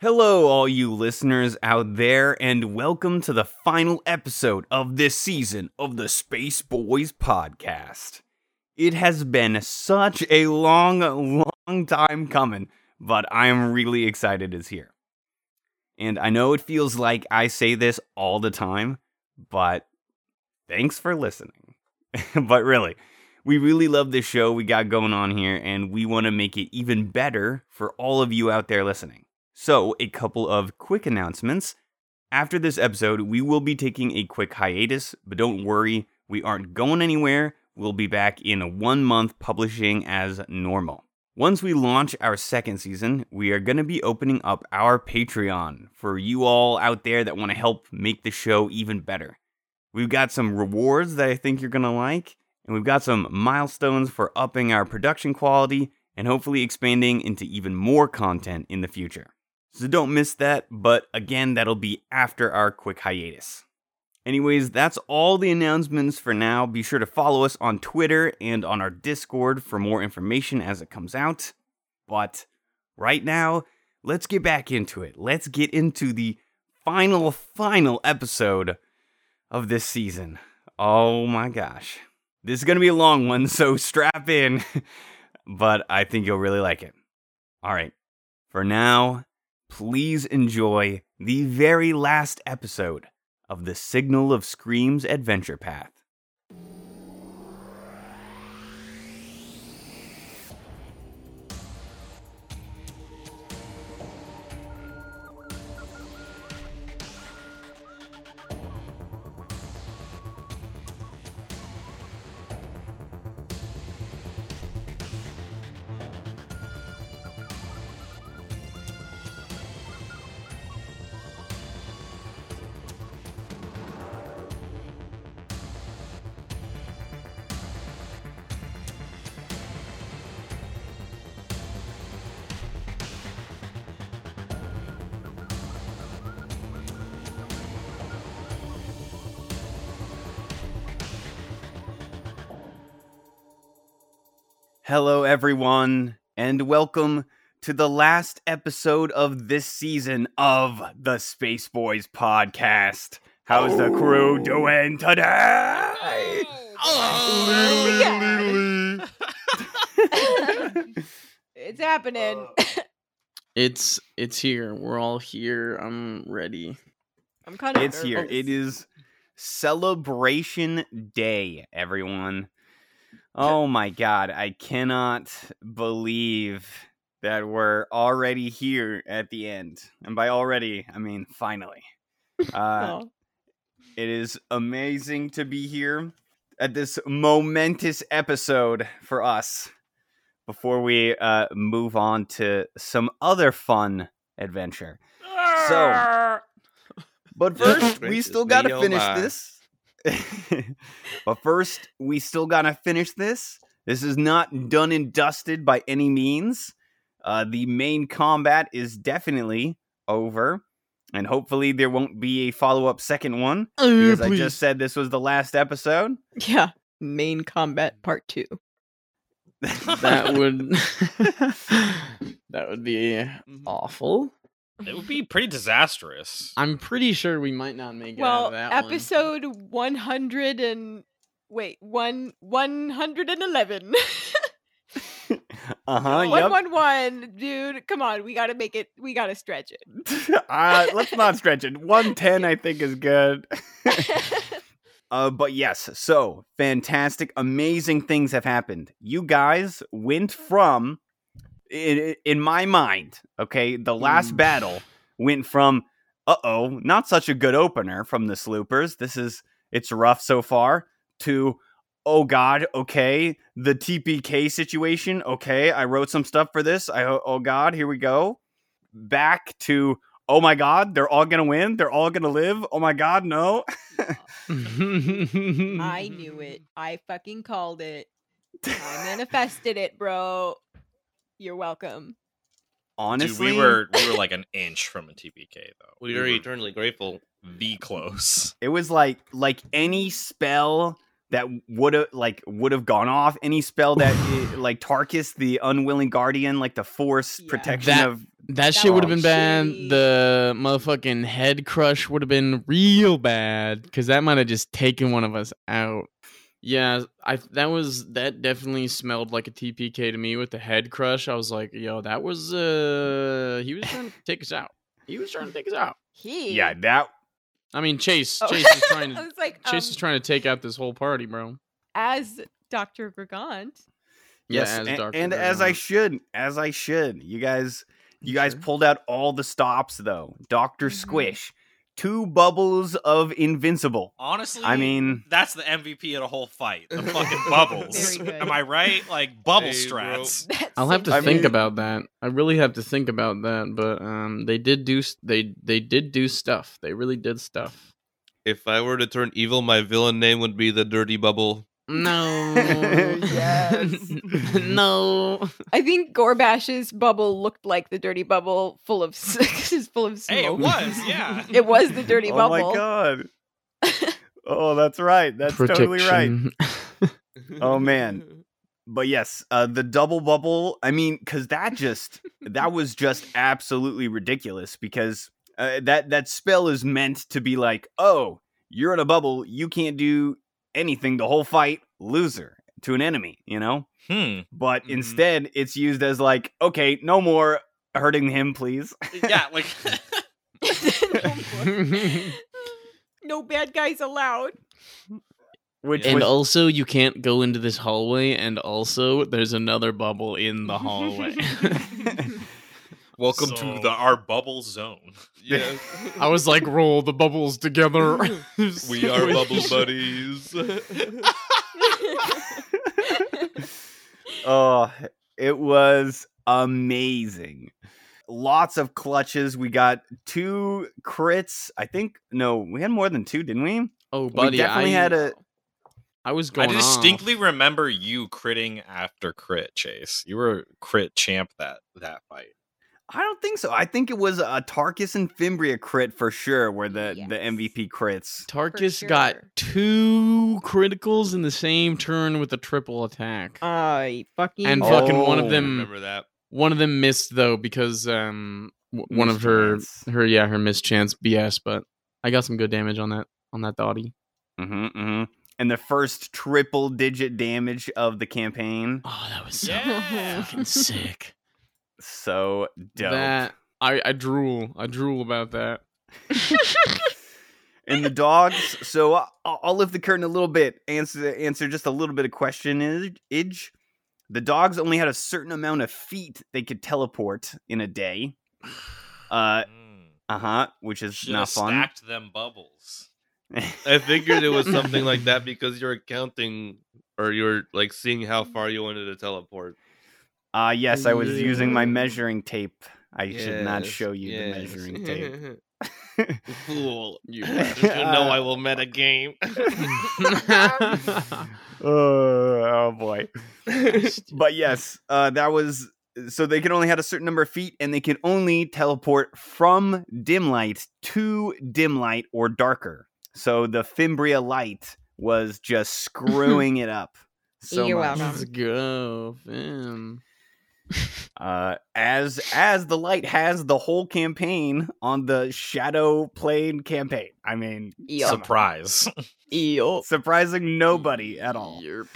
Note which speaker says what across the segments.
Speaker 1: Hello, all you listeners out there, and welcome to the final episode of this season of the Space Boys podcast. It has been such a long, long time coming, but I'm really excited it's here. And I know it feels like I say this all the time, but thanks for listening. but really, we really love this show we got going on here, and we want to make it even better for all of you out there listening. So, a couple of quick announcements. After this episode, we will be taking a quick hiatus, but don't worry, we aren't going anywhere. We'll be back in one month publishing as normal. Once we launch our second season, we are going to be opening up our Patreon for you all out there that want to help make the show even better. We've got some rewards that I think you're going to like, and we've got some milestones for upping our production quality and hopefully expanding into even more content in the future. So don't miss that, but again, that'll be after our quick hiatus. Anyways, that's all the announcements for now. Be sure to follow us on Twitter and on our Discord for more information as it comes out. But right now, let's get back into it. Let's get into the final, final episode of this season. Oh my gosh. This is going to be a long one, so strap in, but I think you'll really like it. All right. For now, please enjoy the very last episode of the Signal of Screams Adventure Path. Hello, everyone, and welcome to the last episode of this season of the Space Boys podcast. How's the crew doing today?
Speaker 2: Oh,
Speaker 1: Ah. Literally.
Speaker 2: It's happening.
Speaker 3: It's it's here. We're all here. I'm ready.
Speaker 2: I'm kind of.
Speaker 1: It's here. It is celebration day, everyone. Oh my god, I cannot believe that we're already here at the end. And by already, I mean finally. Uh, It is amazing to be here at this momentous episode for us before we uh, move on to some other fun adventure. So, but first, we
Speaker 3: Adventures,
Speaker 1: still got to
Speaker 4: me, oh
Speaker 1: finish
Speaker 4: my.
Speaker 1: this. but first, we still got to finish this. This is not done and dusted by any means. Uh, the main combat is definitely over. And hopefully, there won't be a follow up second one because I just said this was the last episode.
Speaker 2: Yeah. Main combat part two.
Speaker 1: Uh-huh,
Speaker 3: that would that would be
Speaker 2: Mm-hmm.
Speaker 3: awful.
Speaker 4: It would be pretty disastrous.
Speaker 3: I'm pretty sure we might not make it out
Speaker 2: well,
Speaker 3: of that
Speaker 2: episode 100 and wait, one 111.
Speaker 1: Uh huh. Yep.
Speaker 2: 111, dude. Come on, we got to make it. We got to stretch it.
Speaker 1: uh, let's not stretch it. 110, I think, is good. uh, but yes, so fantastic, amazing things have happened. You guys went from, in, in my mind, okay, the last
Speaker 3: Mm.
Speaker 1: battle went from, uh oh, not such a good opener from the Sloopers. This is, it's rough so far, to, oh god, okay, the TPK situation, okay, I wrote some stuff for this. I, oh god, here we go. Back to, oh my god, they're all gonna win, they're all gonna live, oh my god, no.
Speaker 3: one.
Speaker 2: I knew it. I fucking called it. I manifested it, bro. You're welcome.
Speaker 4: Dude,
Speaker 1: Honestly,
Speaker 4: we were we were like an inch from a TPK
Speaker 2: Mm-hmm.
Speaker 4: though.
Speaker 5: We are eternally grateful.
Speaker 4: the close.
Speaker 1: it was like like any spell that would have like would have gone off any spell that it, like Tarkus the unwilling guardian like the force
Speaker 2: Yeah.
Speaker 1: protection
Speaker 3: That-
Speaker 1: of
Speaker 3: That shit would have
Speaker 1: was
Speaker 3: been bad.
Speaker 2: shitty.
Speaker 3: The motherfucking head crush would have been real bad because that might have just taken one of us out. Yeah, I that was that definitely smelled like a TPK to me with the head crush. I was like, yo, that was uh, he was trying to take us out. He was trying to take us out.
Speaker 2: He.
Speaker 1: yeah that
Speaker 3: I mean, Chase,
Speaker 2: Oh.
Speaker 3: Chase is trying
Speaker 2: I
Speaker 3: to
Speaker 2: was like, um,
Speaker 3: Chase is trying to take out this whole party, bro.
Speaker 2: as Dr. Gregant,
Speaker 3: Yeah,
Speaker 1: yes
Speaker 3: as
Speaker 1: and,
Speaker 3: Dr.
Speaker 1: and as I
Speaker 3: Gregor.
Speaker 1: should as I should you guys you guys
Speaker 3: Sure.
Speaker 1: pulled out all the stops though Doctor
Speaker 2: Mhm.
Speaker 1: Squish two bubbles of invincible
Speaker 4: Honestly,
Speaker 1: I mean
Speaker 4: that's the MVP of the whole fight. The fucking bubbles.
Speaker 2: Very good.
Speaker 4: Am I right? Like bubble
Speaker 3: Hey, bro.
Speaker 4: strats.
Speaker 2: that
Speaker 3: I'll have to
Speaker 2: seems
Speaker 1: I
Speaker 3: think
Speaker 1: mean-
Speaker 3: about that. I really have to think about that. But um, they did do s- they they did do stuff. They really did stuff.
Speaker 5: If I were to turn evil, my villain name would be the Dirty Bubble.
Speaker 3: No.
Speaker 1: Yes.
Speaker 3: no.
Speaker 2: I think Gorbash's bubble looked like the dirty bubble full of s- is full of smoke.
Speaker 4: Hey, it was, yeah.
Speaker 2: It was the dirty
Speaker 1: oh
Speaker 2: bubble.
Speaker 1: my god oh that's right that's totally right Oh, man. but yes, uh, the double bubble. I mean, because that just that was just absolutely ridiculous. Because uh, that that spell is meant to be like, oh, you're in a bubble, you can't do anything the whole fight, loser to an enemy, you know.
Speaker 4: Hmm.
Speaker 1: But
Speaker 4: Mhm.
Speaker 1: instead, it's used as like, okay, no more hurting him, please.
Speaker 4: Yeah, like
Speaker 2: No more. no bad guys allowed.
Speaker 1: Which
Speaker 3: and
Speaker 1: was,
Speaker 3: also, you can't go into this hallway. And also, there's another bubble in the hallway.
Speaker 4: welcome to the our bubble zone.
Speaker 5: Yes.
Speaker 3: I was like, roll the bubbles together.
Speaker 5: we are bubble buddies.
Speaker 1: Oh, it was amazing. Lots of clutches. We got two crits. I think no, we had more than two, didn't we?
Speaker 3: Oh, buddy,
Speaker 1: definitely
Speaker 3: I
Speaker 1: had a-
Speaker 3: I was
Speaker 4: I
Speaker 3: going.
Speaker 4: distinctly
Speaker 3: off.
Speaker 4: remember you critting after crit chase. You were crit champ that that fight.
Speaker 1: I don't think so. I think it was a Tarkus and Fimbria crit for sure, where the the
Speaker 2: Yes.
Speaker 1: MVP crits.
Speaker 3: Tarkus
Speaker 2: For
Speaker 3: got
Speaker 2: sure.
Speaker 3: two criticals in the same turn with a triple attack.
Speaker 6: Uh,
Speaker 2: I fucking
Speaker 3: and
Speaker 1: Oh,
Speaker 3: fucking one of
Speaker 1: I
Speaker 3: them
Speaker 5: Remember that?
Speaker 3: one of them missed though because um w- one of her
Speaker 1: Mischance.
Speaker 3: her yeah her mischance BS but I got some good damage on that on that dotty.
Speaker 1: hmm hmm And the first triple digit damage of the campaign.
Speaker 3: Oh, that was
Speaker 4: Yeah.
Speaker 3: sick.
Speaker 1: So dope.
Speaker 3: That I I drool I drool about that.
Speaker 1: and the dogs. So I- I'll, I'll lift the curtain a little bit. Answer answer just a little bit of question. Age. The dogs only had a certain amount of feet they could teleport in a day. Uh
Speaker 4: Mm.
Speaker 1: uh huh, which is
Speaker 4: Should
Speaker 1: not
Speaker 4: have
Speaker 1: fun.
Speaker 4: stacked them bubbles.
Speaker 5: I figured it was something like that because you're counting or you're like seeing how far you wanted to teleport.
Speaker 1: Uh yes, I was using my
Speaker 5: Yeah.
Speaker 1: measuring tape. I should not
Speaker 5: Yes,
Speaker 1: show you
Speaker 5: yes.
Speaker 1: the measuring tape.
Speaker 5: Fool.
Speaker 3: You
Speaker 5: Did you know I will meta game?
Speaker 1: Uh, oh boy. But yes, uh, that was so they could only had a certain number of feet, and they could only teleport from dim light to dim light or darker. So the Fimbria light was just screwing it up. So
Speaker 2: You're
Speaker 1: much.
Speaker 2: welcome.
Speaker 3: Let's go, fam.
Speaker 1: Uh, as as the light has the whole campaign on the Shadow Plane campaign. I mean,
Speaker 2: Yup.
Speaker 1: come on.
Speaker 4: Surprise.
Speaker 2: Yup.
Speaker 1: surprising nobody at all.
Speaker 3: Yerp.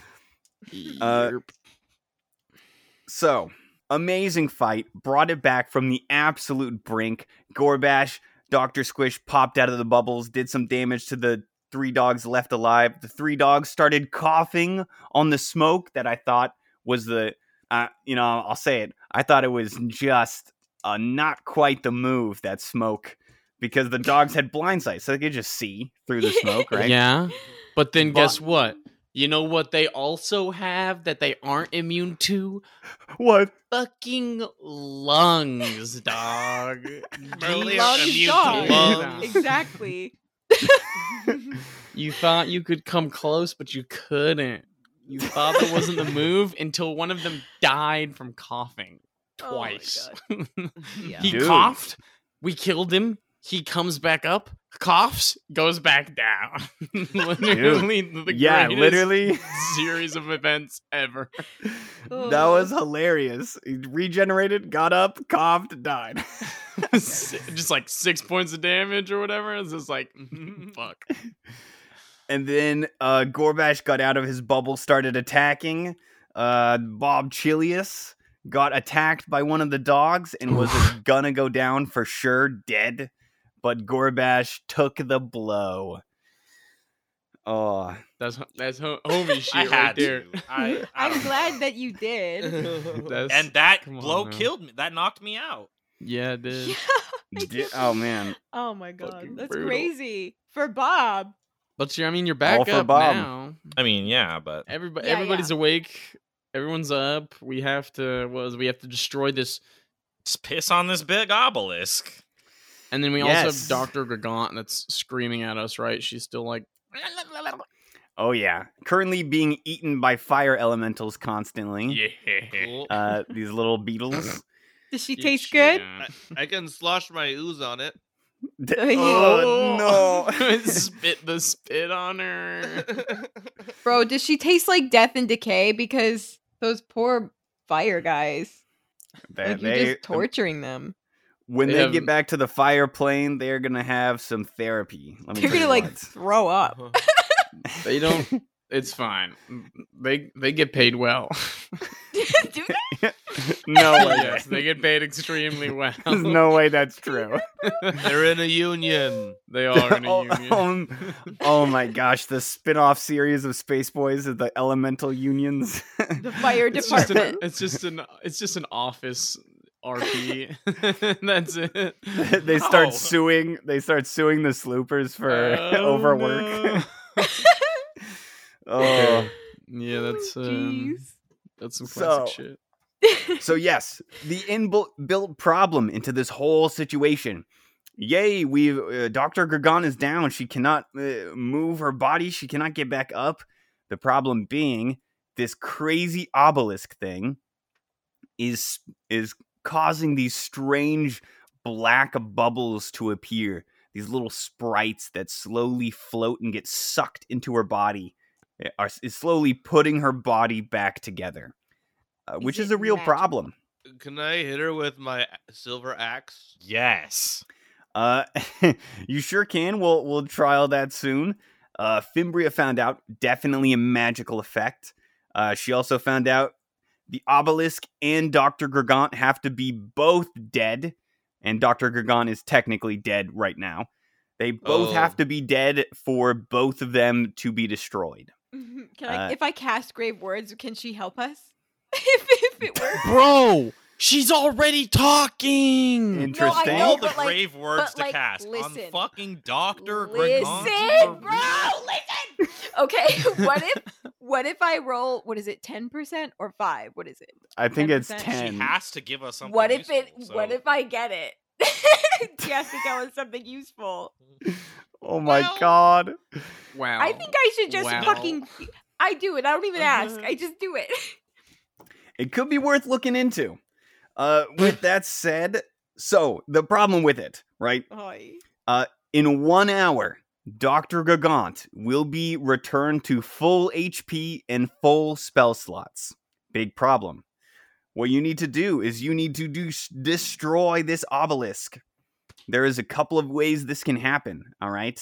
Speaker 1: Uh,
Speaker 3: Yerp.
Speaker 1: So, amazing fight. Brought it back from the absolute brink. Gorbash, Dr. Squish popped out of the bubbles, did some damage to the three dogs left alive. The three dogs started coughing on the smoke that I thought was the, uh, you know, I'll say it. I thought it was just uh, not quite the move, that smoke, because the dogs had blind sight, so they could just see through the smoke, right?
Speaker 3: Yeah. But then
Speaker 1: But-
Speaker 3: guess what? You know what they also have that they aren't immune to?
Speaker 1: What?
Speaker 3: Fucking lungs, dog.
Speaker 5: Bro, they are
Speaker 2: Love
Speaker 5: immune
Speaker 2: is
Speaker 5: to
Speaker 2: dog.
Speaker 5: lungs.
Speaker 2: Exactly.
Speaker 3: You thought you could come close, but you couldn't. You thought that wasn't the move until one of them died from coughing
Speaker 2: Oh my
Speaker 3: twice.
Speaker 2: God. Yeah.
Speaker 3: he
Speaker 1: Dude.
Speaker 3: coughed. We killed him. He comes back up, coughs, goes back down. literally, the
Speaker 1: yeah,
Speaker 3: greatest
Speaker 1: literally.
Speaker 3: series of events ever.
Speaker 1: That
Speaker 2: Ugh.
Speaker 1: was hilarious. He regenerated, got up, coughed, died.
Speaker 3: S- just like six points of damage or whatever. It's just like, fuck.
Speaker 1: And then uh, Gorbash got out of his bubble, started attacking. Uh, Bob Chilius got attacked by one of the dogs and was gonna go down for sure, dead. But Gorbash took the blow. Oh,
Speaker 3: That's that's ho- homie shit
Speaker 7: I
Speaker 3: right
Speaker 7: had
Speaker 3: there.
Speaker 7: to. I, I
Speaker 2: I'm
Speaker 7: don't-
Speaker 2: glad that you did.
Speaker 3: That's-
Speaker 7: And that
Speaker 3: Come on
Speaker 7: blow
Speaker 3: now.
Speaker 7: killed me. That knocked me out.
Speaker 3: yeah, it did.
Speaker 2: Yeah, I
Speaker 1: di-
Speaker 2: can't
Speaker 1: oh
Speaker 2: believe-
Speaker 1: man.
Speaker 2: Oh my god,
Speaker 3: Fucking
Speaker 2: that's
Speaker 3: brutal.
Speaker 2: crazy for Bob.
Speaker 3: But you're, I mean, you're
Speaker 1: All
Speaker 3: back
Speaker 1: for
Speaker 3: up
Speaker 1: Bob.
Speaker 3: now.
Speaker 4: I mean, yeah, but
Speaker 3: Everybody,
Speaker 2: Yeah,
Speaker 3: everybody's awake. Everyone's up. We have to. Was we have to destroy this?
Speaker 7: Just piss on this big obelisk.
Speaker 3: And then we
Speaker 1: Yes.
Speaker 3: also have Doctor Gargant that's screaming at us. Right? She's still like,
Speaker 1: Oh yeah. Currently being eaten by fire elementals constantly.
Speaker 3: yeah.
Speaker 5: Cool.
Speaker 1: Uh, these little beetles.
Speaker 2: Does she
Speaker 3: Yeah,
Speaker 2: taste
Speaker 3: she
Speaker 2: good?
Speaker 3: got-
Speaker 5: I can slosh my ooze on it.
Speaker 3: Uh,
Speaker 1: oh no.
Speaker 3: spit the spit on her.
Speaker 2: Bro, does she taste like death and decay? Because those poor fire guys,
Speaker 1: They-
Speaker 2: like you're
Speaker 1: they-
Speaker 2: just torturing them.
Speaker 1: when
Speaker 3: They
Speaker 1: they,
Speaker 3: have-
Speaker 1: get back to the fire plane, they're gonna have some therapy. Let me
Speaker 2: They're
Speaker 1: tell
Speaker 2: gonna
Speaker 1: you
Speaker 2: like
Speaker 1: what.
Speaker 2: throw up.
Speaker 3: They don't. It's fine. They they get paid well.
Speaker 2: Do they?
Speaker 1: no way.
Speaker 3: yes, they get paid extremely well.
Speaker 1: There's no way that's true.
Speaker 5: They're in a union.
Speaker 3: They are in a
Speaker 1: oh,
Speaker 3: union.
Speaker 1: um, oh my gosh, the spin-off series of Space Boys of the Elemental Unions.
Speaker 2: The fire
Speaker 3: it's just an
Speaker 2: department.
Speaker 3: it's just an it's just an office RP. That's it.
Speaker 1: they start
Speaker 2: Oh.
Speaker 7: No.
Speaker 1: suing they start suing the sloopers for
Speaker 3: Oh,
Speaker 1: overwork. oh.
Speaker 3: Yeah, that's
Speaker 2: Oh,
Speaker 3: um,
Speaker 2: Jeez.
Speaker 3: that's some
Speaker 1: So-
Speaker 3: classic shit.
Speaker 1: So yes, the inbuilt problem into this whole situation. Yay, we have uh, Dr. Gargan is down. She cannot uh, move her body. She cannot get back up. The problem being this crazy obelisk thing is is causing these strange black bubbles to appear. These little sprites that slowly float and get sucked into her body eh, are is slowly putting her body back together, uh,
Speaker 2: Is
Speaker 1: which is
Speaker 2: it
Speaker 1: a real
Speaker 2: magical?
Speaker 1: problem.
Speaker 5: Can I hit her with my silver axe?
Speaker 7: Yes.
Speaker 1: Uh, you sure can. We'll we'll trial that soon. Uh, Fimbria found out definitely a magical effect. Uh, she also found out the obelisk and Doctor Gargant have to be both dead, and Doctor Gargant is technically dead right now. They both
Speaker 5: Oh.
Speaker 1: have to be dead for both of them to be destroyed.
Speaker 2: Mhm. Can I,
Speaker 1: Uh,
Speaker 2: if I cast grave words, can she help us? if, if it works.
Speaker 3: Bro, she's already talking.
Speaker 1: Interesting.
Speaker 2: Hmm. know,
Speaker 7: All
Speaker 2: but
Speaker 7: the
Speaker 2: like-
Speaker 7: grave words
Speaker 2: but
Speaker 7: to
Speaker 2: like,
Speaker 7: cast
Speaker 2: listen.
Speaker 7: on fucking Doctor
Speaker 2: Listen, bro, listen. Okay, what if what if I roll? What is it? Ten percent or five? What is it?
Speaker 1: I think it's
Speaker 2: 10%.
Speaker 7: She
Speaker 1: ten.
Speaker 7: has to give us something.
Speaker 2: what if it?
Speaker 7: useful,
Speaker 2: What
Speaker 7: so-
Speaker 2: if I get it? she has to go with something useful.
Speaker 1: Oh my
Speaker 2: Well-
Speaker 1: god!
Speaker 3: Wow.
Speaker 2: I think I should just
Speaker 3: Wow.
Speaker 2: fucking. I do it. I don't even ask.
Speaker 3: Uh-huh.
Speaker 2: I just do it.
Speaker 1: it could be worth looking into. Uh, with that said, so the problem with it, right? In one hour, Dr. Gagant will be returned to full HP and full spell slots. Big problem. What you need to do is you need to do- destroy this obelisk. There is a couple of ways this can happen, all right?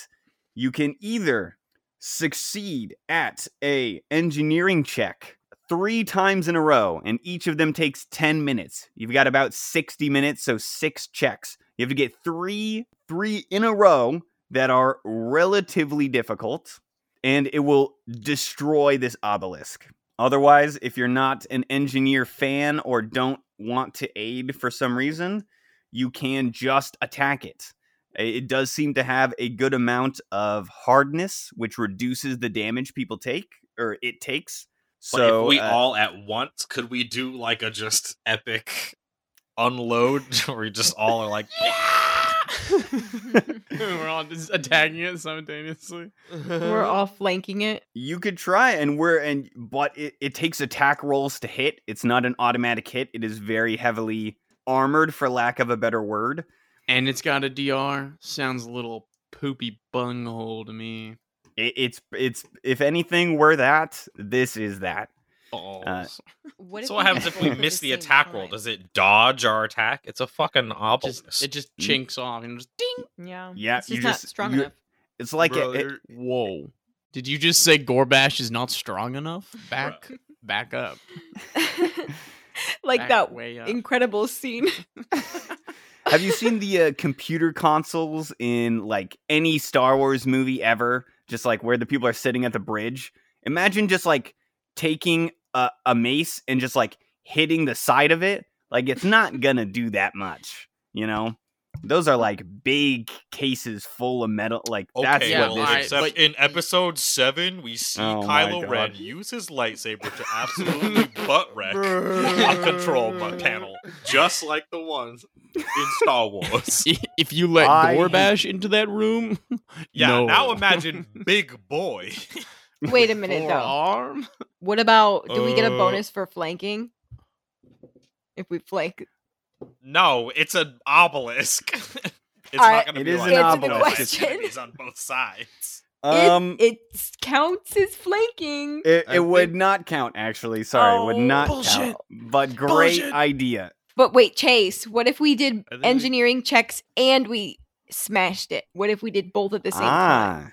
Speaker 1: You can either succeed at a engineering check 3 times in a row and each of them takes 10 minutes. You've got about 60 minutes, so 6 checks. You have to get 3 three in a row that are relatively difficult, and it will destroy this obelisk. Otherwise, if you're not an engineer fan or don't want to aid for some reason, you can just attack it. I- It does seem to have a good amount of hardness, which reduces the damage people take or it takes.
Speaker 7: But
Speaker 1: So
Speaker 7: if we
Speaker 1: uh,
Speaker 7: all at once, could we do like a just epic unload where we just all are like,
Speaker 3: we're all just attacking it simultaneously.
Speaker 2: We're
Speaker 7: Uh-huh.
Speaker 2: all flanking it.
Speaker 1: You could try and we're and but it, it takes attack rolls to hit. It's not an automatic hit. It is very heavily armored for lack of a better word.
Speaker 3: and it's got a DR. Sounds a little poopy bunghole to me.
Speaker 1: It, it's it's if anything were that, this is that.
Speaker 7: Oh,
Speaker 1: Uh,
Speaker 7: so-
Speaker 6: What
Speaker 7: so what happens if we
Speaker 6: roll at
Speaker 7: miss the
Speaker 6: same
Speaker 7: attack roll?
Speaker 6: time?
Speaker 7: Does it dodge our attack? It's a fucking obelisk.
Speaker 3: Just, it just
Speaker 7: Mm.
Speaker 3: chinks off and just ding.
Speaker 6: Yeah.
Speaker 1: Yeah,
Speaker 6: It's
Speaker 1: you
Speaker 6: just not
Speaker 1: just-
Speaker 6: strong
Speaker 1: you-
Speaker 6: enough.
Speaker 1: It's like
Speaker 5: Bro,
Speaker 1: it, it-
Speaker 5: you're-
Speaker 3: Whoa. Did you just say Gorbash is not strong enough? Back back up.
Speaker 6: like
Speaker 3: Back
Speaker 6: that
Speaker 3: way up.
Speaker 6: incredible scene.
Speaker 1: have you seen the uh, computer consoles in like any Star Wars movie ever? Just like where the people are sitting at the bridge. Imagine just like taking a, a mace and just like hitting the side of it. Like it's not gonna do that much, you know. Those are like big cases full of metal. Like that's
Speaker 7: Okay,
Speaker 3: Yeah,
Speaker 1: what
Speaker 7: well,
Speaker 1: this
Speaker 3: I-
Speaker 7: except
Speaker 3: but-
Speaker 7: in episode seven, we see
Speaker 1: Oh my
Speaker 7: Kylo
Speaker 1: God.
Speaker 7: Ren use his lightsaber to absolutely butt wreck a control bu- panel, just like the ones in Star Wars.
Speaker 3: I- If you let
Speaker 1: I-
Speaker 3: Gorbash into that room,
Speaker 7: Yeah,
Speaker 3: no.
Speaker 7: now imagine Big Boy.
Speaker 6: Wait a minute though.
Speaker 3: Forearm?
Speaker 6: What about do we get a
Speaker 5: Uh,
Speaker 6: bonus for flanking? If we flank,
Speaker 7: No, it's an obelisk. it's
Speaker 6: Alright,
Speaker 7: not going to
Speaker 1: it
Speaker 7: be
Speaker 1: is
Speaker 7: like
Speaker 1: an
Speaker 7: that.
Speaker 1: Answer the
Speaker 7: It's just
Speaker 6: question.
Speaker 7: enemies on both sides.
Speaker 1: Um,
Speaker 6: it, it counts as flanking.
Speaker 1: It,
Speaker 5: I
Speaker 1: it would
Speaker 5: think-
Speaker 1: not count, actually. Sorry, it would
Speaker 6: Oh,
Speaker 1: not
Speaker 3: bullshit.
Speaker 1: count. But great
Speaker 3: Bullshit.
Speaker 1: idea.
Speaker 6: But wait, Chase, what if we did
Speaker 5: I think we-
Speaker 6: engineering checks and we smashed it? What if we did both at the same
Speaker 1: ah,
Speaker 6: time?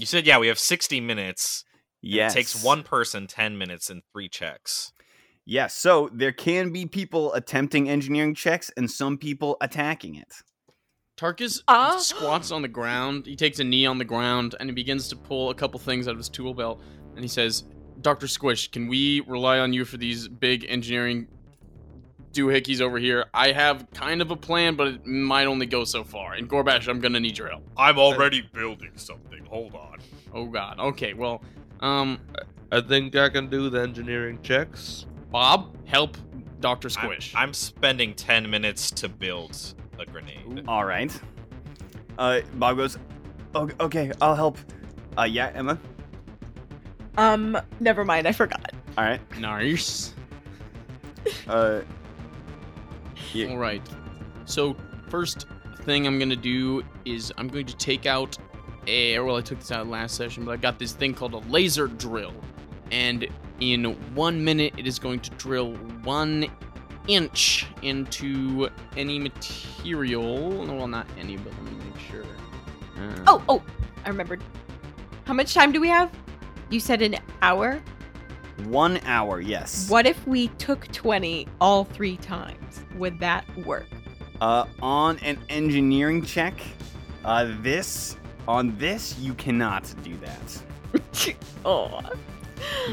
Speaker 7: You said, yeah, we have 60 minutes. and
Speaker 1: yes.
Speaker 7: It takes one person 10 minutes and three checks.
Speaker 1: Yes. So there can be people attempting engineering checks and some people attacking it.
Speaker 3: Tarkus
Speaker 6: Ah.
Speaker 3: squats on the ground. He takes a knee on the ground and he begins to pull a couple things out of his tool belt. And he says, "Doctor Squish, can we rely on you for these big engineering doohickeys over here? I have kind of a plan, but it might only go so far. And Gorbash, I'm gonna need your help.
Speaker 7: I'm already building something. Hold on.
Speaker 3: Oh God. Okay. Well, um,
Speaker 5: I think I can do the engineering checks.
Speaker 3: Bob, help Doctor
Speaker 7: I'm-
Speaker 3: Squish.
Speaker 7: I'm, spending 10 minutes to build a grenade.
Speaker 1: All right. Uh, Bob goes, "O- okay, I'll help. Uh, yeah, Emma.
Speaker 6: Um, never mind, I forgot.
Speaker 1: All right.
Speaker 3: nice.
Speaker 1: Uh, Yeah.
Speaker 3: All right. So first thing I'm gonna do is I'm going to take out a. Well, I took this out last session, but I got this thing called a laser drill, and in one minute it is going to drill one inch into any material. Well, not any, but let me make sure. Uh,
Speaker 6: Oh, oh, I remembered. How much time do we have? You said an hour?
Speaker 1: one hour, yes.
Speaker 6: What if we took 20 all three times? Would that work?
Speaker 1: Uh, on an engineering check, uh, this, on this, you cannot do that.
Speaker 6: oh.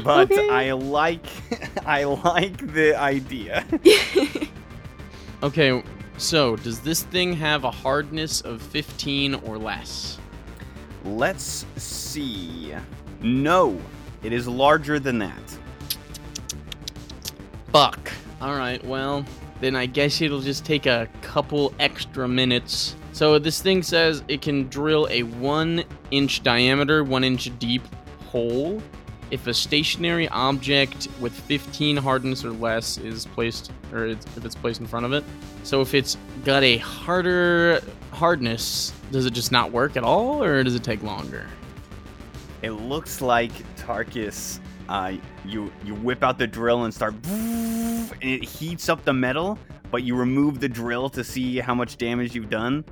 Speaker 1: but
Speaker 6: Okay.
Speaker 1: I like I like the idea.
Speaker 3: Okay. So does this thing have a hardness of 15 or less?
Speaker 1: Let's see. No, it is larger than that.
Speaker 3: Fuck. All right, well, then I guess it'll just take a couple extra minutes. So this thing says it can drill a one inch diameter, one inch deep hole if a stationary object with 15 hardness or less is placed, or it's, if it's placed in front of it. So if it's got a harder hardness, does it just not work at all, or does it take longer?
Speaker 1: It looks like Tarkus. Uh, you you whip out the drill and start, and it heats up the metal. But you remove the drill to see how much damage you've done,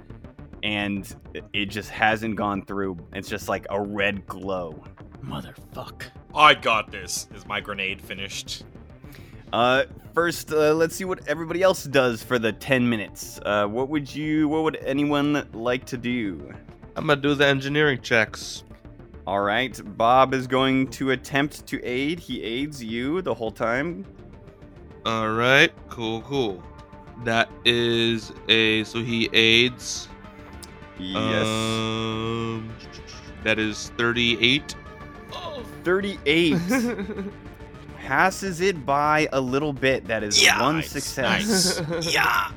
Speaker 1: and it- it just hasn't gone through. It's just like a red glow.
Speaker 3: Motherfuck.
Speaker 7: I got this. Is my grenade finished?
Speaker 1: Uh, first, uh, let's see what everybody else does for the ten minutes. Uh, what would you? What would anyone like to do?
Speaker 5: I'm gonna do the engineering checks.
Speaker 1: All right, Bob is going to attempt to aid. He aids you the whole time.
Speaker 5: All right, cool, cool. That is a so he aids.
Speaker 1: Yes.
Speaker 5: Um, that is thirty-eight.
Speaker 1: Thirty-eight passes it by a little bit. That is
Speaker 7: Yeah,
Speaker 1: one
Speaker 7: nice,
Speaker 1: success.
Speaker 7: nice. Yeah.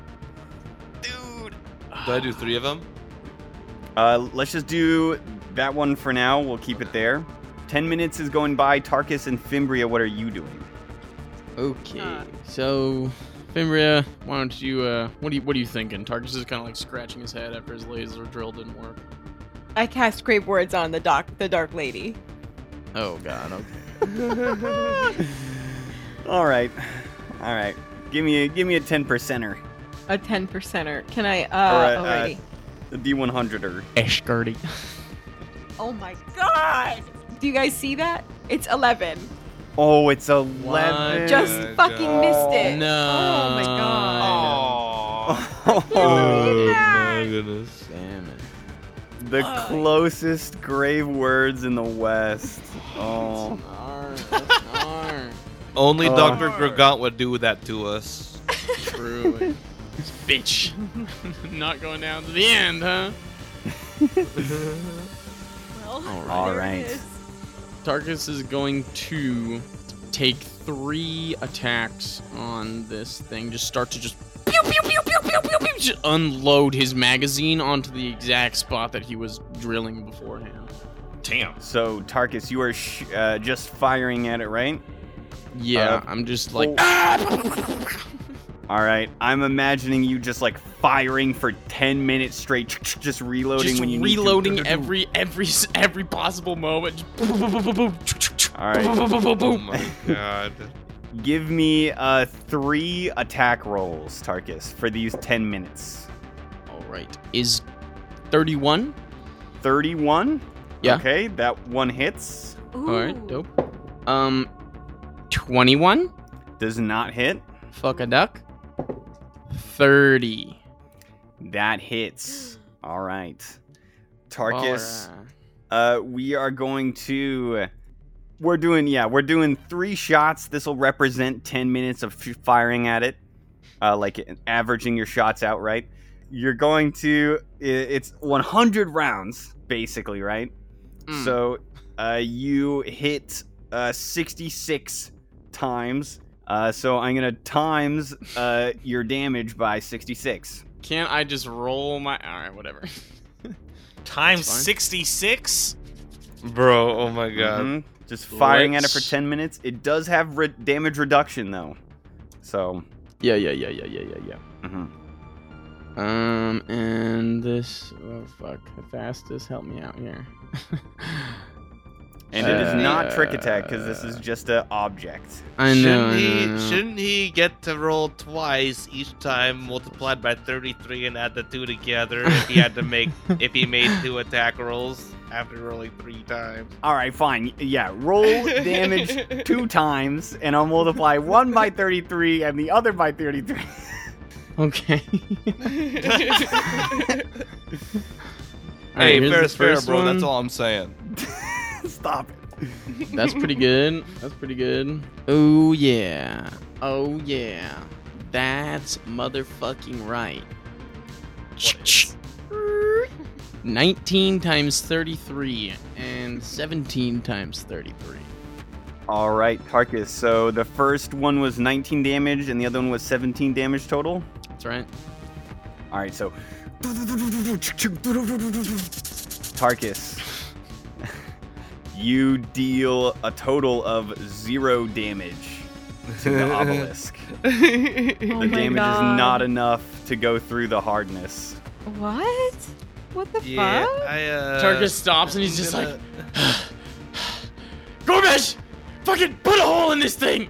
Speaker 5: Do I do three of them?
Speaker 1: Uh, let's just do that one for now. We'll keep it there. Ten minutes is going by. Tarkus and Fimbria, what are you doing?
Speaker 3: Okay,
Speaker 6: Uh,
Speaker 3: so Fimbria, why don't you? Uh, what do you? What are you thinking? Tarkus is kind of like scratching his head after his laser drill didn't work.
Speaker 6: I cast great words on the doc, the dark lady.
Speaker 3: Oh God. Okay.
Speaker 1: All right, all right. Give me a give me a ten percenter,
Speaker 6: A ten percenter. Can I? Uh,
Speaker 1: Alright, uh,
Speaker 6: alrighty.
Speaker 1: a D one hundreder.
Speaker 3: Ash Gertie.
Speaker 6: oh my god! Do you guys see that? It's eleven.
Speaker 1: Oh, it's eleven.
Speaker 3: What?
Speaker 6: Just
Speaker 5: Yeah,
Speaker 6: fucking
Speaker 5: God.
Speaker 6: missed it. Oh
Speaker 3: No.
Speaker 6: my god.
Speaker 5: Oh my goodness.
Speaker 3: Damn it.
Speaker 1: the closest grave words in the West. Oh.
Speaker 3: That's an R. That's an R.
Speaker 5: Only
Speaker 1: Oh.
Speaker 5: Dr. Gragant would do that to us.
Speaker 3: True. Bitch. Not going down to the end, huh?
Speaker 6: Well,
Speaker 3: All right.
Speaker 1: Oh. All
Speaker 6: there it
Speaker 1: right.
Speaker 6: is.
Speaker 3: Tarkus is going to take three attacks on this thing. Just start to just pew pew pew pew pew pew pew. Just unload his magazine onto the exact spot that he was drilling beforehand.
Speaker 7: Damn.
Speaker 1: So Tarkus, you are sh- uh, just firing at it, right?
Speaker 3: Yeah,
Speaker 1: Uh,
Speaker 3: I'm just like
Speaker 1: oh. All right. I'm imagining you just like firing for 10 minutes straight, just reloading
Speaker 3: just
Speaker 1: when you
Speaker 3: reloading
Speaker 1: need to.
Speaker 3: every every s- every possible moment. Just boom, boom, boom, boom, boom, choo, choo, choo,
Speaker 1: All right.
Speaker 3: boom, boom, boom, boom,
Speaker 5: Oh
Speaker 3: boom.
Speaker 5: my god.
Speaker 1: Give me uh, three attack rolls, Tarkus, for these 10 minutes.
Speaker 3: All right. Is 31?
Speaker 1: 31.
Speaker 3: Yeah.
Speaker 1: Okay, that one hits.
Speaker 3: All right,
Speaker 2: Ooh.
Speaker 3: dope. Um 21?
Speaker 1: Does not hit.
Speaker 3: Fuck a duck. 30.
Speaker 1: That hits. All right. Tarkus. Uh, we are going to. We're doing, yeah, we're doing three shots. This will represent 10 minutes of f- firing at it, uh, like averaging your shots out, right? You're going to. i- It's 100 rounds, basically, right?
Speaker 3: Mm.
Speaker 1: So uh, you hit uh, 66 times. Uh, so I'm going to times uh, your damage by 66.
Speaker 3: Can't I just roll my. Alright, whatever.
Speaker 7: Times
Speaker 3: fine.
Speaker 7: 66?
Speaker 5: Bro, oh my god.
Speaker 1: Mhm. Just firing at it
Speaker 3: Let's-
Speaker 1: for 10 minutes. It does have re- damage reduction, though. So,
Speaker 3: Yeah, yeah, yeah, yeah, yeah, yeah,
Speaker 1: mhm.
Speaker 5: Mm-hmm.
Speaker 3: yeah. Um, and this. Oh, fuck. Fastest, help me out here.
Speaker 1: and it is not trick
Speaker 3: Uh,
Speaker 1: attack because this is just a object.
Speaker 3: I know.
Speaker 5: shouldn't
Speaker 3: I
Speaker 5: he
Speaker 3: know, I know.
Speaker 5: shouldn't he get to roll twice each time multiplied by 33 and add the two together if he had to make if he made two attack rolls after rolling three times.
Speaker 1: All right, fine. Y- Yeah, roll damage two times, and I'll multiply one by 33 and the other by 33.
Speaker 3: Okay.
Speaker 5: Hey,
Speaker 3: Alright, here's the
Speaker 5: fair is fair,
Speaker 3: first
Speaker 5: bro. That's
Speaker 3: one.
Speaker 5: all I'm saying.
Speaker 1: Stop it.
Speaker 3: That's pretty good. That's pretty good. Oh yeah. Oh yeah. That's motherfucking right.
Speaker 6: Oh
Speaker 3: 19 times 33 and 17 times 33.
Speaker 1: All right, Tarkus. So the first one was 19 damage, and the other one was 17 damage total.
Speaker 3: That's right.
Speaker 1: All right, so Tarkus, you deal a total of zero damage to the obelisk.
Speaker 6: Oh
Speaker 1: the
Speaker 6: my
Speaker 1: damage
Speaker 6: God.
Speaker 1: is not enough to go through the hardness.
Speaker 6: What? What the
Speaker 5: Yeah,
Speaker 6: fuck?
Speaker 5: I uh
Speaker 3: Tarkus stops and he's just like, Gorbash! Fucking put a hole in this thing!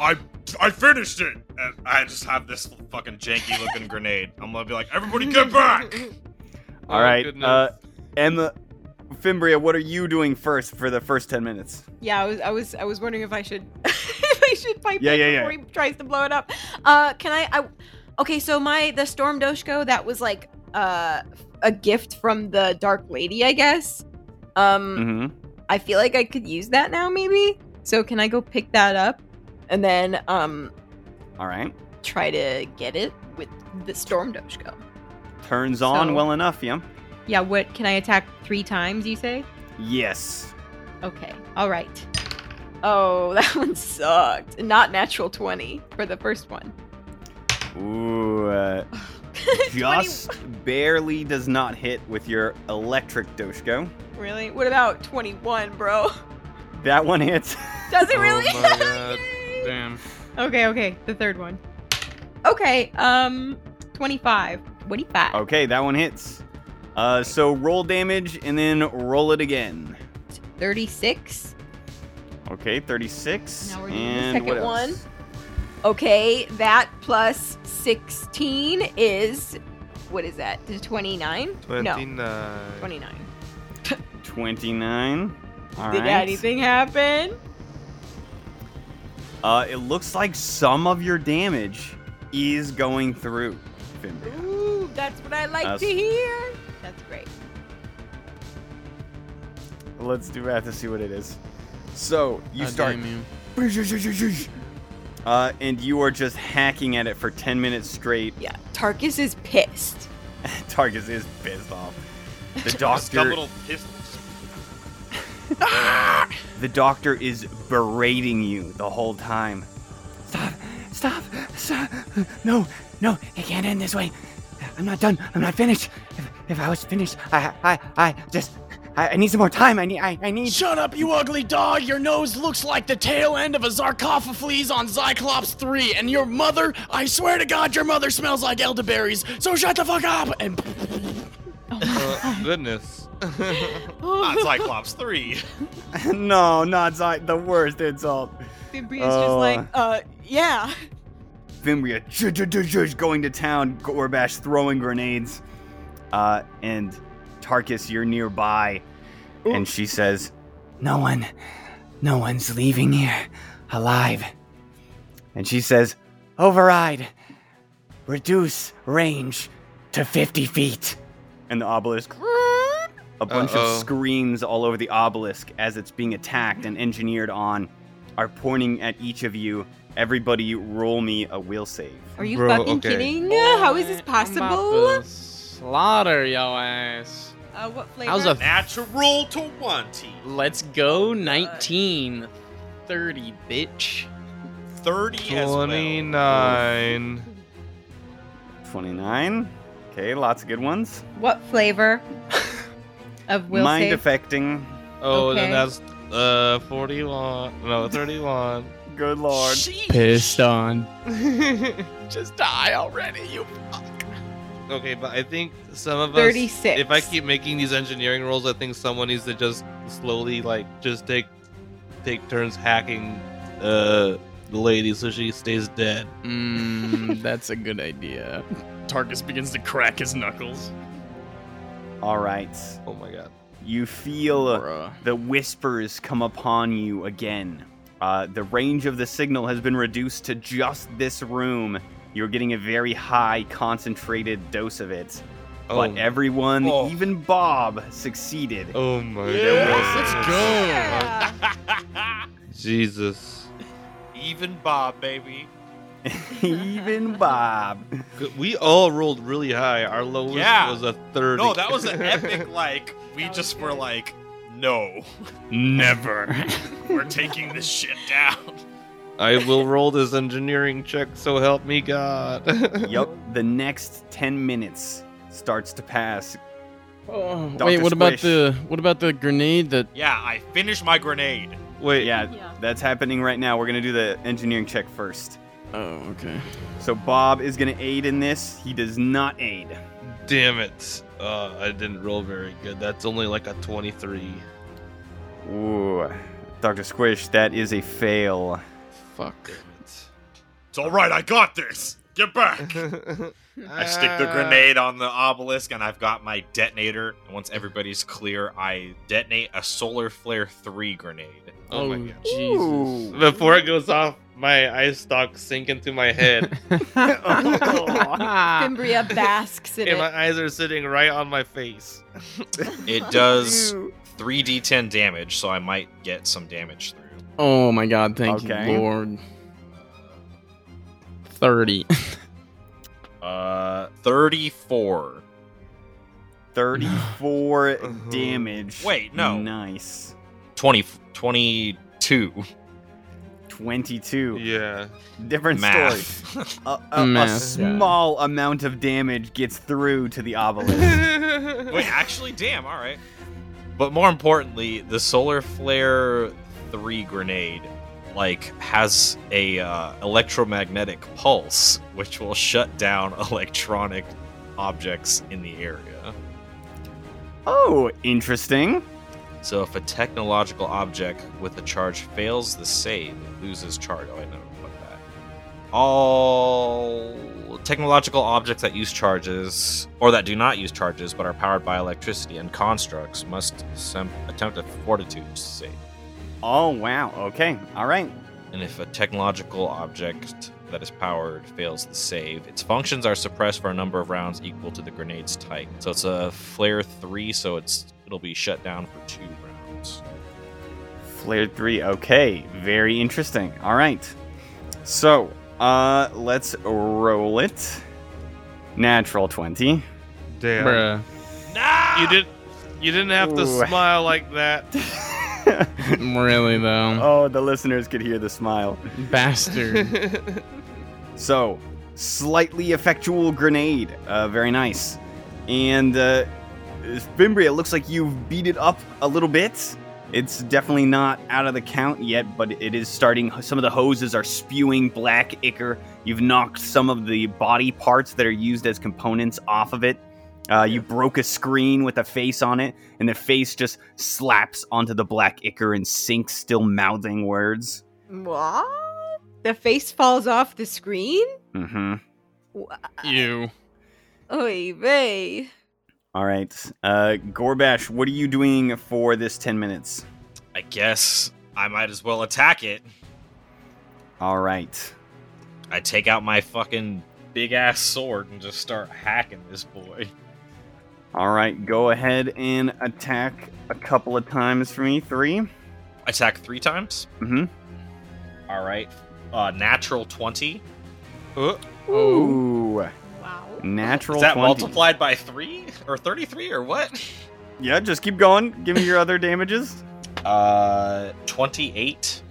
Speaker 7: I I finished it. And I just have this fucking janky looking grenade. I'm gonna be like, everybody get back!
Speaker 1: All
Speaker 5: Oh,
Speaker 1: right,
Speaker 5: goodness.
Speaker 1: uh, Emma, Fimbria, what are you doing first for the first ten minutes?
Speaker 6: Yeah, I was, I was, I was wondering if I should, if I should pipe
Speaker 1: Yeah,
Speaker 6: in
Speaker 1: yeah, yeah.
Speaker 6: before he tries to blow it up. Uh, can I, I? Okay, so my the storm doshko that was like uh a gift from the dark lady, I guess. Um,
Speaker 1: Mm-hmm.
Speaker 6: I feel like I could use that now, maybe. So can I go pick that up, and then um
Speaker 1: All right,
Speaker 6: try to get it with the storm doshko?
Speaker 1: turns on
Speaker 6: So-
Speaker 1: well enough, yeah.
Speaker 6: Yeah. What can I attack three times? You say?
Speaker 1: Yes.
Speaker 6: Okay. All right. Oh, that one sucked. Not natural 20 for the first one.
Speaker 1: Ooh, uh,
Speaker 6: 20
Speaker 1: just barely does not hit with your electric Doshko.
Speaker 6: Really? What about 21, bro?
Speaker 1: That one hits.
Speaker 6: Does it
Speaker 5: Oh
Speaker 6: really?
Speaker 5: my God.
Speaker 6: Yay!
Speaker 3: Damn.
Speaker 6: okay, okay. The third one. Okay, um, 25. 25.
Speaker 5: Oh.
Speaker 1: Okay, that one hits. Uh, so roll damage and then roll it again.
Speaker 6: 36.
Speaker 1: Okay, 36.
Speaker 6: Now we're doing the
Speaker 1: and
Speaker 6: second
Speaker 1: what
Speaker 6: one.
Speaker 1: else?
Speaker 6: Okay, that plus 16 is. What is that? 29? No, 29.
Speaker 1: 29. All right.
Speaker 6: Did anything happen?
Speaker 1: Uh, it looks like some of your damage is going through. Finbar.
Speaker 6: Ooh, that's what I like
Speaker 1: That's-
Speaker 6: to hear. That's great.
Speaker 1: Let's do that to see what it is. So you
Speaker 3: God
Speaker 1: start,
Speaker 3: Oh, damn you.
Speaker 1: uh, and you are just hacking at it for 10 minutes straight.
Speaker 6: Yeah, Tarkus is pissed.
Speaker 1: Targus is pissed off. The
Speaker 7: Just a
Speaker 1: doctor,
Speaker 7: little pistols.
Speaker 1: the doctor is berating you the whole time. Stop! Stop! Stop! No! No! It can't end this way. I'm not done. I'm not finished. If, if I was finished, I, I, I just, I, I need some more time. I need, I, I need.
Speaker 3: Shut up, you ugly dog! Your nose looks like the tail end of a sarcophagus on Cyclops 3, and your mother, I swear to God, your mother smells like elderberries, so shut the fuck up! And
Speaker 5: Oh, goodness.
Speaker 7: Oh, Uh,
Speaker 4: Not Cyclops 3.
Speaker 1: no, not Zy- the worst insult.
Speaker 2: Fimbria's
Speaker 1: Oh.
Speaker 2: just like, uh, yeah.
Speaker 1: Fimbria zh- zh- zh- zh- going to town, Gorbash throwing grenades. Uh, and Tarkus, you're nearby. And she says, No one, no one's leaving here alive. And she says, Override, reduce range to 50 feet. And the obelisk, a bunch
Speaker 5: Uh-oh.
Speaker 1: of screams all over the obelisk as it's being attacked and engineered on, are pointing at each of you. Everybody, roll me a will save.
Speaker 6: Are you
Speaker 5: Bro,
Speaker 6: fucking
Speaker 5: okay.
Speaker 6: kidding? How is this possible?
Speaker 3: Slaughter yo ass.
Speaker 6: Uh, what flavor?
Speaker 3: How's a
Speaker 4: Natural to 20.
Speaker 3: let's go 19 30 bitch?
Speaker 4: 30 as well.
Speaker 5: 29.
Speaker 1: 29. Okay, lots of good ones.
Speaker 6: what flavor of will
Speaker 1: Mind
Speaker 6: save?
Speaker 1: affecting.
Speaker 5: Oh,
Speaker 6: Okay.
Speaker 5: then that's uh 41. No, 31.
Speaker 1: Good lord.
Speaker 3: Pissed on. Just die already, you.
Speaker 5: Okay, but I think some of us.
Speaker 6: 36.
Speaker 5: If I keep making these engineering rolls, I think someone needs to just slowly, like, just take take turns hacking uh the lady so she stays dead.
Speaker 3: Mmm, that's a good idea. Tarkus begins to crack his knuckles.
Speaker 1: All right.
Speaker 5: Oh my god.
Speaker 1: You feel
Speaker 3: Bruh.
Speaker 1: the whispers come upon you again. Uh, the range of the signal has been reduced to just this room. You're getting a very high concentrated dose of it.
Speaker 5: Oh,
Speaker 1: But everyone,
Speaker 5: Oh.
Speaker 1: even Bob, succeeded.
Speaker 5: oh my
Speaker 4: Yeah.
Speaker 5: god.
Speaker 3: Let's go.
Speaker 6: Yeah.
Speaker 5: Jesus.
Speaker 4: Even Bob, baby.
Speaker 1: even Bob.
Speaker 5: Good- We all rolled really high. Our lowest
Speaker 4: Yeah.
Speaker 5: was a 30.
Speaker 4: No, that was an epic, like, we just were like, no,
Speaker 1: Never.
Speaker 4: we're taking this shit down.
Speaker 5: I will roll this engineering check, so help me God.
Speaker 1: yep. The next 10 minutes starts to pass.
Speaker 3: Oh,
Speaker 1: Dr.
Speaker 3: wait, what about
Speaker 1: Squish.
Speaker 3: the what about the grenade that
Speaker 4: Yeah, I finished my grenade.
Speaker 5: Wait,
Speaker 1: Yeah,
Speaker 6: Yeah.
Speaker 1: That's happening right now. We're going to do the engineering check first.
Speaker 3: Oh, okay.
Speaker 1: So Bob is going to aid in this. He does not aid.
Speaker 5: damn it. Uh, I didn't roll very good. That's only like a 23.
Speaker 1: Ooh. Dr. Squish, that is a fail.
Speaker 3: Fuck.
Speaker 7: It's all right. I got this. Get back.
Speaker 5: I
Speaker 4: I stick the grenade on the obelisk, and I've got my detonator. And once everybody's clear, I detonate a solar flare three grenade.
Speaker 5: Oh
Speaker 3: Oh,
Speaker 5: my God.
Speaker 3: Jesus.
Speaker 1: Ooh.
Speaker 5: Before it goes off, my ice stalk sink into my head,
Speaker 6: Fimbria basks in
Speaker 5: and
Speaker 6: it.
Speaker 5: my eyes are sitting right on my face.
Speaker 4: It does three d10 damage, so I might get some damage through.
Speaker 3: oh my god, thank
Speaker 1: Okay.
Speaker 3: you, Lord. 30.
Speaker 4: Uh, thirty-four.
Speaker 1: 34
Speaker 5: Uh-huh.
Speaker 1: damage.
Speaker 4: Wait, no.
Speaker 1: Nice.
Speaker 4: 20, 22.
Speaker 1: 22.
Speaker 5: Yeah.
Speaker 1: Different story.
Speaker 4: Math.
Speaker 1: A, a, a
Speaker 3: Math, yeah.
Speaker 1: small amount of damage gets through to the obelisk.
Speaker 4: Wait, actually, damn. All right. But more importantly, the solar flare three grenade
Speaker 7: like has a uh, electromagnetic pulse, which will shut down electronic objects in the area.
Speaker 1: Oh, interesting.
Speaker 7: So if a technological object with a charge fails the save, it loses charge. Oh, I never put that. All technological objects that use charges, or that do not use charges but are powered by electricity and constructs, must some attempt a fortitude save.
Speaker 1: Oh, wow. Okay. All right.
Speaker 7: And if a technological object that is powered fails the save, its functions are suppressed for a number of rounds equal to the grenade's type. So it's a flare three, so it's it'll be shut down for two rounds.
Speaker 1: Flare 3. Okay. Very interesting. All right. So, uh, let's roll it. Natural 20.
Speaker 8: Damn.
Speaker 3: Bruh.
Speaker 5: You did. You didn't have to
Speaker 1: Ooh.
Speaker 5: smile like that.
Speaker 3: Really though.
Speaker 1: oh, the listeners could hear the smile.
Speaker 3: Bastard.
Speaker 1: So, slightly effectual grenade. Uh, very nice. And, uh, Fimbria, it looks like you've beat it up a little bit. It's definitely not out of the count yet, but it is starting. Some of the hoses are spewing black ichor. You've knocked some of the body parts that are used as components off of it. Uh, you broke a screen with a face on it, and the face just slaps onto the black ichor and sinks, still mouthing words.
Speaker 6: What? The face falls off the screen?
Speaker 1: Mm hmm.
Speaker 3: you.
Speaker 6: Oy vey.
Speaker 1: All right. Uh, Gorbash, what are you doing for this 10 minutes?
Speaker 7: I guess I might as well attack it.
Speaker 1: All right.
Speaker 7: I take out my fucking big ass sword and just start hacking this boy.
Speaker 1: All right. Go ahead and attack a couple of times for me. Three.
Speaker 7: Attack three times.
Speaker 1: Mhm.
Speaker 7: All right. Uh, natural twenty.
Speaker 3: Oh.
Speaker 1: Ooh.
Speaker 6: Wow.
Speaker 1: Natural
Speaker 7: Is that
Speaker 1: 20.
Speaker 7: multiplied by three or thirty-three or what?
Speaker 1: Yeah, just keep going. Give me your other damages.
Speaker 7: Uh, twenty-eight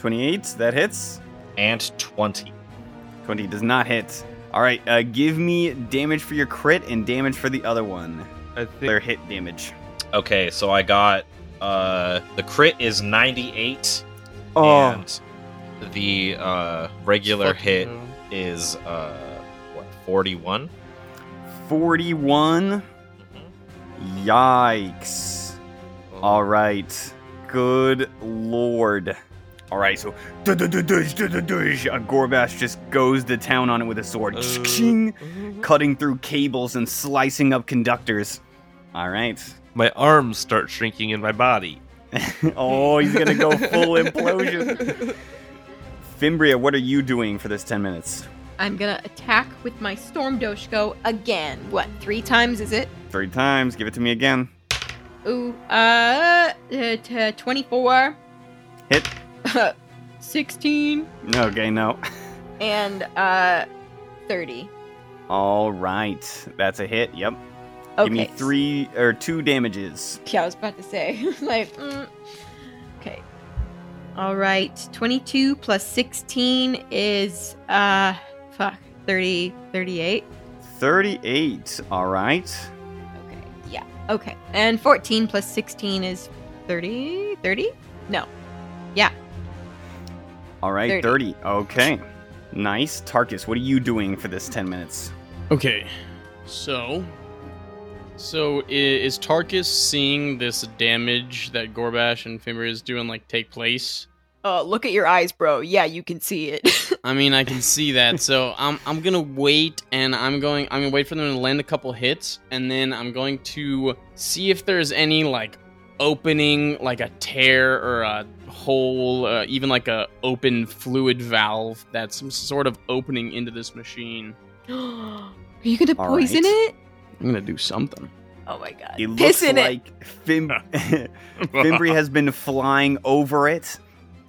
Speaker 1: 28. That hits.
Speaker 7: and twenty.
Speaker 1: 20 does not hit. All right. Uh, give me damage for your crit and damage for the other one.
Speaker 5: I
Speaker 1: Their
Speaker 5: think
Speaker 1: hit damage.
Speaker 7: Okay, so I got uh the crit is 98
Speaker 1: Oh.
Speaker 7: and the uh regular
Speaker 3: Fuck
Speaker 7: hit
Speaker 3: you.
Speaker 7: is uh what 41.
Speaker 1: 41. Yikes. All right. Good lord. All right, so duh-duh-duh-dush, duh-duh-dush, uh, Gorbash just goes to town on it with a sword, Shing, cutting through cables and slicing up conductors. All right.
Speaker 5: my arms start shrinking in my body.
Speaker 1: oh, he's gonna go full implosion. Fimbria, what are you doing for this 10 minutes?
Speaker 6: I'm gonna attack with my Storm Doshko again. What, three times is it?
Speaker 1: Three times. Give it to me again.
Speaker 6: Ooh, uh, uh t- 24,
Speaker 1: Hit.
Speaker 6: 16,
Speaker 1: Okay, no.
Speaker 6: and uh, 30.
Speaker 1: All right. That's a hit. Yep. Give me three or two damages.
Speaker 6: Yeah, I was about to say. like, mm. okay. All right. 22 plus 16 is, uh, fuck, 30, 38.
Speaker 1: 38. All right.
Speaker 6: Okay. Yeah. Okay. And 14 plus 16 is 30, 30?
Speaker 1: All right, 30.
Speaker 6: 30.
Speaker 1: Okay. Nice. Tarkus, what are you doing for this 10 minutes?
Speaker 3: Okay. So. So i- is Tarkus seeing this damage that Gorbash and Fimber is doing like take place?
Speaker 9: Oh, look at your eyes, bro. Yeah, you can see it.
Speaker 3: I mean, I can see that. So I'm I'm gonna wait, and I'm going I'm gonna wait for them to land a couple hits, and then I'm going to see if there's any like opening, like a tear or a hole, uh, even like a open fluid valve that's some sort of opening into this machine.
Speaker 6: Are you going to
Speaker 1: All
Speaker 6: poison
Speaker 1: right.
Speaker 6: it?
Speaker 3: I'm gonna do something.
Speaker 6: Oh my god.
Speaker 1: It looks
Speaker 6: Piss in it.
Speaker 1: like Fim- Fimbri has been flying over it,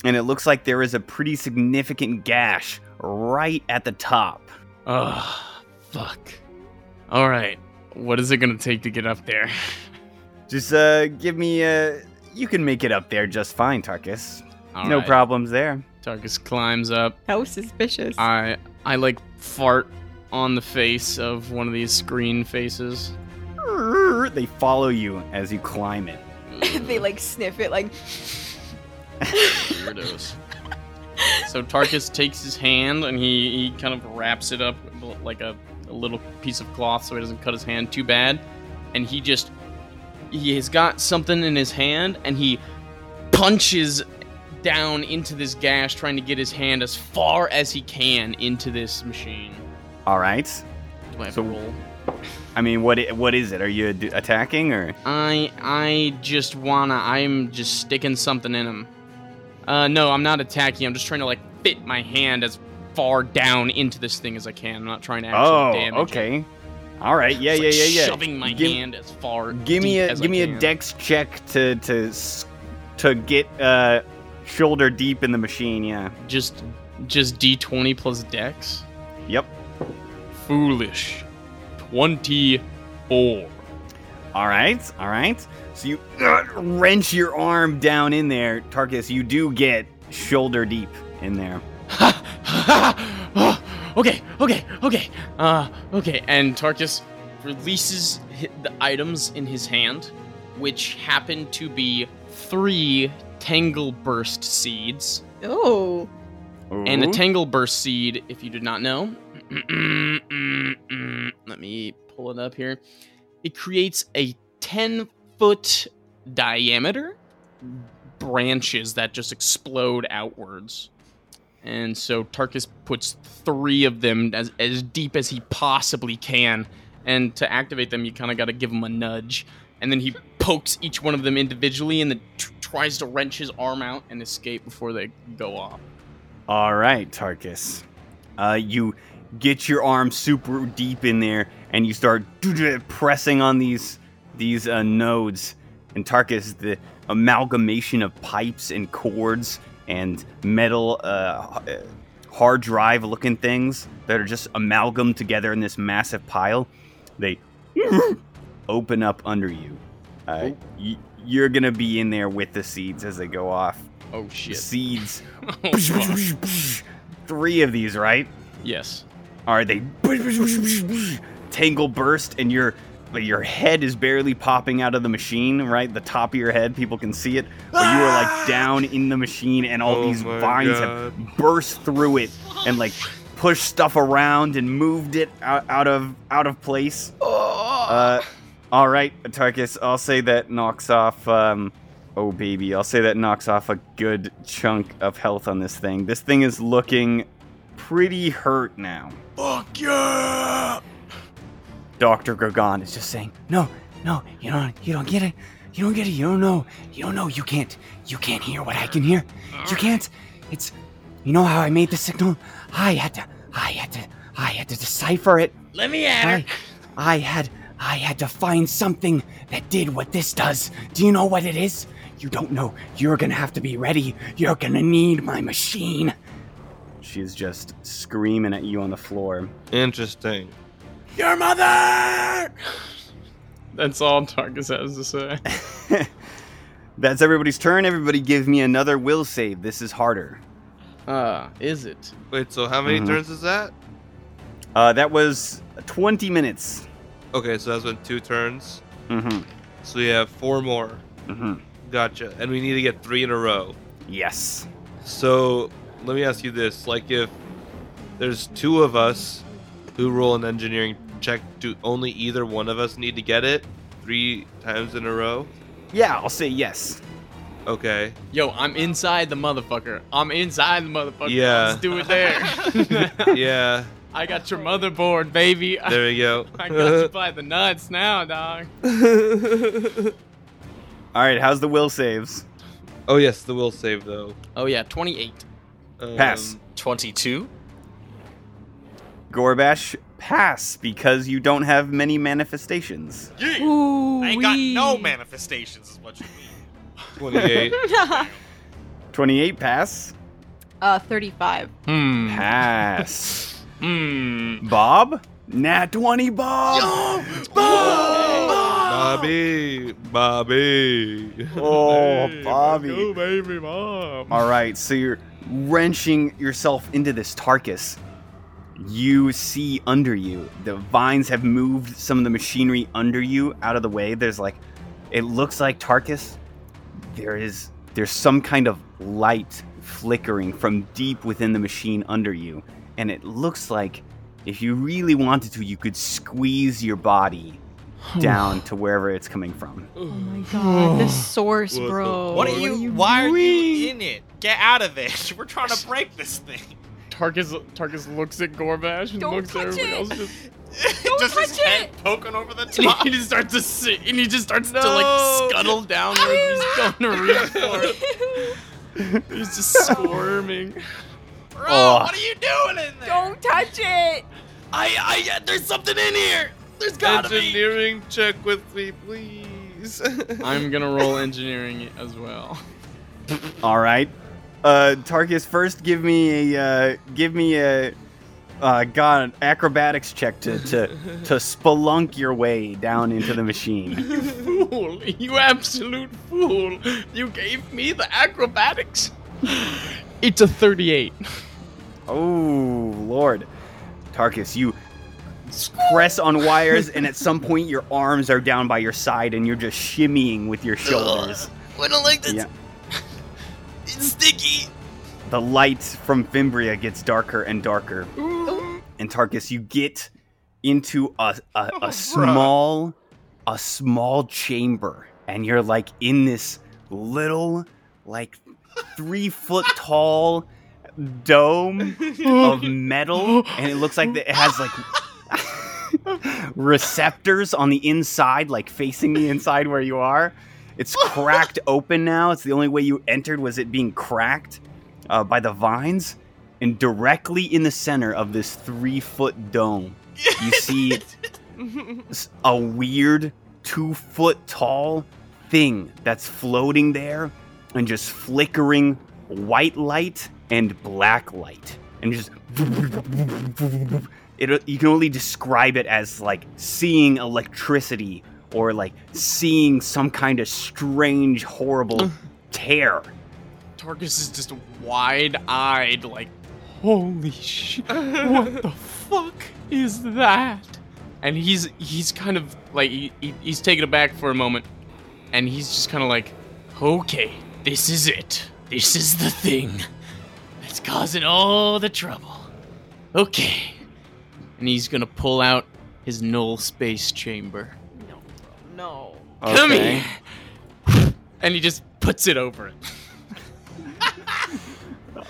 Speaker 1: and it looks like there is a pretty significant gash right at the top.
Speaker 3: Ugh, fuck. All right, what is it gonna take to get up there?
Speaker 1: Just uh, give me Uh, you can make it up there just fine, Tarkus.
Speaker 3: All
Speaker 1: no
Speaker 3: right,
Speaker 1: problems there.
Speaker 3: Tarkus climbs up.
Speaker 6: How suspicious.
Speaker 3: I I like fart on the face of one of these screen faces.
Speaker 1: They follow you as you climb it.
Speaker 6: they like sniff it, like,
Speaker 3: Weirdos. So Tarkus takes his hand and he, he kind of wraps it up like a, a little piece of cloth so he doesn't cut his hand too bad. And he just he has got something in his hand and he punches down into this gash trying to get his hand as far as he can into this machine.
Speaker 1: All right.
Speaker 3: Do I have
Speaker 1: So-
Speaker 3: to roll?
Speaker 1: I mean, what i- what is it? Are you d- attacking or?
Speaker 3: I I just wanna I'm just sticking something in him. Uh no, I'm not attacking. I'm just trying to like fit my hand as far down into this thing as I can. I'm not trying to actually
Speaker 1: Oh,
Speaker 3: damage. it.
Speaker 1: okay. All right. Yeah,
Speaker 3: Just,
Speaker 1: yeah,
Speaker 3: like,
Speaker 1: yeah, yeah.
Speaker 3: Shoving my
Speaker 1: Give-
Speaker 3: hand as far.
Speaker 1: Give me
Speaker 3: deep
Speaker 1: a
Speaker 3: as I
Speaker 1: give me a
Speaker 3: can.
Speaker 1: dex check to to s- to get uh shoulder deep in the machine. Yeah.
Speaker 3: Just just d20 plus dex.
Speaker 1: Yep.
Speaker 3: Foolish. 24.
Speaker 1: All right. All right. So you uh, wrench your arm down in there, Tarkus. You do get shoulder deep in there.
Speaker 3: okay, okay, okay. Uh, okay. And Tarkus releases hi- the items in his hand, which happen to be three Tangle Burst seeds.
Speaker 2: Oh.
Speaker 3: And a
Speaker 1: Ooh.
Speaker 3: Tangle Burst seed, if you did not know, let me pull it up here. It creates a 10 foot diameter branches that just explode outwards. And so Tarkus puts three of them as, as deep as he possibly can. And to activate them, you kind of got to give him a nudge. And then he pokes each one of them individually and then tr- tries to wrench his arm out and escape before they go off.
Speaker 1: All right, Tarkus. Uh, you get your arm super deep in there, and you start pressing on these these uh, nodes. And Tarkus, the amalgamation of pipes and cords and metal uh, h- uh, hard drive looking things that are just amalgam together in this massive pile, they open up under you. Uh, y- you're gonna be in there with the seeds as they go off.
Speaker 3: Oh
Speaker 1: The
Speaker 3: shit.
Speaker 1: seeds
Speaker 3: Oh, fuck.
Speaker 1: Three of these, right?
Speaker 3: yes.
Speaker 1: Are they tangle burst and your but your head is barely popping out of the machine, right? The top of your head, people can see it. But you are like down in the machine and all these vines have burst through it and like pushed stuff around and moved it out, out of out of place. Uh, all right, Tarkus, I'll say that knocks off. Um, oh baby, I'll say that knocks off a good chunk of health on this thing. This thing is looking pretty hurt now.
Speaker 7: Fuck yeah!
Speaker 1: Doctor Gargan is just saying, "No, no, you don't, you don't get it, you don't get it, you don't know, you don't know, you can't, you can't hear what I can hear, you can't. It's, you know how I made the signal. I had to, I had to, I had to decipher it.
Speaker 3: Let me at
Speaker 1: I, I had, I had to find something that did what this does. Do you know what it is? You don't know. You're gonna have to be ready. You're gonna need my machine." She is just screaming at you on the floor.
Speaker 5: Interesting.
Speaker 3: Your mother! That's all Tarkus has to say.
Speaker 1: That's everybody's turn. Everybody give me another will save. This is harder.
Speaker 3: Uh, is it?
Speaker 5: Wait, so how many
Speaker 1: Mhm.
Speaker 5: turns is that?
Speaker 1: Uh, that was 20 minutes.
Speaker 5: Okay, so that's been two turns.
Speaker 1: Mm-hmm.
Speaker 5: So we have four more.
Speaker 1: Mm-hmm.
Speaker 5: Gotcha. And we need to get three in a row.
Speaker 1: Yes.
Speaker 5: So let me ask you this: like, if there's two of us who roll an engineering check, do only either one of us need to get it three times in a row?
Speaker 1: Yeah, I'll say yes.
Speaker 5: Okay.
Speaker 3: Yo, I'm inside the motherfucker. I'm inside the motherfucker.
Speaker 5: Yeah.
Speaker 3: Let's do it there.
Speaker 5: Yeah.
Speaker 3: I got your motherboard, baby. I
Speaker 5: There we go.
Speaker 3: got you by the nuts now, dog.
Speaker 1: All right, how's the will saves?
Speaker 5: oh yes, the will save though.
Speaker 3: Oh, yeah, 28.
Speaker 5: Um,
Speaker 1: Pass.
Speaker 4: 22.
Speaker 1: Gorbash, pass because you don't have many manifestations.
Speaker 7: Yeah.
Speaker 2: Ooh.
Speaker 7: I ain't got no manifestations, is what you mean.
Speaker 5: Twenty-eight.
Speaker 6: uh,
Speaker 1: 28, pass.
Speaker 6: 35.
Speaker 3: Hmm.
Speaker 1: Pass.
Speaker 3: Hmm.
Speaker 1: Bob? Nat 20, Bob!
Speaker 5: Bobby. Bobby.
Speaker 1: Oh, Bobby.
Speaker 3: Oh, baby, mom.
Speaker 1: All right, so you're wrenching yourself into this Tarkus. You see under you, the vines have moved some of the machinery under you out of the way. There's like, it looks like Tarkus. There is, there's some kind of light flickering from deep within the machine under you, and it looks like if you really wanted to, you could squeeze your body down to wherever it's coming from.
Speaker 2: Oh my god, the source,
Speaker 7: What the-
Speaker 2: bro.
Speaker 4: What
Speaker 7: What
Speaker 4: are you?
Speaker 3: are you
Speaker 4: why are you
Speaker 3: doing?
Speaker 4: in it? Get out of it! We're trying to break this thing.
Speaker 3: Tarkus Tarkus looks at Gorbash and
Speaker 6: Don't
Speaker 3: looks at
Speaker 6: touch it.
Speaker 3: everybody else. Just,
Speaker 6: Don't
Speaker 4: Just his
Speaker 6: touch
Speaker 4: head
Speaker 6: it.
Speaker 4: poking over the
Speaker 3: and
Speaker 4: top.
Speaker 3: he just starts to sit, and he just starts to
Speaker 4: No.
Speaker 3: like scuttle downward. and he's going to reach for it. He's just squirming.
Speaker 4: Bro,
Speaker 1: Oh.
Speaker 4: what are you doing in there?
Speaker 6: Don't touch it.
Speaker 4: I, I, yeah, there's something in here. There's gotta be.
Speaker 5: Engineering check with me, please.
Speaker 3: I'm gonna roll engineering it as well.
Speaker 1: All right, uh, Tarkus, first give me a uh, give me a uh, God an acrobatics check to to to spelunk your way down into the machine.
Speaker 3: You fool! You absolute fool! You gave me the acrobatics. It's a 38.
Speaker 1: Oh Lord, Tarkus, you press on wires, and at some point your arms are down by your side, and you're just shimmying with your shoulders.
Speaker 4: I don't like this.
Speaker 1: Yeah.
Speaker 4: It's sticky.
Speaker 1: The light from Fimbria gets darker and darker, and Tarkus, you get into a a, a small a small chamber, and you're like in this little like three foot tall dome of metal, and it looks like that it has like receptors on the inside, like facing the inside where you are. It's cracked open now. It's the only way you entered was it being cracked uh, by the vines. And directly in the center of this three foot dome, you see s- a weird two foot tall thing that's floating there and just flickering white light and black light. And just. It, uh, you can only describe it as like seeing electricity or like seeing some kind of strange, horrible tear.
Speaker 3: Tarkus is just wide-eyed, like, holy shit! What the fuck is that? And he's he's kind of like he, he- he's taken aback for a moment, and he's just kind of like, okay, this is it. This is the thing that's causing all the trouble. Okay, and he's gonna pull out his null space chamber.
Speaker 2: No.
Speaker 3: Come here. And he just puts it over it.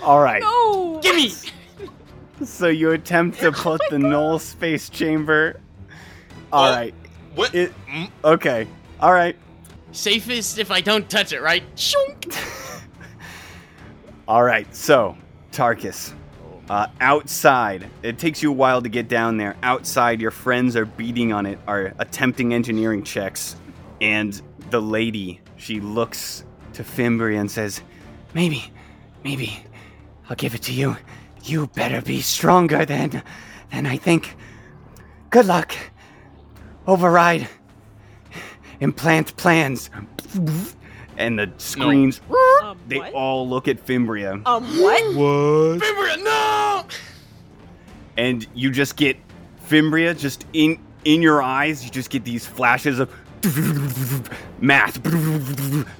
Speaker 1: All right.
Speaker 6: No.
Speaker 3: Gimme!
Speaker 1: So you attempt to put the null space chamber. All
Speaker 4: Oh.
Speaker 1: right.
Speaker 4: What?
Speaker 1: It,
Speaker 4: Mm.
Speaker 1: okay. All right.
Speaker 3: Safest if I don't touch it, right? Shunk!
Speaker 1: All right. So, Tarkus, uh, outside. It takes you a while to get down there. Outside, your friends are beating on it, are attempting engineering checks, and the lady she looks to Fimbri and says, "Maybe, maybe, I'll give it to you. You better be stronger than, than I think. Good luck. Override. Implant plans." And the screens.
Speaker 2: Um,
Speaker 1: They
Speaker 2: what?
Speaker 1: all look at Fimbria.
Speaker 6: Um. What?
Speaker 7: What?
Speaker 3: Fimbria, no!
Speaker 1: and you just get Fimbria just in in your eyes. You just get these flashes of math,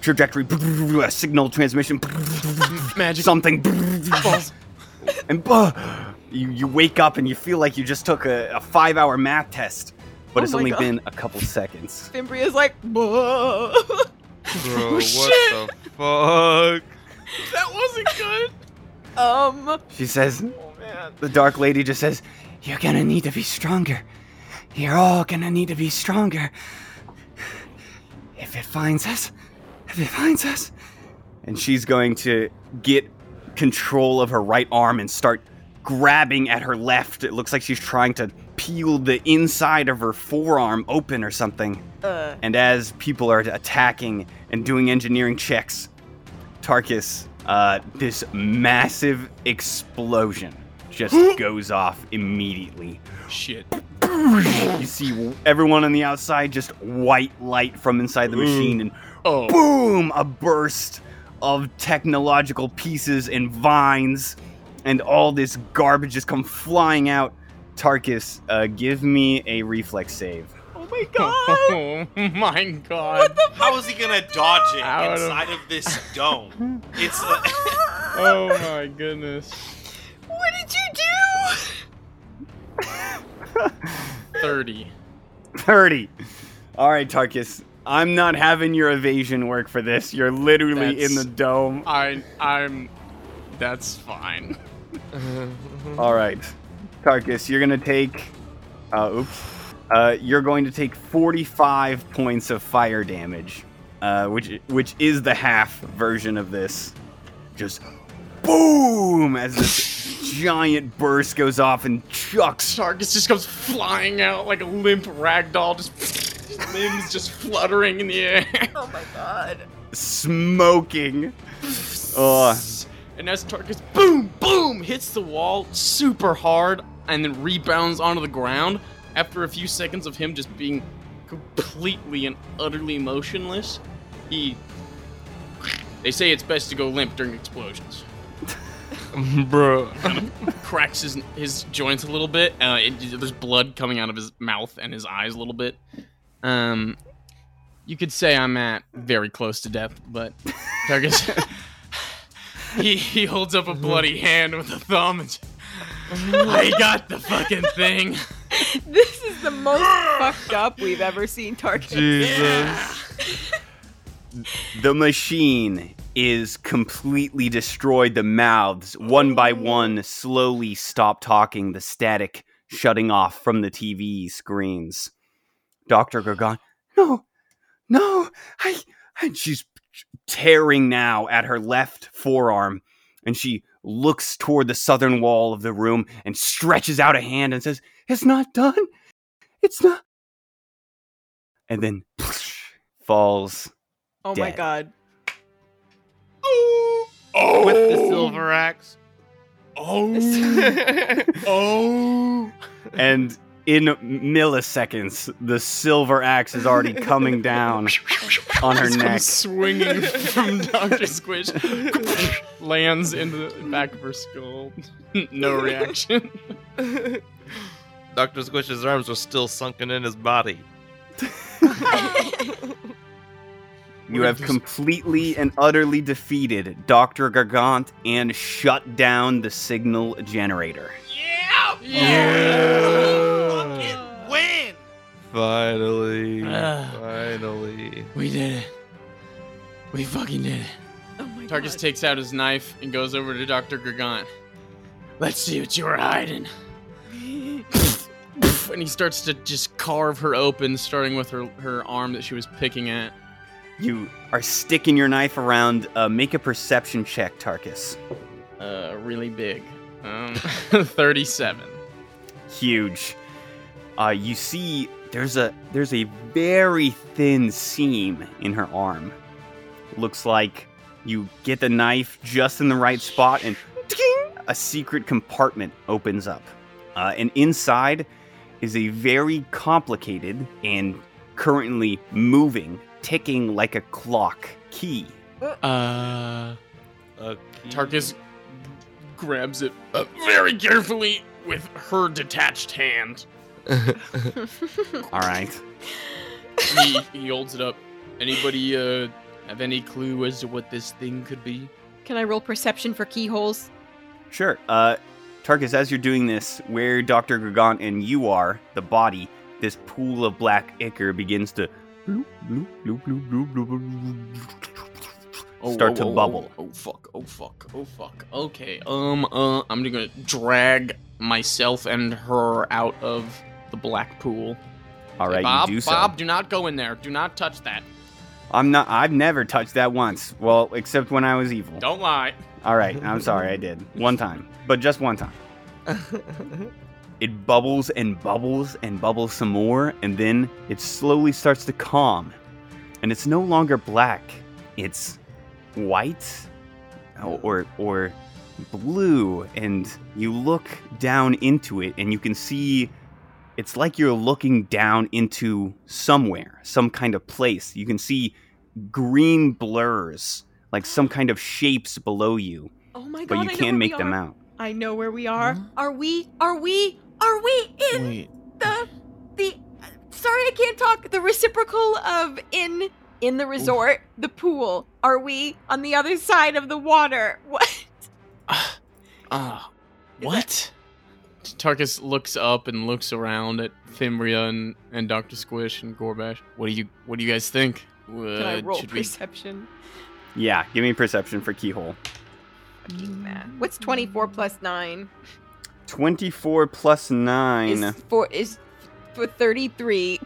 Speaker 1: trajectory, signal transmission,
Speaker 3: Magic
Speaker 1: something,
Speaker 3: balls.
Speaker 1: and buh, you you wake up and you feel like you just took a, a five hour math test, but
Speaker 6: Oh
Speaker 1: it's
Speaker 6: my
Speaker 1: only
Speaker 6: God.
Speaker 1: been a couple seconds.
Speaker 6: Fimbria's like. um, Whoa.
Speaker 3: Oh,
Speaker 5: Bro, what the fuck?
Speaker 3: That wasn't good.
Speaker 6: um.
Speaker 1: She says, the dark lady just says, "You're gonna need to be stronger. You're all gonna need to be stronger. If it finds us, if it finds us." And she's going to get control of her right arm and start grabbing at her left. It looks like she's trying to peel the inside of her forearm open or something.
Speaker 6: Uh.
Speaker 1: And as people are attacking and doing engineering checks, Tarkus, uh, this massive explosion just goes off immediately.
Speaker 3: Shit.
Speaker 1: you see everyone on the outside just white light from inside the machine, and
Speaker 3: Oh.
Speaker 1: boom, a burst of technological pieces and vines, and all this garbage just come flying out. Tarkus, uh, give me a reflex save.
Speaker 6: Oh my god.
Speaker 3: Oh my god.
Speaker 4: How is he gonna dodge it
Speaker 3: Out of-
Speaker 4: inside of this dome? It's a,
Speaker 3: Oh my goodness.
Speaker 6: What did you do?
Speaker 3: 30.
Speaker 1: 30. All right, Tarkus. I'm not having your evasion work for this. You're literally in the
Speaker 3: That's-
Speaker 1: dome.
Speaker 3: I I'm that's fine.
Speaker 1: All right, Tarkus, you're gonna take. Uh, oops. Uh, you're going to take 45 points of fire damage, uh, which which is the half version of this. Just boom as this giant burst goes off and chucks.
Speaker 3: Tarkus just comes flying out like a limp ragdoll, just his limbs just fluttering in the air.
Speaker 6: Oh my god.
Speaker 1: smoking. Oh,
Speaker 3: And as Tarkus boom boom hits the wall super hard and then rebounds onto the ground after a few seconds of him just being completely and utterly motionless, he they say it's best to go limp during explosions.
Speaker 5: Bro.
Speaker 3: cracks his his joints a little bit. Uh, it, there's blood coming out of his mouth and his eyes a little bit. Um, you could say I'm at very close to death, but Targus, he he holds up a bloody hand with a thumb. And I got the fucking thing.
Speaker 6: This is the most fucked up we've ever seen Tarkin.
Speaker 5: Jesus.
Speaker 1: the machine is completely destroyed. The mouths, one by one, slowly stop talking, the static shutting off from the TV screens. Dr. Gargan, no, no, I. And she's tearing now at her left forearm, and she looks toward the southern wall of the room and stretches out a hand and says, It's not done. It's not. And then falls
Speaker 6: Oh
Speaker 1: my
Speaker 6: my
Speaker 1: Dead.
Speaker 6: god.
Speaker 5: With the silver axe.
Speaker 3: Oh,
Speaker 1: and in milliseconds, the silver axe is already coming down on her
Speaker 3: Just
Speaker 1: neck.
Speaker 3: comes swinging from Doctor Squish, lands into the back of her skull. no reaction.
Speaker 5: Dr. Squish's arms were still sunken in his body.
Speaker 1: You have completely and utterly defeated Dr. Gargant and shut down the signal generator.
Speaker 7: Win!
Speaker 5: Finally.
Speaker 3: Ah.
Speaker 5: Finally.
Speaker 3: We did it. We fucking did it.
Speaker 6: Oh my
Speaker 3: Tarkus
Speaker 6: god.
Speaker 3: takes out his knife and goes over to Dr. Gargant. Let's see what you were hiding. and he starts to just carve her open, starting with her, her arm that she was picking at.
Speaker 1: You are sticking your knife around. Uh, make a perception check, Tarkus.
Speaker 3: Uh, really big. Um, 37.
Speaker 1: Huge. Uh, you see, there's a there's a very thin seam in her arm. Looks like you get the knife just in the right spot, and ting, a secret compartment opens up, uh, and inside is a very complicated and currently moving, ticking like a clock key.
Speaker 3: Uh,
Speaker 5: Okay.
Speaker 3: Tarkus grabs it uh, very carefully with her detached hand.
Speaker 1: All right.
Speaker 3: he, he holds it up. Anybody uh, have any clue as to what this thing could be?
Speaker 6: Can I roll perception for keyholes?
Speaker 1: Sure. Uh, Tarkus, as you're doing this, where Dr. Gargant and you are, the body, this pool of black ichor begins to start to bubble.
Speaker 3: Oh, fuck! Oh fuck! Oh fuck! Okay. Um. Uh. I'm just gonna drag myself and her out of the black pool.
Speaker 1: All right,
Speaker 3: Bob.
Speaker 1: you do so.
Speaker 3: Bob, do not go in there. Do not touch that.
Speaker 1: I'm not. I've never touched that once. Well, except when I was evil.
Speaker 3: Don't lie.
Speaker 1: All right, I'm sorry, I did one time, but just one time. It bubbles and bubbles and bubbles some more, and then it slowly starts to calm. And it's no longer black, it's white or, or blue. And you look down into it, and you can see it's like you're looking down into somewhere, some kind of place. You can see green blurs, like some kind of shapes below you,
Speaker 6: Oh my god.
Speaker 1: but you
Speaker 6: I know
Speaker 1: can't
Speaker 6: where
Speaker 1: make
Speaker 6: we
Speaker 1: them
Speaker 6: are.
Speaker 1: out.
Speaker 6: I know where we are.
Speaker 3: Huh?
Speaker 6: Are we? Are we? Are we in
Speaker 3: Wait.
Speaker 6: the the? Sorry, I can't talk. The reciprocal of in in the resort, the pool. Are we on the other side of the water? What?
Speaker 3: Ah, Uh, what? Tarkus looks up and looks around at Thimria and, and Doctor Squish and Gorbash. What do you What do you guys think?
Speaker 2: Can I
Speaker 3: Uh,
Speaker 2: roll
Speaker 3: should we-
Speaker 2: perception?
Speaker 1: Yeah, give me perception for keyhole.
Speaker 6: Mm.
Speaker 2: Fucking math.
Speaker 6: What's 24 plus 9?
Speaker 1: 24 plus 9.
Speaker 6: Is for is for 33.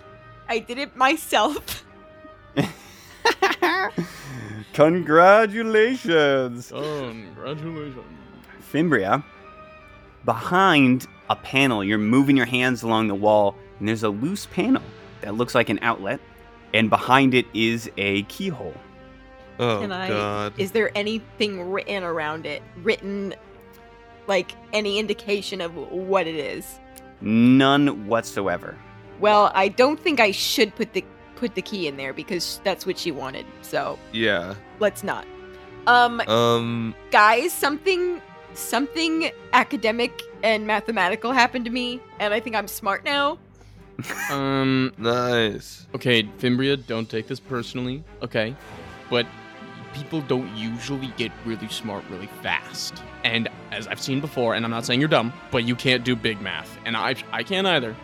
Speaker 6: I did it myself.
Speaker 1: Congratulations!
Speaker 6: Oh.
Speaker 3: Congratulations.
Speaker 1: Fimbria, behind a panel, you're moving your hands along the wall, and there's a loose panel that looks like an outlet, and behind it is a keyhole.
Speaker 5: Oh
Speaker 6: Can I-
Speaker 5: god.
Speaker 6: Is there anything written around it? Written like any indication of what it is?
Speaker 1: None whatsoever.
Speaker 6: Well, I don't think I should put the put the key in there because that's what she wanted. So,
Speaker 5: yeah.
Speaker 6: let's not. Um
Speaker 5: Um
Speaker 6: guys, something something academic and mathematical happened to me and I think I'm smart now.
Speaker 3: Um.
Speaker 5: nice.
Speaker 3: Okay, Fimbria, don't take this personally. Okay, but people don't usually get really smart really fast. And as I've seen before, and I'm not saying you're dumb, but you can't do big math, and I I can't either.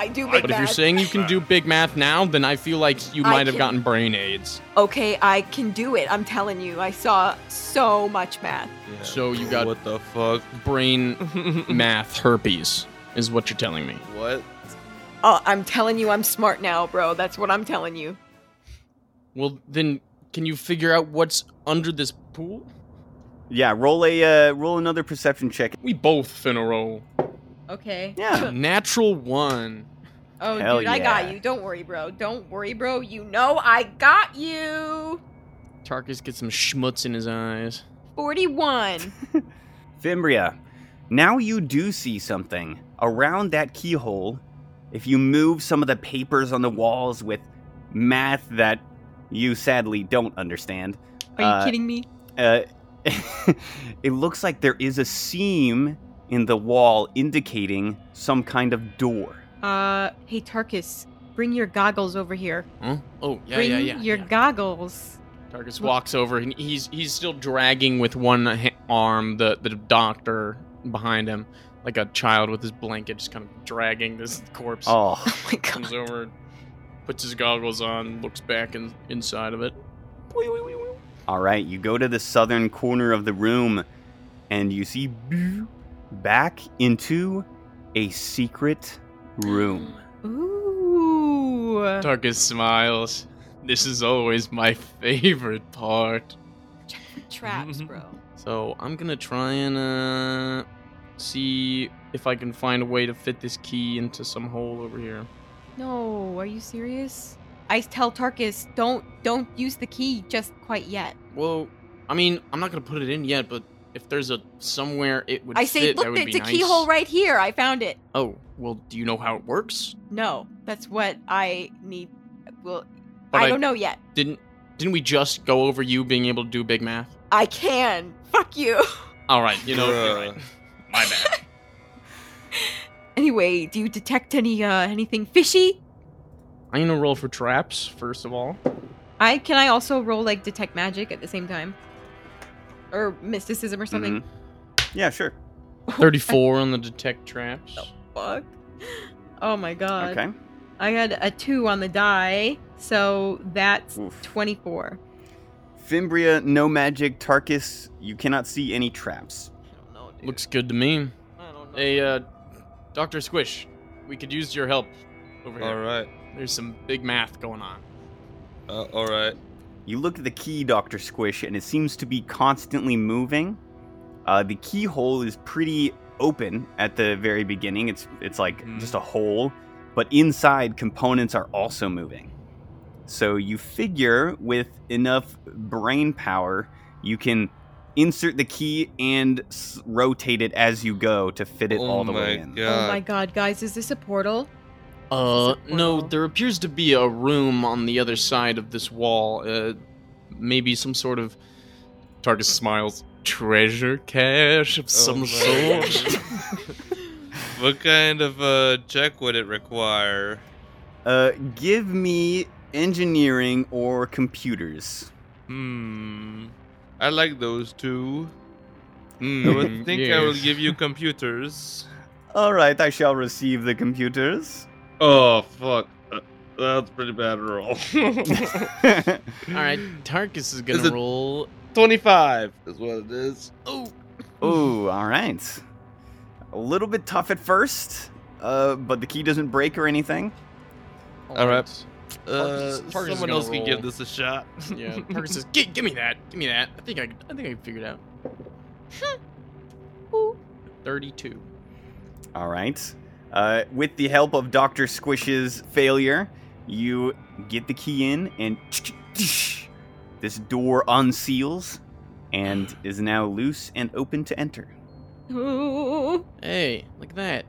Speaker 6: I do
Speaker 7: But
Speaker 6: big
Speaker 3: But if you're
Speaker 6: math.
Speaker 3: saying you can do big math now, then I feel like you
Speaker 6: I
Speaker 3: might have
Speaker 6: can-
Speaker 3: gotten brain aids.
Speaker 6: okay, I can do it. I'm telling you. I saw so much math.
Speaker 5: Yeah.
Speaker 3: So you got-
Speaker 5: what the fuck?
Speaker 3: Brain
Speaker 5: Mm-hmm.
Speaker 3: math herpes is what you're telling me.
Speaker 5: what?
Speaker 6: Oh, I'm telling you, I'm smart now, bro. That's what I'm telling you.
Speaker 3: Well, then can you figure out what's under this pool?
Speaker 1: Yeah, roll a uh, roll another perception check.
Speaker 3: We both finna roll.
Speaker 2: Okay.
Speaker 1: Yeah.
Speaker 3: Natural one.
Speaker 2: Oh,
Speaker 1: Hell
Speaker 6: Dude, I
Speaker 1: yeah.
Speaker 6: got you. Don't worry, bro. Don't worry, bro. You know I got you.
Speaker 3: Tarkus gets some schmutz in his eyes.
Speaker 6: 41.
Speaker 1: Fimbria, now you do see something around that keyhole. If you move some of the papers on the walls with math that you sadly don't understand,
Speaker 6: Are you
Speaker 1: Uh,
Speaker 6: kidding me?
Speaker 1: uh, it looks like there is a seam in the wall indicating some kind of door.
Speaker 2: Uh, hey Tarkus, bring your goggles over here.
Speaker 3: Huh? Oh, yeah,
Speaker 2: bring
Speaker 3: yeah, yeah.
Speaker 2: your
Speaker 3: yeah.
Speaker 2: goggles.
Speaker 3: Tarkus walks over and he's he's still dragging with one ha- arm the the doctor behind him, like a child with his blanket, just kind of dragging this corpse.
Speaker 1: Oh,
Speaker 6: Oh my god.
Speaker 3: Comes over, puts his goggles on, looks back in, inside of it.
Speaker 1: all right. You go to the southern corner of the room and you see back into a secret room.
Speaker 2: Ooh.
Speaker 3: Tarkus smiles. This is always my favorite part. Mm-hmm.
Speaker 6: Traps, bro.
Speaker 3: So I'm gonna try and uh, see if I can find a way to fit this key into some hole over here.
Speaker 2: No, are you serious? I tell Tarkus, don't don't use the key just quite yet.
Speaker 3: Well, I mean, I'm not gonna put it in yet, but if there's a somewhere it would
Speaker 6: I say,
Speaker 3: fit, that
Speaker 6: look,
Speaker 3: would
Speaker 6: there's
Speaker 3: be
Speaker 6: a keyhole
Speaker 3: nice.
Speaker 6: right here. I found it.
Speaker 3: Oh, well, do you know how it works?
Speaker 6: No, that's what I need. Well,
Speaker 3: But
Speaker 6: I,
Speaker 3: I-
Speaker 6: don't know yet.
Speaker 3: Didn't didn't we just go over you being able to do big math?
Speaker 6: I can. Fuck you.
Speaker 3: All right, you know, you're right.
Speaker 5: Bruh.
Speaker 7: My bad.
Speaker 6: Anyway, do you detect any uh anything fishy?
Speaker 3: I'm gonna roll for traps first of all.
Speaker 2: I can I also roll like detect magic at the same time?
Speaker 6: Or mysticism or something?
Speaker 1: Mhm. Yeah, sure.
Speaker 3: Thirty-four on the detect traps.
Speaker 2: Fuck. Oh my god.
Speaker 1: Okay.
Speaker 2: I got a two on the die, so that's
Speaker 1: Oof.
Speaker 2: twenty-four.
Speaker 1: Fimbria, no magic. Tarkus, you cannot see any traps.
Speaker 6: I don't know, dude.
Speaker 3: Looks good to me.
Speaker 6: I don't know.
Speaker 3: Hey, uh, Doctor Squish, we could use your help over here.
Speaker 5: All right.
Speaker 3: There's some big math going on.
Speaker 5: Uh, all right.
Speaker 1: You look at the key, Dr. Squish, and it seems to be constantly moving. Uh, the keyhole is pretty open at the very beginning. It's it's like
Speaker 5: Mhm.
Speaker 1: just a hole, but inside components are also moving. So you figure with enough brain power, you can insert the key and s- rotate it as you go to fit it
Speaker 5: oh
Speaker 1: all the
Speaker 5: my
Speaker 1: way in.
Speaker 5: god.
Speaker 2: oh my god, guys, is this a portal?
Speaker 3: Uh,
Speaker 2: This is a
Speaker 3: no,
Speaker 2: portal.
Speaker 3: there appears to be a room on the other side of this wall. Uh, maybe some sort of. Targus smiles. Treasure cache of some
Speaker 5: Oh, my
Speaker 3: sort.
Speaker 5: What kind of uh, check would it require?
Speaker 1: Uh, give me engineering or computers.
Speaker 5: Hmm. I like those two. I would
Speaker 3: Hmm,
Speaker 5: think I will
Speaker 3: yes.
Speaker 5: give you computers.
Speaker 1: All right, I shall receive the computers.
Speaker 5: Oh fuck, Uh, that's a pretty bad roll.
Speaker 3: All right, Tarkus is gonna
Speaker 5: Is it-
Speaker 3: roll.
Speaker 5: Twenty-five is what it is. Oh,
Speaker 1: Ooh, all right. A little bit tough at first, uh, but the key doesn't break or anything.
Speaker 5: All right.
Speaker 3: Tarkus
Speaker 5: uh,
Speaker 3: is
Speaker 5: someone
Speaker 3: gonna
Speaker 5: else can give
Speaker 3: roll.
Speaker 5: this a shot.
Speaker 3: Yeah, Tarkus says, "Gi- "Give me that. Give me that. I think I, I think I can figure it out." Thirty-two.
Speaker 1: All right. Uh, with the help of Dr. Squish's failure, you get the key in, and this door unseals and is now loose and open to enter.
Speaker 2: Ooh.
Speaker 3: Hey, look at that.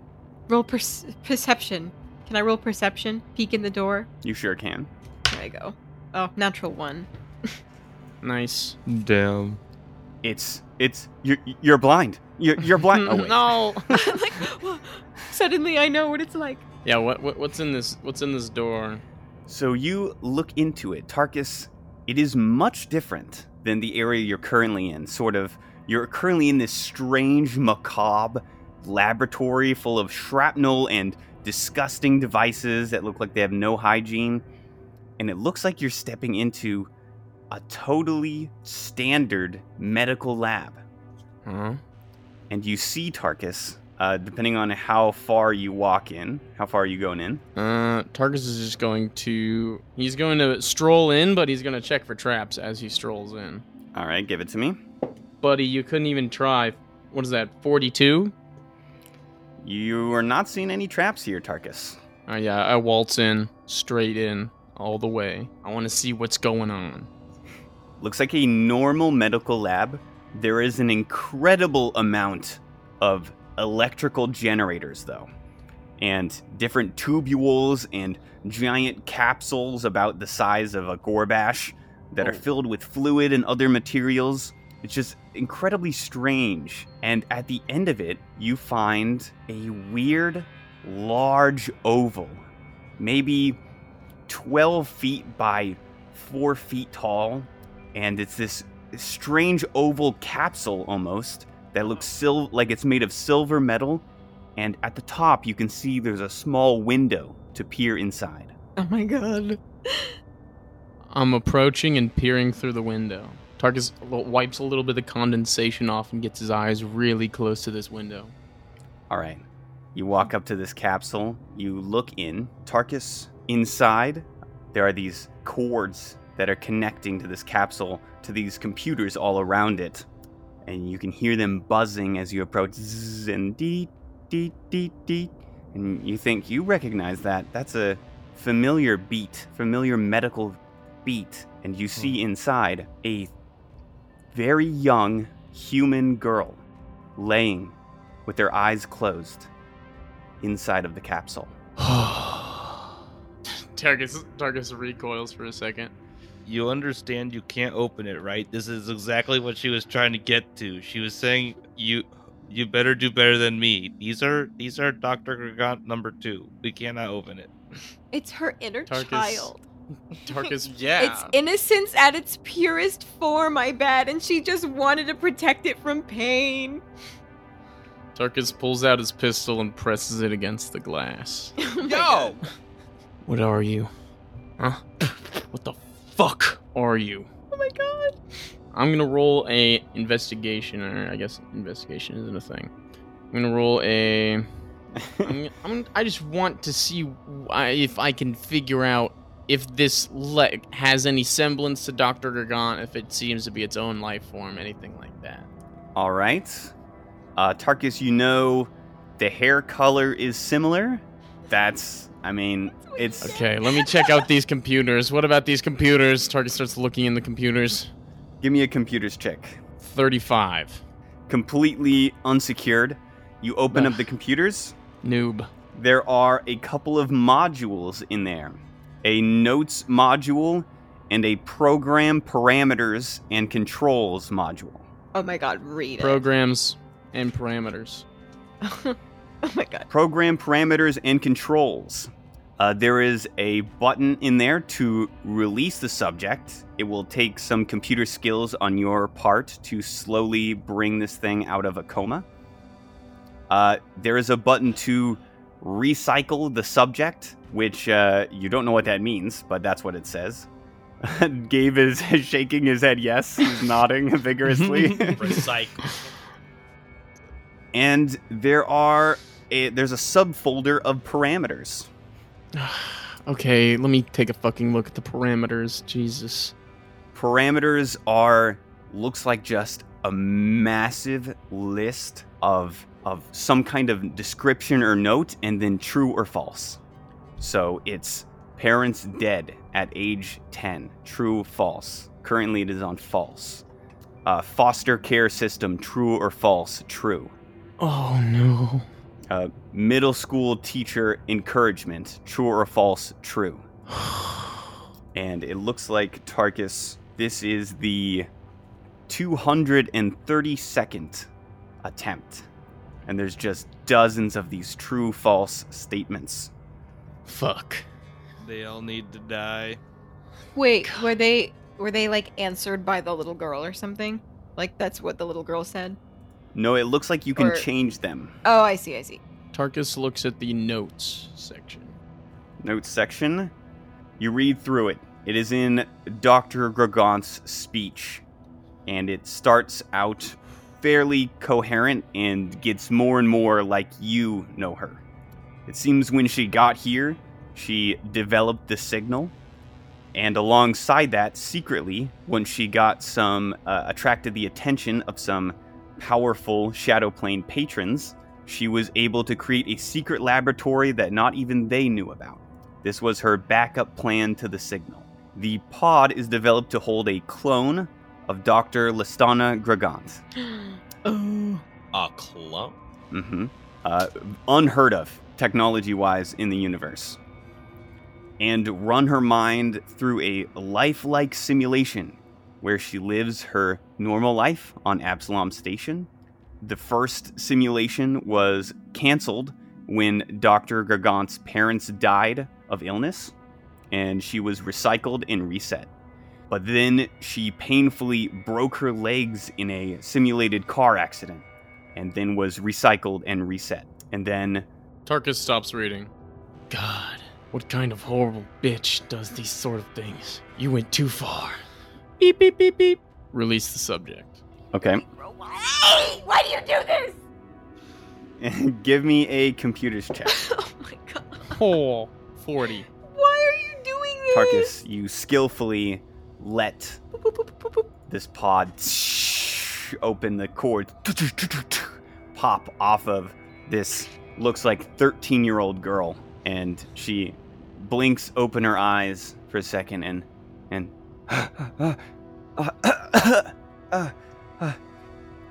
Speaker 2: Roll perce- perception. Can I roll perception? Peek in the door.
Speaker 1: You sure can.
Speaker 2: There I go. Oh, natural one.
Speaker 3: Nice.
Speaker 5: Damn.
Speaker 1: It's it's you're you're blind. You're you're blind. Oh wait.
Speaker 3: no.
Speaker 2: I'm like, "Whoa." suddenly I know what it's like.
Speaker 3: yeah. What, what what's in this? What's in this door?
Speaker 1: So you look into it, Tarkus. It is much different than the area you're currently in. Sort of, you're currently in this strange, macabre laboratory full of shrapnel and disgusting devices that look like they have no hygiene. And it looks like you're stepping into a totally standard medical lab.
Speaker 3: Huh?
Speaker 1: And you see Tarkus, uh, depending on how far you walk in, how far are you going in?
Speaker 3: Uh, Tarkus is just going to. He's going to stroll in, but he's gonna check for traps as he strolls in.
Speaker 1: All right, give it to me.
Speaker 3: Buddy, you couldn't even try. What is that? Forty-two.
Speaker 1: You are not seeing any traps here, Tarkus.
Speaker 3: Oh yeah, I waltz in straight in all the way. I want to see what's going on.
Speaker 1: Looks like a normal medical lab. There is an incredible amount of electrical generators, though, and different tubules and giant capsules about the size of a gorbash that are filled with fluid and other materials. It's just incredibly strange. And at the end of it, you find a weird, large oval, maybe 12 feet by 4 feet tall, and it's this strange oval capsule almost that looks sil- like it's made of silver metal. And at the top, you can see there's a small window to peer inside.
Speaker 2: Oh my god.
Speaker 3: I'm approaching and peering through the window. Tarkus l- wipes a little bit of condensation off and gets his eyes really close to this window.
Speaker 1: All right, you walk up to this capsule, you look in. Tarkus, inside, there are these cords that are connecting to this capsule to these computers all around it. And you can hear them buzzing as you approach. Zzz, and dee, dee, dee, dee. And you think you recognize that. That's a familiar beat, familiar medical beat. And you see inside a very young human girl laying with their eyes closed inside of the capsule.
Speaker 3: Tarkus Tarkus recoils for a second.
Speaker 5: You understand you can't open it, right? This is exactly what she was trying to get to. She was saying you you better do better than me. These are these are Dr. Gargant number 2. We cannot open it.
Speaker 6: It's her inner
Speaker 3: Tarkus.
Speaker 6: child.
Speaker 3: Tarkus, yeah.
Speaker 6: It's innocence at its purest form, I bet, and she just wanted to protect it from pain.
Speaker 3: Tarkus pulls out his pistol and presses it against the glass.
Speaker 6: Oh my
Speaker 3: Yo! What are you? Huh? What the fuck are you?
Speaker 6: Oh my god.
Speaker 3: I'm gonna roll a investigation, or I guess investigation isn't a thing. I'm gonna roll a. I'm, gonna- I'm, gonna- I just want to see wh- I- if I can figure out if this leg has any semblance to Doctor Gargant, if it seems to be its own life form, anything like that.
Speaker 1: All right. Uh, Tarkus, you know the hair color is similar. That's, I mean, it's.
Speaker 3: Okay, let me check out these computers. What about these computers? Target starts looking in the computers.
Speaker 1: Give me a computer's check.
Speaker 3: Thirty-five.
Speaker 1: Completely unsecured. You open
Speaker 3: Ugh.
Speaker 1: up the computers.
Speaker 3: Noob.
Speaker 1: There are a couple of modules in there a notes module and a program parameters and controls module.
Speaker 2: Oh my god, read
Speaker 3: Programs and parameters.
Speaker 2: it. oh my god.
Speaker 1: Program parameters and controls. Uh, there is a button in there to release the subject. It will take some computer skills on your part to slowly bring this thing out of a coma. Uh, there is a button to recycle the subject, which uh, you don't know what that means, but that's what it says. Gabe is shaking his head yes. He's nodding vigorously.
Speaker 7: Recycle.
Speaker 1: and there are a, there's a subfolder of parameters.
Speaker 3: okay, let me take a fucking look at the parameters. Jesus.
Speaker 1: parameters are looks like just a massive list of of some kind of description or note and then true or false so it's parents dead at age 10 true false currently it is on false uh, foster care system true or false true
Speaker 3: Oh no.
Speaker 1: uh, middle school teacher encouragement true or false true and it looks like Tarkus. This is the 232nd attempt, and there's just dozens of these true/false statements.
Speaker 3: Fuck.
Speaker 5: They all need to die.
Speaker 6: Wait, were they were they like answered by the little girl or something? Like that's what the little girl said.
Speaker 1: No, it looks like you can
Speaker 6: Or-
Speaker 1: change them.
Speaker 6: Oh, I see, I see.
Speaker 3: Tarkus looks at the notes section.
Speaker 1: Notes section. You read through it. It is in Dr. Gragant's speech, and it starts out fairly coherent and gets more and more like you know her. It seems when she got here, she developed the signal, and alongside that, secretly, when she got some, uh, attracted the attention of some powerful Shadow Plane patrons, she was able to create a secret laboratory that not even they knew about. This was her backup plan to the signal. The pod is developed to hold a clone of Dr. Listana Gragant.
Speaker 2: oh.
Speaker 4: A clump.
Speaker 1: hmm Uh, unheard of technology wise in the universe. And run her mind through a lifelike simulation where she lives her normal life on Absalom Station. The first simulation was canceled when Dr. Gargant's parents died of illness, and she was recycled and reset. But then she painfully broke her legs in a simulated car accident and then was recycled and reset. And then
Speaker 3: Tarkus stops reading. God, what kind of horrible bitch does these sort of things? You went too far. Beep, beep, beep, beep. Release the subject.
Speaker 1: okay,
Speaker 6: Why? Why do you do this?
Speaker 1: give me a computer's check.
Speaker 6: oh my god.
Speaker 3: Oh, 40.
Speaker 6: Why are you doing this?
Speaker 1: Tarkus, you skillfully let
Speaker 6: Boop, boop, boop, boop, boop.
Speaker 1: this pod open the cord, pop off of this looks like 13 year old girl, and she blinks open her eyes for a second and and